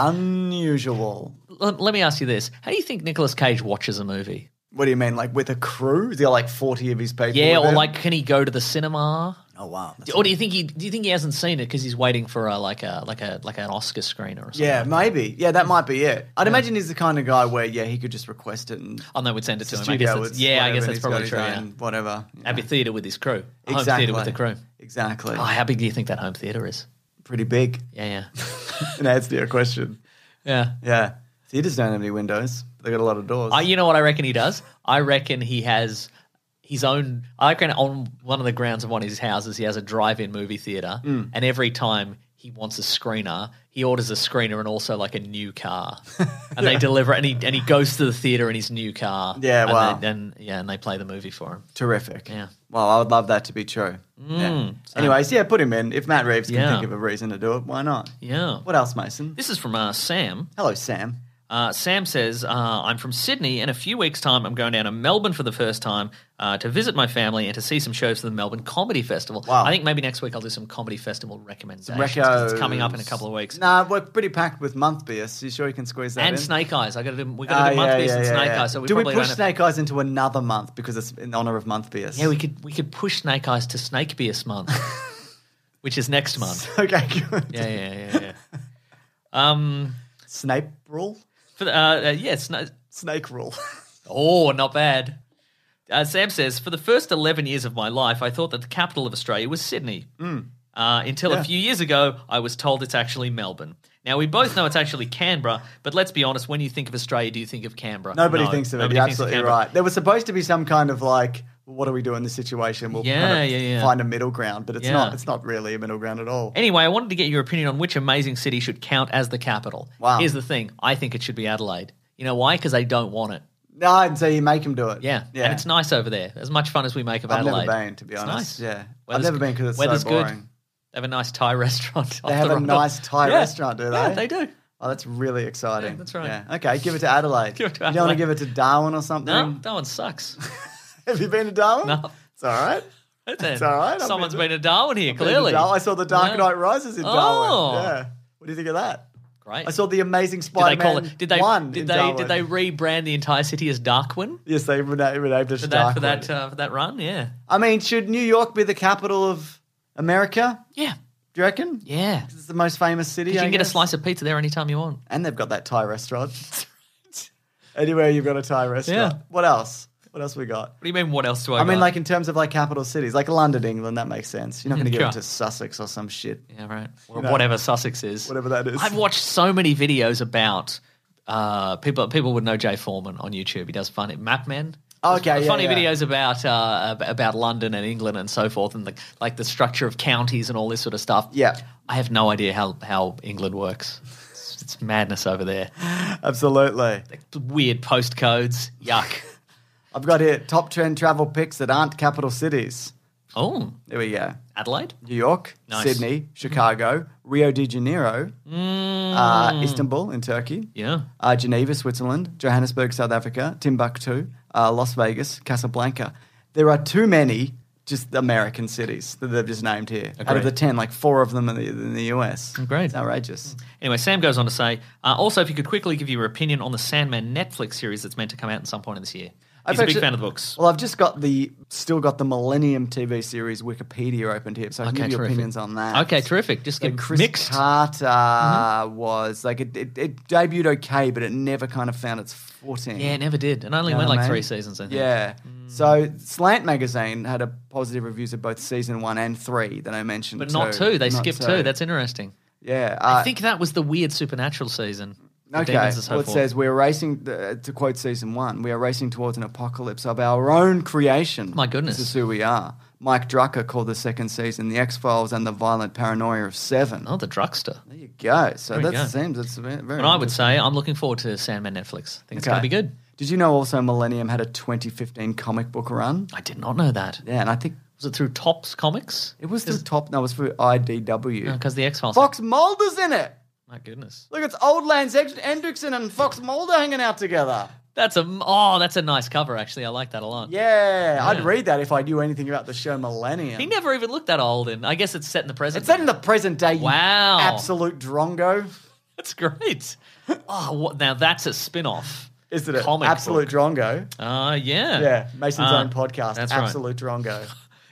unusual.
L- let me ask you this: How do you think Nicolas Cage watches a movie?
What do you mean, like with a crew? Is there like forty of his people?
Yeah,
with
or
him?
like, can he go to the cinema?
oh wow, that's-
Or do you think he? Do you think he hasn't seen it because he's waiting for a like a like a like an Oscar screener or something?
yeah, maybe, yeah, that might be it. I'd imagine he's the kind of guy where yeah, he could just request it and
Oh, no, we'd send it to him. I
Studio
guess that's,
would-
yeah, I
whatever,
guess
and
that's
he's got
probably
his
true. Yeah.
own whatever. yeah.
Happy theatre with his crew. Home theatre with the crew.
Exactly.
Oh, how big do you think that home theatre is?
Pretty big.
Yeah, yeah.
An answer to your question.
yeah.
Yeah, theaters don't have any windows. They got a lot of doors.
I, you know what I reckon he does? I reckon he has his own. I reckon on one of the grounds of one of his houses, he has a drive-in movie theater,
Mm.
and every time he wants a screener, he orders a screener and also like a new car, and they deliver. it, And he and he goes to the theater in his new car.
Yeah,
and
wow.
they- and yeah, and they play the movie for him.
Terrific.
Yeah. Mm,
Well, I would love that to be true. yeah. Anyways, yeah, put him in. If Matt Reeves can
Yeah.
think of a reason to do it, why not?
Yeah.
What else, Mason?
This is from uh, Sam.
Hello, Sam.
Uh, Sam says, uh, I'm from Sydney, and a few weeks' time, I'm going down to Melbourne for the first time uh, to visit my family and to see some shows for the Melbourne Comedy Festival.
Wow.
I think maybe next week I'll do some Comedy Festival recommendations.
Recos.
'cause It's coming up in a couple of weeks.
Nah, we're pretty packed with month beer. So you sure you can squeeze that
and
in?
Snake Eyes. I got to do, we got to
Ah,
do Month
yeah,
Beers
yeah,
and
yeah,
Snake
yeah.
Eyes. So we
do we
probably
push
don't have,
Snake Eyes into another month because it's in honor of Month Beers?
Yeah, we could we could push Snake Eyes to Snake Beers month, which is next month.
okay, good.
Yeah, yeah, yeah, yeah. um,
Snape rule?
for the, uh, uh, yeah, Sna-
Snake rule.
Oh, not bad. Uh, Sam says, for the first 11 years of my life, I thought that the capital of Australia was Sydney. Uh, until
Hmm. Yeah.
a few years ago, I was told it's actually Melbourne. Now, we both know it's actually Canberra, but let's be honest, when you think of Australia, do you think of Canberra?
Nobody
No,
thinks of it.
nobody
You're
thinks of
absolutely
Canberra.
right. There was supposed to be some kind of like, what do we do in this situation? We'll
Yeah,
kind of
yeah, yeah.
find a middle ground, but it's
Yeah.
not. It's not really a middle ground at all.
Anyway, I wanted to get your opinion on which amazing city should count as the capital.
Wow.
Here's the thing I think it should be Adelaide. You know why? Because I don't want it.
No, and so you make him do it.
Yeah.
yeah.
And it's nice over there. As much fun as we make of
I've
Adelaide.
never been, to be
It's nice.
honest. Yeah,
Weather's
I've never been
good.
because it's
Weather's
so
good.
boring.
They have a nice Thai restaurant. off
They have
the
a
road.
nice Thai
Yeah.
restaurant, do they?
Yeah, they do.
Oh, that's really exciting.
that's right.
Yeah. Okay, give it to Adelaide.
Give it to
You don't want to
Adelaide.
give it to Darwin or something?
No, that one sucks.
Have you been to Darwin?
No.
It's all right.
It's
all right, I've been
Someone's
to-
been to Darwin here,
Been to
clearly.
Dar- I saw the Dark
Yeah.
Knight Rises in
Oh.
Darwin. Yeah. What do you think of that?
Great.
I saw the Amazing
did they
Spider-Man
call it? Did they?
one. in
did they?
Darwin.
Did they rebrand the entire city as Darkwin
Yes, they rena- renamed it
for
to
that for
Darkwood.
that uh, for that run? Yeah.
I mean, should New York be the capital of America?
Yeah.
Do you reckon?
Yeah.
'Cause It's the most famous city.
you
I
can get a
guess.
slice of pizza there anytime you want.
And they've got that Thai restaurant. Anywhere you've got a Thai restaurant.
Yeah.
What else? What else we got?
What do you mean? What else do I?
I mean,
got?
like in terms of like capital cities, like London, England, that makes sense. You're not going to give
sure.
it to Sussex or some shit,
yeah, right. Or whatever Sussex is.
whatever that is.
I've watched so many videos about uh, people. People would know Jay Foreman on YouTube. He does funny map men.
Okay, yeah,
funny
yeah.
videos about uh, ab- about London and England and so forth, and the, like the structure of counties and all this sort of stuff.
Yeah.
I have no idea how how England works. It's, it's madness over there.
Absolutely.
Weird postcodes. Yuck.
I've got here top trend travel picks that aren't capital cities.
Oh,
There we go.
Adelaide.
New York,
Nice. Mm.
Sydney, Chicago, Rio de Janeiro, uh, Istanbul in Turkey,
Yeah.
uh, Geneva, Switzerland, Johannesburg, South Africa, Timbuktu, uh, Las Vegas, Casablanca. There are too many just American cities that they've just named here. Out of
Agreed.
the 10, like four of them in the, in the US.
Agreed.
It's outrageous.
Anyway, Sam goes on to say, uh, also, if you could quickly give your opinion on the Sandman Netflix series that's meant to come out at some point in this year.
I've
He's a big
actually- Oh,
fan of the books.
Well, I've just got the still got the Millennium TV series Wikipedia opened here, so I can give you
terrific.
opinions on that.
Okay, terrific. Just
So
give
Chris
mixed. Mm-hmm.
Carter was like it, it, it debuted okay, but it never kind of found its footing.
yeah, it never did. And only
You know
went
what
like
I mean?
three seasons, I think. Mm.
Yeah. So Slant magazine had a positive reviews of both season one and three that I mentioned,
But not
too.
two. They
Not
skipped two. That's interesting.
yeah.
I
uh,
think that was the weird supernatural season. The
Okay.
demons and so
Well, it
forth.
says we're racing uh, to quote season one. We are racing towards an apocalypse of our own creation.
My goodness.
this is who we are. Mike Drucker called the second season "The X Files and the Violent Paranoia of Seven.
Oh, the drugster.
There you go. So
There
that
we go.
seems it's ve- very.
And I would say I'm looking forward to Sandman Netflix. I think it's going to be good.
Did you know also Millennium had a 2015 comic book run?
I did not know that.
Yeah, and I think
Was it through Tops Comics?
It was through Top. No, it was through IDW.
Because the X Files.
Fox Mulder's in it.
My goodness.
Look, it's Old Lance Hendrickson and Fox Mulder hanging out together.
That's a oh, that's a nice cover actually. I like that a lot.
Yeah, I'd read that if I knew anything about the show Millennium.
He never even looked that old, and I guess it's set in the present.
It's set in the present day. you
Wow.
absolute drongo.
That's great. oh, what, now that's a spin-off.
Isn't it?
Comic
absolute drongo.
book. Uh, yeah.
Yeah, Mason's
Uh,
own podcast.
That's right.
absolute drongo.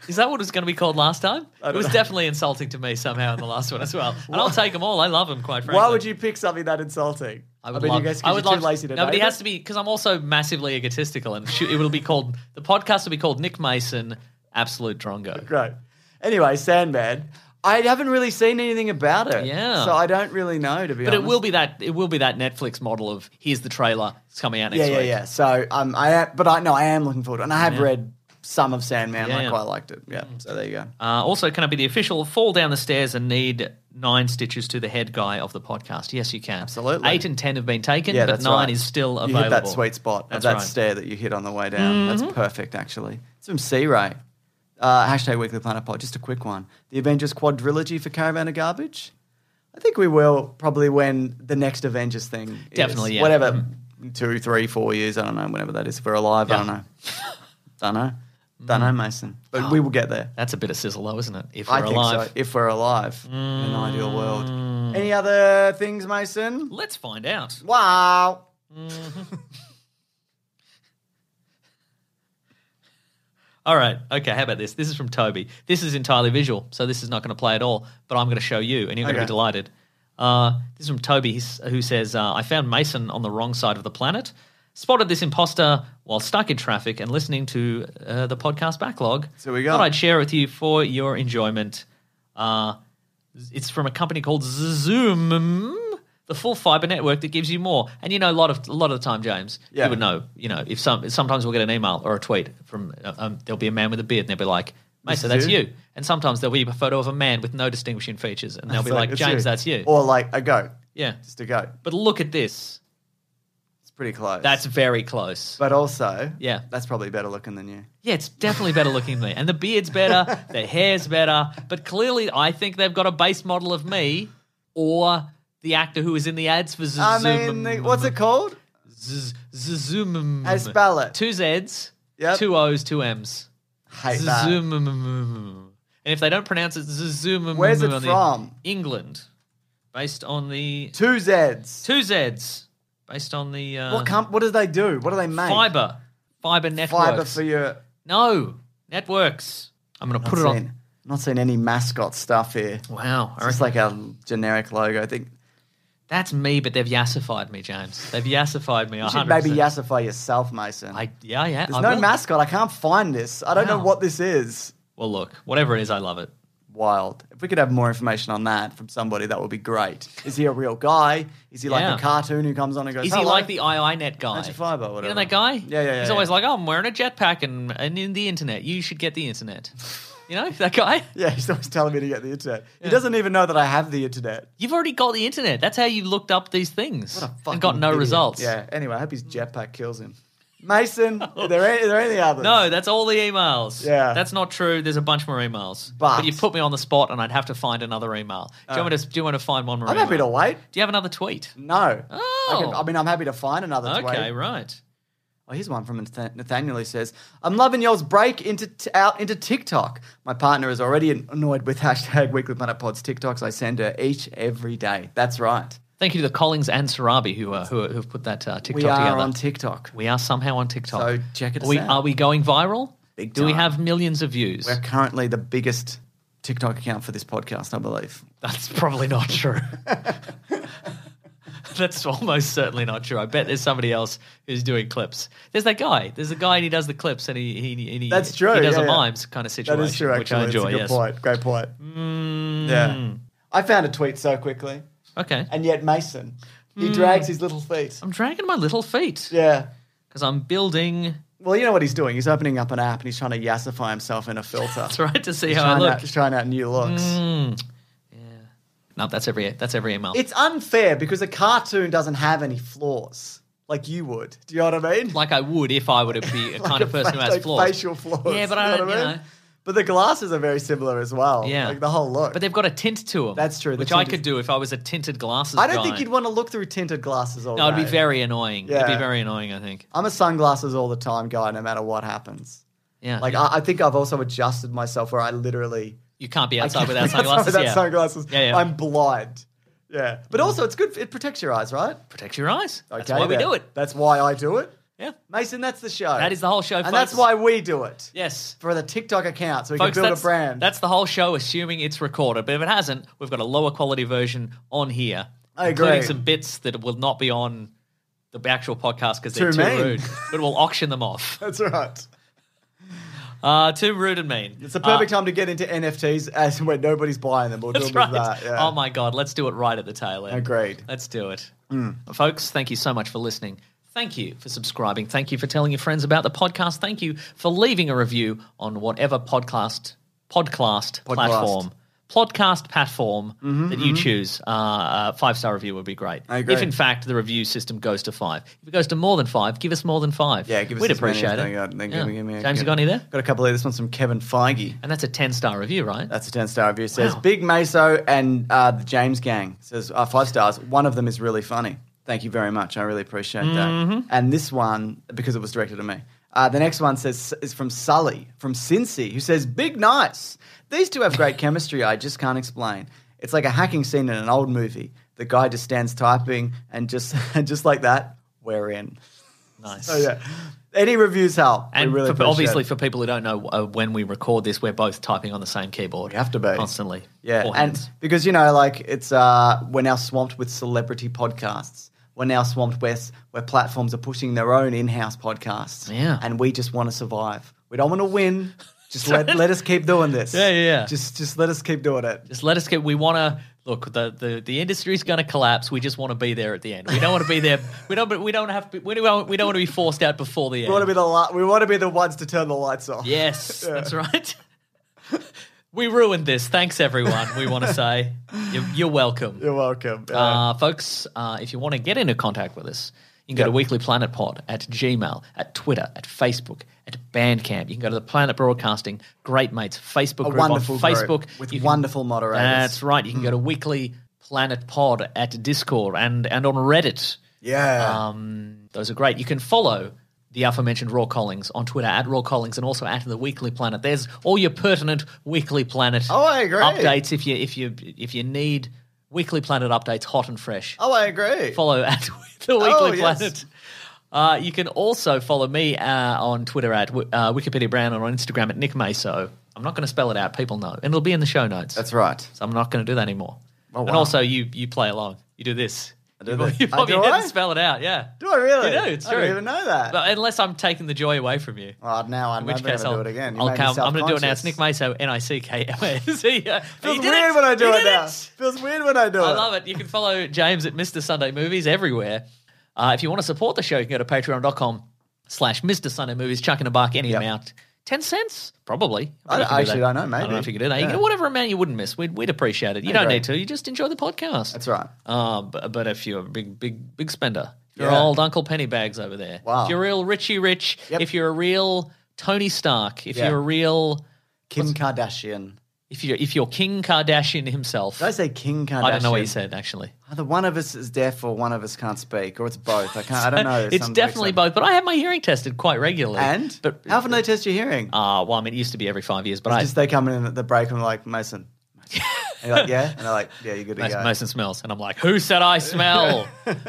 Is that what it was going to be called last time? It
don't
was
know.
definitely insulting to me somehow in the last one as well. And I'll take them all. I love them, quite frankly.
Why would you pick something that insulting?
I would
mean,
love.
you guess 'cause
I would
you're
love.
too lazy to
no,
know,
but it has to be because I'm also massively egotistical, and shoot, it will be called the podcast will be called Nick Mason Absolute Drongo.
Great. Anyway, Sandman. I haven't really seen anything about it.
Yeah.
So I don't really know, to be
But
honest.
it will be that it will be that Netflix model of here's the trailer. It's coming out
Yeah,
next
yeah,
week.
yeah. So um, I am, but I no, I am looking forward to it. And I have
Yeah.
read some of Sandman.
Yeah,
I
yeah.
quite liked it. Yeah. So there you go.
Uh, also, can I be the official fall down the stairs and need nine stitches to the head guy of the podcast? Yes, you can.
Absolutely.
Eight and ten have been taken,
yeah,
but
that's
nine
right.
is still
You
available.
hit that sweet spot
That's
of that
right. Mm-hmm.
stair that you hit on the way down. That's perfect, actually. It's from Sea Ray. Uh, hashtag Weekly Planet Pod. Just a quick one. The Avengers quadrilogy for Caravan of Garbage. I think we will probably when the next Avengers thing. is.
Definitely, yeah. Mm-hmm.
Whatever, two, three, four years. I don't know. Whenever that is, if we're alive, I don't know. don't know. Don't know, Mason. But we will get there.
That's a bit of sizzle, though, isn't it? Mm. Oh. If we're
I think
alive, Mm.
so. If we're alive in an ideal world. Any other things, Mason?
let's find out.
Wow.
All right. Okay. How about this? This is from Toby. This is entirely visual, so this is not going to play at all. But I'm going to show you, and you're going to
Okay.
be delighted. Uh, this is from Toby, he's- who says, uh, "I found Mason on the wrong side of the planet. Spotted this imposter while stuck in traffic and listening to uh, the podcast backlog.
So we go.
Thought I'd share it with you for your enjoyment. Uh, it's from a company called Zoom." The full fiber network that gives you more, and you know a lot of a lot of the time, James,
Yeah.
you would know know, you know, if some sometimes we'll get an email or a tweet from uh, um, there'll be a man with a beard and they'll be like, "Mate, so
is
that's
you."
you." And sometimes there'll be a photo of a man with no distinguishing features, and they'll be
It's
like,
it's
"James, that's you."
Or like a goat.
yeah,
Just a goat.
but look at this.
It's pretty close.
That's very close.
But also,
Yeah.
that's probably better looking than you.
Yeah, it's definitely better looking than me, and the beard's better, the hair's better. But clearly, I think they've got a base model of me or the actor who was in the ads for Zoom.
I mean, the- what's it called?
Zoom.
I spell it.
Two Z's,
Yep.
two O's, two M's.
Hate that.
Zoom. And if they don't pronounce it, zoom.
Where's it
on the-
from?
England, based on the
Two Zs.
two Z's, based on the uh,
What comp- What do they do? What do they make?
fiber, fiber networks.
Fiber for your.
no networks. I'm gonna put it
Not
on.
seen, not seen any mascot stuff here.
Wow, I
It's just
reckon
like a generic logo. I think
that's me, but they've yassified me, James. They've yassified me.
you
100%.
should maybe yassify yourself, Mason.
I, yeah, yeah.
There's
I
no
will.
mascot. I can't find this. I don't know
Wow.
what this is.
Well, look, whatever it is, I love it.
Wild. If we could have more information on that from somebody, that would be great. Is he a real guy? Is he like
Yeah.
a cartoon who comes on and goes?
Is he
Hello?
like the IINet guy?
Magic Fiber,
You know
whatever.
that guy?
Yeah, yeah, yeah.
He's
yeah.
always like, oh, I'm wearing a jetpack and, and in the internet. You should get the internet. You know, that guy?
Yeah, he's always telling me to get the internet. He doesn't even know that I have the internet.
You've already got the internet. That's how you looked up these things
What a fucking
and got no
idiot.
results.
Yeah. Anyway, I hope his jetpack kills him. Mason, are there any, are there any others?
No, that's all the emails.
Yeah.
That's not true. There's a bunch more emails.
But- Uh.
you put me on the spot and I'd have to find another email. Do you, want, me to, do you want to find one more
I'm happy to
email?
wait.
Do you have another tweet?
No.
Oh.
I, can- I mean, I'm happy to find another
okay,
tweet.
right.
Oh, here's one from Nathan- Nathaniel. He says, "I'm loving y'all's break into t- out into TikTok. My partner is already an- annoyed with hashtag Weekly Planet Pod's TikToks I send her each every day. That's right.
Thank you to the Collings and Sarabi who, uh, who who've put that uh, TikTok
we are
together.
on TikTok.
we are somehow on TikTok.
So check it
are we,
out.
Are we going viral?
Big
Do we
time.
have millions of views?
We're currently the biggest TikTok account for this podcast, I believe.
That's probably not true. That's almost certainly not true. I bet there's somebody else who's doing clips. There's that guy. There's a guy and he does the clips and he he, and he
That's true,
He does
yeah,
a
yeah.
mimes kind of situation,
That is true. Actually,
which I enjoy.
That's a good
yes. Mm.
point. Great point. Yeah, I found a tweet so quickly,
Okay.
and yet Mason, he drags his little feet.
Mm. I'm dragging my little feet
Yeah.
because I'm building.
Well, you know what he's doing. He's opening up an app and he's trying to yassify himself in a filter.
That's right to see
He's
how I
trying,
look. Mm.
out, he's trying out new looks.
No, that's every that's every email.
It's unfair because a cartoon doesn't have any flaws like you would. Do you know what I mean?
like I would if I were to be a kind of
a
person
fa-
who has
like
flaws.
facial flaws,
Yeah, but
you
I
know
don't.
what
You
I
know,
mean? But the glasses are very similar as well.
Yeah.
Like the whole look.
But they've got a tint to them.
That's true. The
Which I
tint
could do if I was a tinted glasses
I don't
guy.
think you'd want to look through tinted glasses all
No, it'd be
day.
very annoying. It'd be
Yeah.
very annoying, I think.
I'm a sunglasses all the time guy, no matter what happens.
Yeah.
Like I, I think I've also adjusted myself where I literally
You can't be
I
outside
can't
without
be outside
sunglasses.
without
yeah.
sunglasses.
Yeah, yeah.
I'm blind. Yeah, but also it's good. It protects your eyes, right?
Protects your eyes. That's
Okay
why we
then.
do it.
That's why I do it.
Yeah.
Mason, that's the show.
That is the whole show,
and
folks.
that's why we do it
Yes.
for the TikTok account, so we
Folks,
can build
that's,
a brand.
that's the whole show, assuming it's recorded. But if it hasn't, we've got a lower quality version on here,
I
including
agree.
some bits that will not be on the actual podcast because they're
Too
too
mean.
rude. But we'll auction them off.
That's right.
Uh, too rude and mean. Uh,
It's the perfect time to get into NFTs as when nobody's buying them. We'll do
That's
with
right.
that. Yeah.
Oh my god, let's do it right at the tail end.
Agreed. Mm.
Let's do it. Folks, thank you so much for listening. Thank you for subscribing. Thank you for telling your friends about the podcast. Thank you for leaving a review on whatever podcast podcast platform podcast platform that you choose. Uh, a five star review would be great.
Mm-hmm, I agree.
If in fact the review system goes to five, if it goes to more than five, give us more than five.
Yeah, give us
We'd
as many as
appreciate
they
it.
got, then
Yeah.
give me- give me a-
James, you
give-
got any there?
Got a couple of this one's from Kevin Feige.
And that's a ten star review, right?
That's a 10 star review. Says Big Meso and uh, the James Gang says uh, five stars. One of them is really funny. Thank you very much. I really appreciate
Mm-hmm.
that. And this one, because it was directed at me. Uh, the next one says is from Sully from Cincy, who says Big Nice. These two have great chemistry. I just can't explain. It's like a hacking scene in an old movie. The guy just stands typing, and just and just like that, we're in.
nice.
So Oh, yeah, any reviews help. We
And
really
for,
appreciate
obviously,
it.
for people who don't know, uh, when we record this, we're both typing on the same keyboard.
You have to be.
constantly.
Yeah,
Four
and
hands.
because you know, like it's uh, we're now swamped with celebrity podcasts. We're now swamped with where platforms are pushing their own in-house podcasts.
Yeah.
and we just want to survive. We don't want to win. Just let, let us keep doing this.
Yeah, yeah, yeah.
Just just let us keep doing it.
just let us get. We want to look. The the, the industry's going to collapse. We just want to be there at the end. We don't want to be there. We don't. We don't have. To, we don't. We don't want to be forced out before the
We want to
end.
be the li- we want to be the ones to turn the lights off.
yes, that's right. we ruined this. Thanks, everyone. We want to say you're, you're welcome.
You're welcome. Yeah.
Uh, folks, uh, if you want to get into contact with us, you can go to weeklyplanetpod at Gmail, at Twitter, at Facebook, at Bandcamp. You can go to the Planet Broadcasting Great Mates Facebook
A
group on
wonderful group
Facebook.
with Hmm.
You
wonderful moderators.
That's right. You can go to Weekly Planet Pod at Discord and, and on Reddit.
yeah.
Um, those are great. You can follow the aforementioned Raw Collings on Twitter at Raw Collings and also at the Weekly Planet. There's all your pertinent Weekly Planet
Oh, I agree.
updates if you if you if you need Weekly Planet updates hot and fresh.
oh, I agree.
Follow at the Weekly
Oh, yes.
Planet. Uh, you can also follow me uh, on Twitter at wi- uh, Wikipedia Brown or on Instagram at Nick Maso. I'm not going to spell it out. People know, and it'll be in the show notes.
That's right.
So I'm not going to do that anymore.
Oh,
And
wow.
also, you you play along. You do this.
I do
you,
this.
you
I
probably
do
didn't
I?
spell it out. Yeah.
Do I really?
You do. It's
I
true.
didn't even know that.
But unless I'm taking the joy away from you.
oh, now I'm
In which
never going
case,
to do
I'll,
it again. You
I'll
made me
count. I'm going to do it now.
self-conscious.
It's Nick Maso, N I C K M A S E. Feels
Feels weird when I do it now.
It.
Feels weird when I do it.
I love it. You can follow James at Mr. Sunday Movies everywhere. Uh, if you want to support the show, you can go to patreon.com slash Mr. Sunday Movies, chucking a buck, any amount. 10 cents? Probably.
I
don't know if you
actually
do that.
don't know,
I don't know
maybe.
if you can do that. You
Yeah.
can, whatever amount you wouldn't miss, we'd, we'd appreciate it. You don't
Agree.
need to. You just enjoy the podcast.
That's right.
Uh, but, but if you're a big, big, big spender, if you're
Yeah.
old Uncle Pennybags over there,
Wow.
if you're a real Richie Rich,
Yep.
if you're a real Tony Stark, if
Yeah.
you're a real,
Kim Kardashian.
if you're, if you're King Kardashian himself,
Did I say King Kardashian?
I don't know what you said actually.
Either one of us is deaf or one of us can't speak, or it's both. I can't. I don't know.
It's
Some-
definitely
some-
both, but I have my hearing tested quite regularly.
And
but
how often do they test your hearing?
ah, well, I mean, it used to be every five years, but I
Just they come in at the break and like Mason. And you're like, yeah, and they're like, yeah, you're good to
Mason,
go.
Mason smells, and I'm like, who said I smell?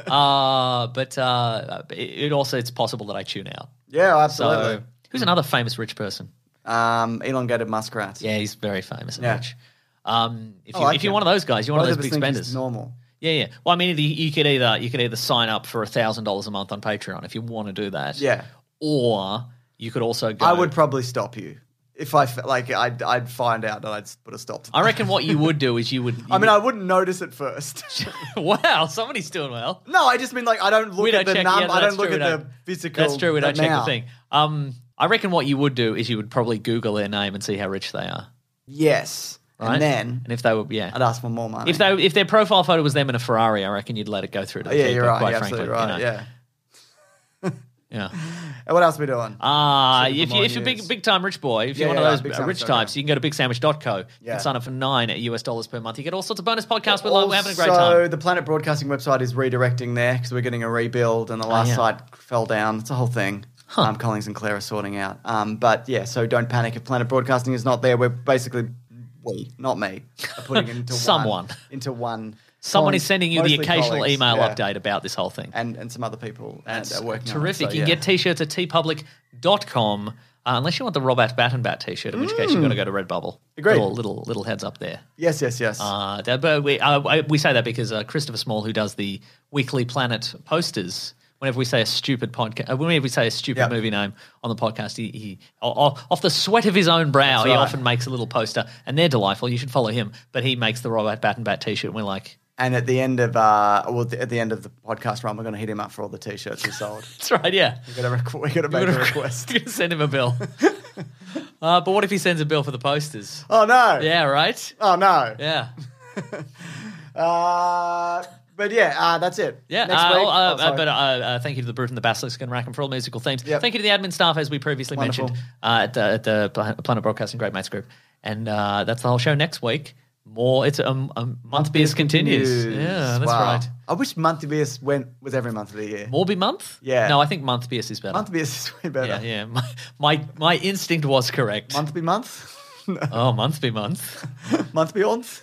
uh, but uh, it, it also it's possible that I tune out.
Yeah,
So,
absolutely.
who's another famous rich person?
um, elongated muskrat.
Yeah, he's very famous and
Yeah. Oh,
rich. Um, if
I
you,
like
if you're
him.
one of those guys, you're one
Both
of those big
us think he's
spenders.
Normal.
yeah, yeah. Well, I mean, you- you could either you could either sign up for thousand dollars a month on Patreon if you want to do that.
Yeah.
Or you could also go.
I would probably stop you if I fe- like. I'd I'd find out and I'd put a stop. to
I reckon what you would do is you would.
I mean, I wouldn't notice at first.
wow, somebody's doing well.
no, I just mean like I don't look
we don't
at the
check.
num-
yeah, no,
I
that's
don't look
true,
at
we
the
don't-
physical.
That's true. We don't check the
amount.
thing. Um, I reckon what you would do is you would probably Google their name and see how rich they are.
Yes,
Right?
and then
and if they were, yeah,
I'd ask for more money.
if they if their profile photo was them in a Ferrari, I reckon you'd let it go through to the
Oh, yeah,
keeper,
you're right.
Quite
You're
frankly,
absolutely right.
you know.
Yeah.
yeah.
And what else are we doing?
Ah,
Super
if, you,
Bowl
if you're a
news.
big, big time rich boy, if
Yeah,
you're one
yeah,
of
big
those uh,
time
rich
rich,
types, you can go to bigsandwich.co. You
Yeah.
can sign up for nine US dollars per month. You get all sorts of bonus podcasts. We're, lo- we're having a great time.
So the Planet Broadcasting website is redirecting there because we're getting a rebuild, and the last
Oh, yeah.
site fell down. It's a whole thing. Um, Collings and Claire are sorting out. Um, but yeah, so don't panic if Planet Broadcasting is not there. We're basically we, not me, are putting it into
Someone.
one, into one.
Someone
Collins-
is sending you the
mostly
occasional
Collings,
email
yeah.
update about this whole thing.
and and some other people. That's and,
That's
uh, working on it,
terrific.
so,
You can
yeah.
get t-shirts at tpublic.com uh, unless you want the Robat Bat and Bat t-shirt, in which case you've got to go to Redbubble.
Mm. Agreed.
Little, little, little heads up there.
yes, yes, yes.
Uh, that- but we, uh, I- we say that because uh, Christopher Small, who does the Weekly Planet posters, whenever we say a stupid podcast, uh, whenever we say a stupid
Yep.
movie name on the podcast, he, he o- o- off the sweat of his own brow,
That's
he
right.
often makes a little poster, and they're delightful. You should follow him. But he makes the Robot Bat and Bat t-shirt, and we're like,
and at the end of uh, well, at the end of the podcast run, we're going to hit him up for all the t-shirts we sold.
that's right, yeah.
we got to requ- we got to make a request.
You're gonna send him a bill. uh, but what if he sends a bill for the posters?
Oh no!
Yeah, right.
Oh no!
Yeah,
Uh, but yeah, uh, that's it.
yeah.
Next
uh,
week.
well, uh,
oh,
uh,
sorry.
but uh, uh, thank you to the Brute and the Basilisk and Rackham for all musical themes.
Yep.
Thank you to the admin staff, as we previously
Wonderful.
mentioned uh, at, the, at the Pla- Planet Broadcasting Great Mates Group. And uh, that's the whole show next week. More, it's a, um, a month beers continues. Yeah, that's
Wow.
right.
I wish month of beers went was every month of the year.
Morby month?
Yeah.
No, I think month beers is better.
Month of beers is way better.
yeah, yeah. My, my my instinct was correct.
Month be month.
oh, month be month.
month be onth.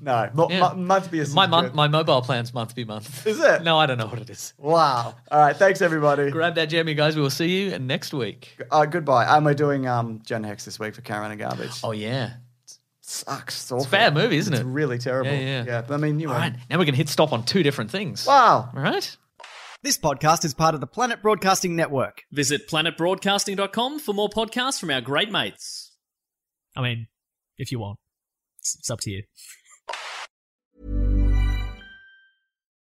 No, mo-
Hmm. Yeah.
mo- month beers.
My
is
month,
good.
my mobile plan's month be month.
Is it?
No, I don't know what it is.
Wow. All right. Thanks everybody.
Grab that jam, you guys. We will see you next week.
Uh, goodbye. Am I doing um, Gen Hex this week for Caravan and Garbage?
Oh yeah.
sucks. It's, awful.
bad movie, isn't
It's
it?
really terrible.
Yeah, yeah.
I mean, you
All
won't.
right. Now we're gonna hit stop on two different things.
Wow.
All right.
This podcast is part of the Planet Broadcasting Network.
Visit planetbroadcasting.com for more podcasts from our great mates.
I mean, if you want, it's, it's up to you.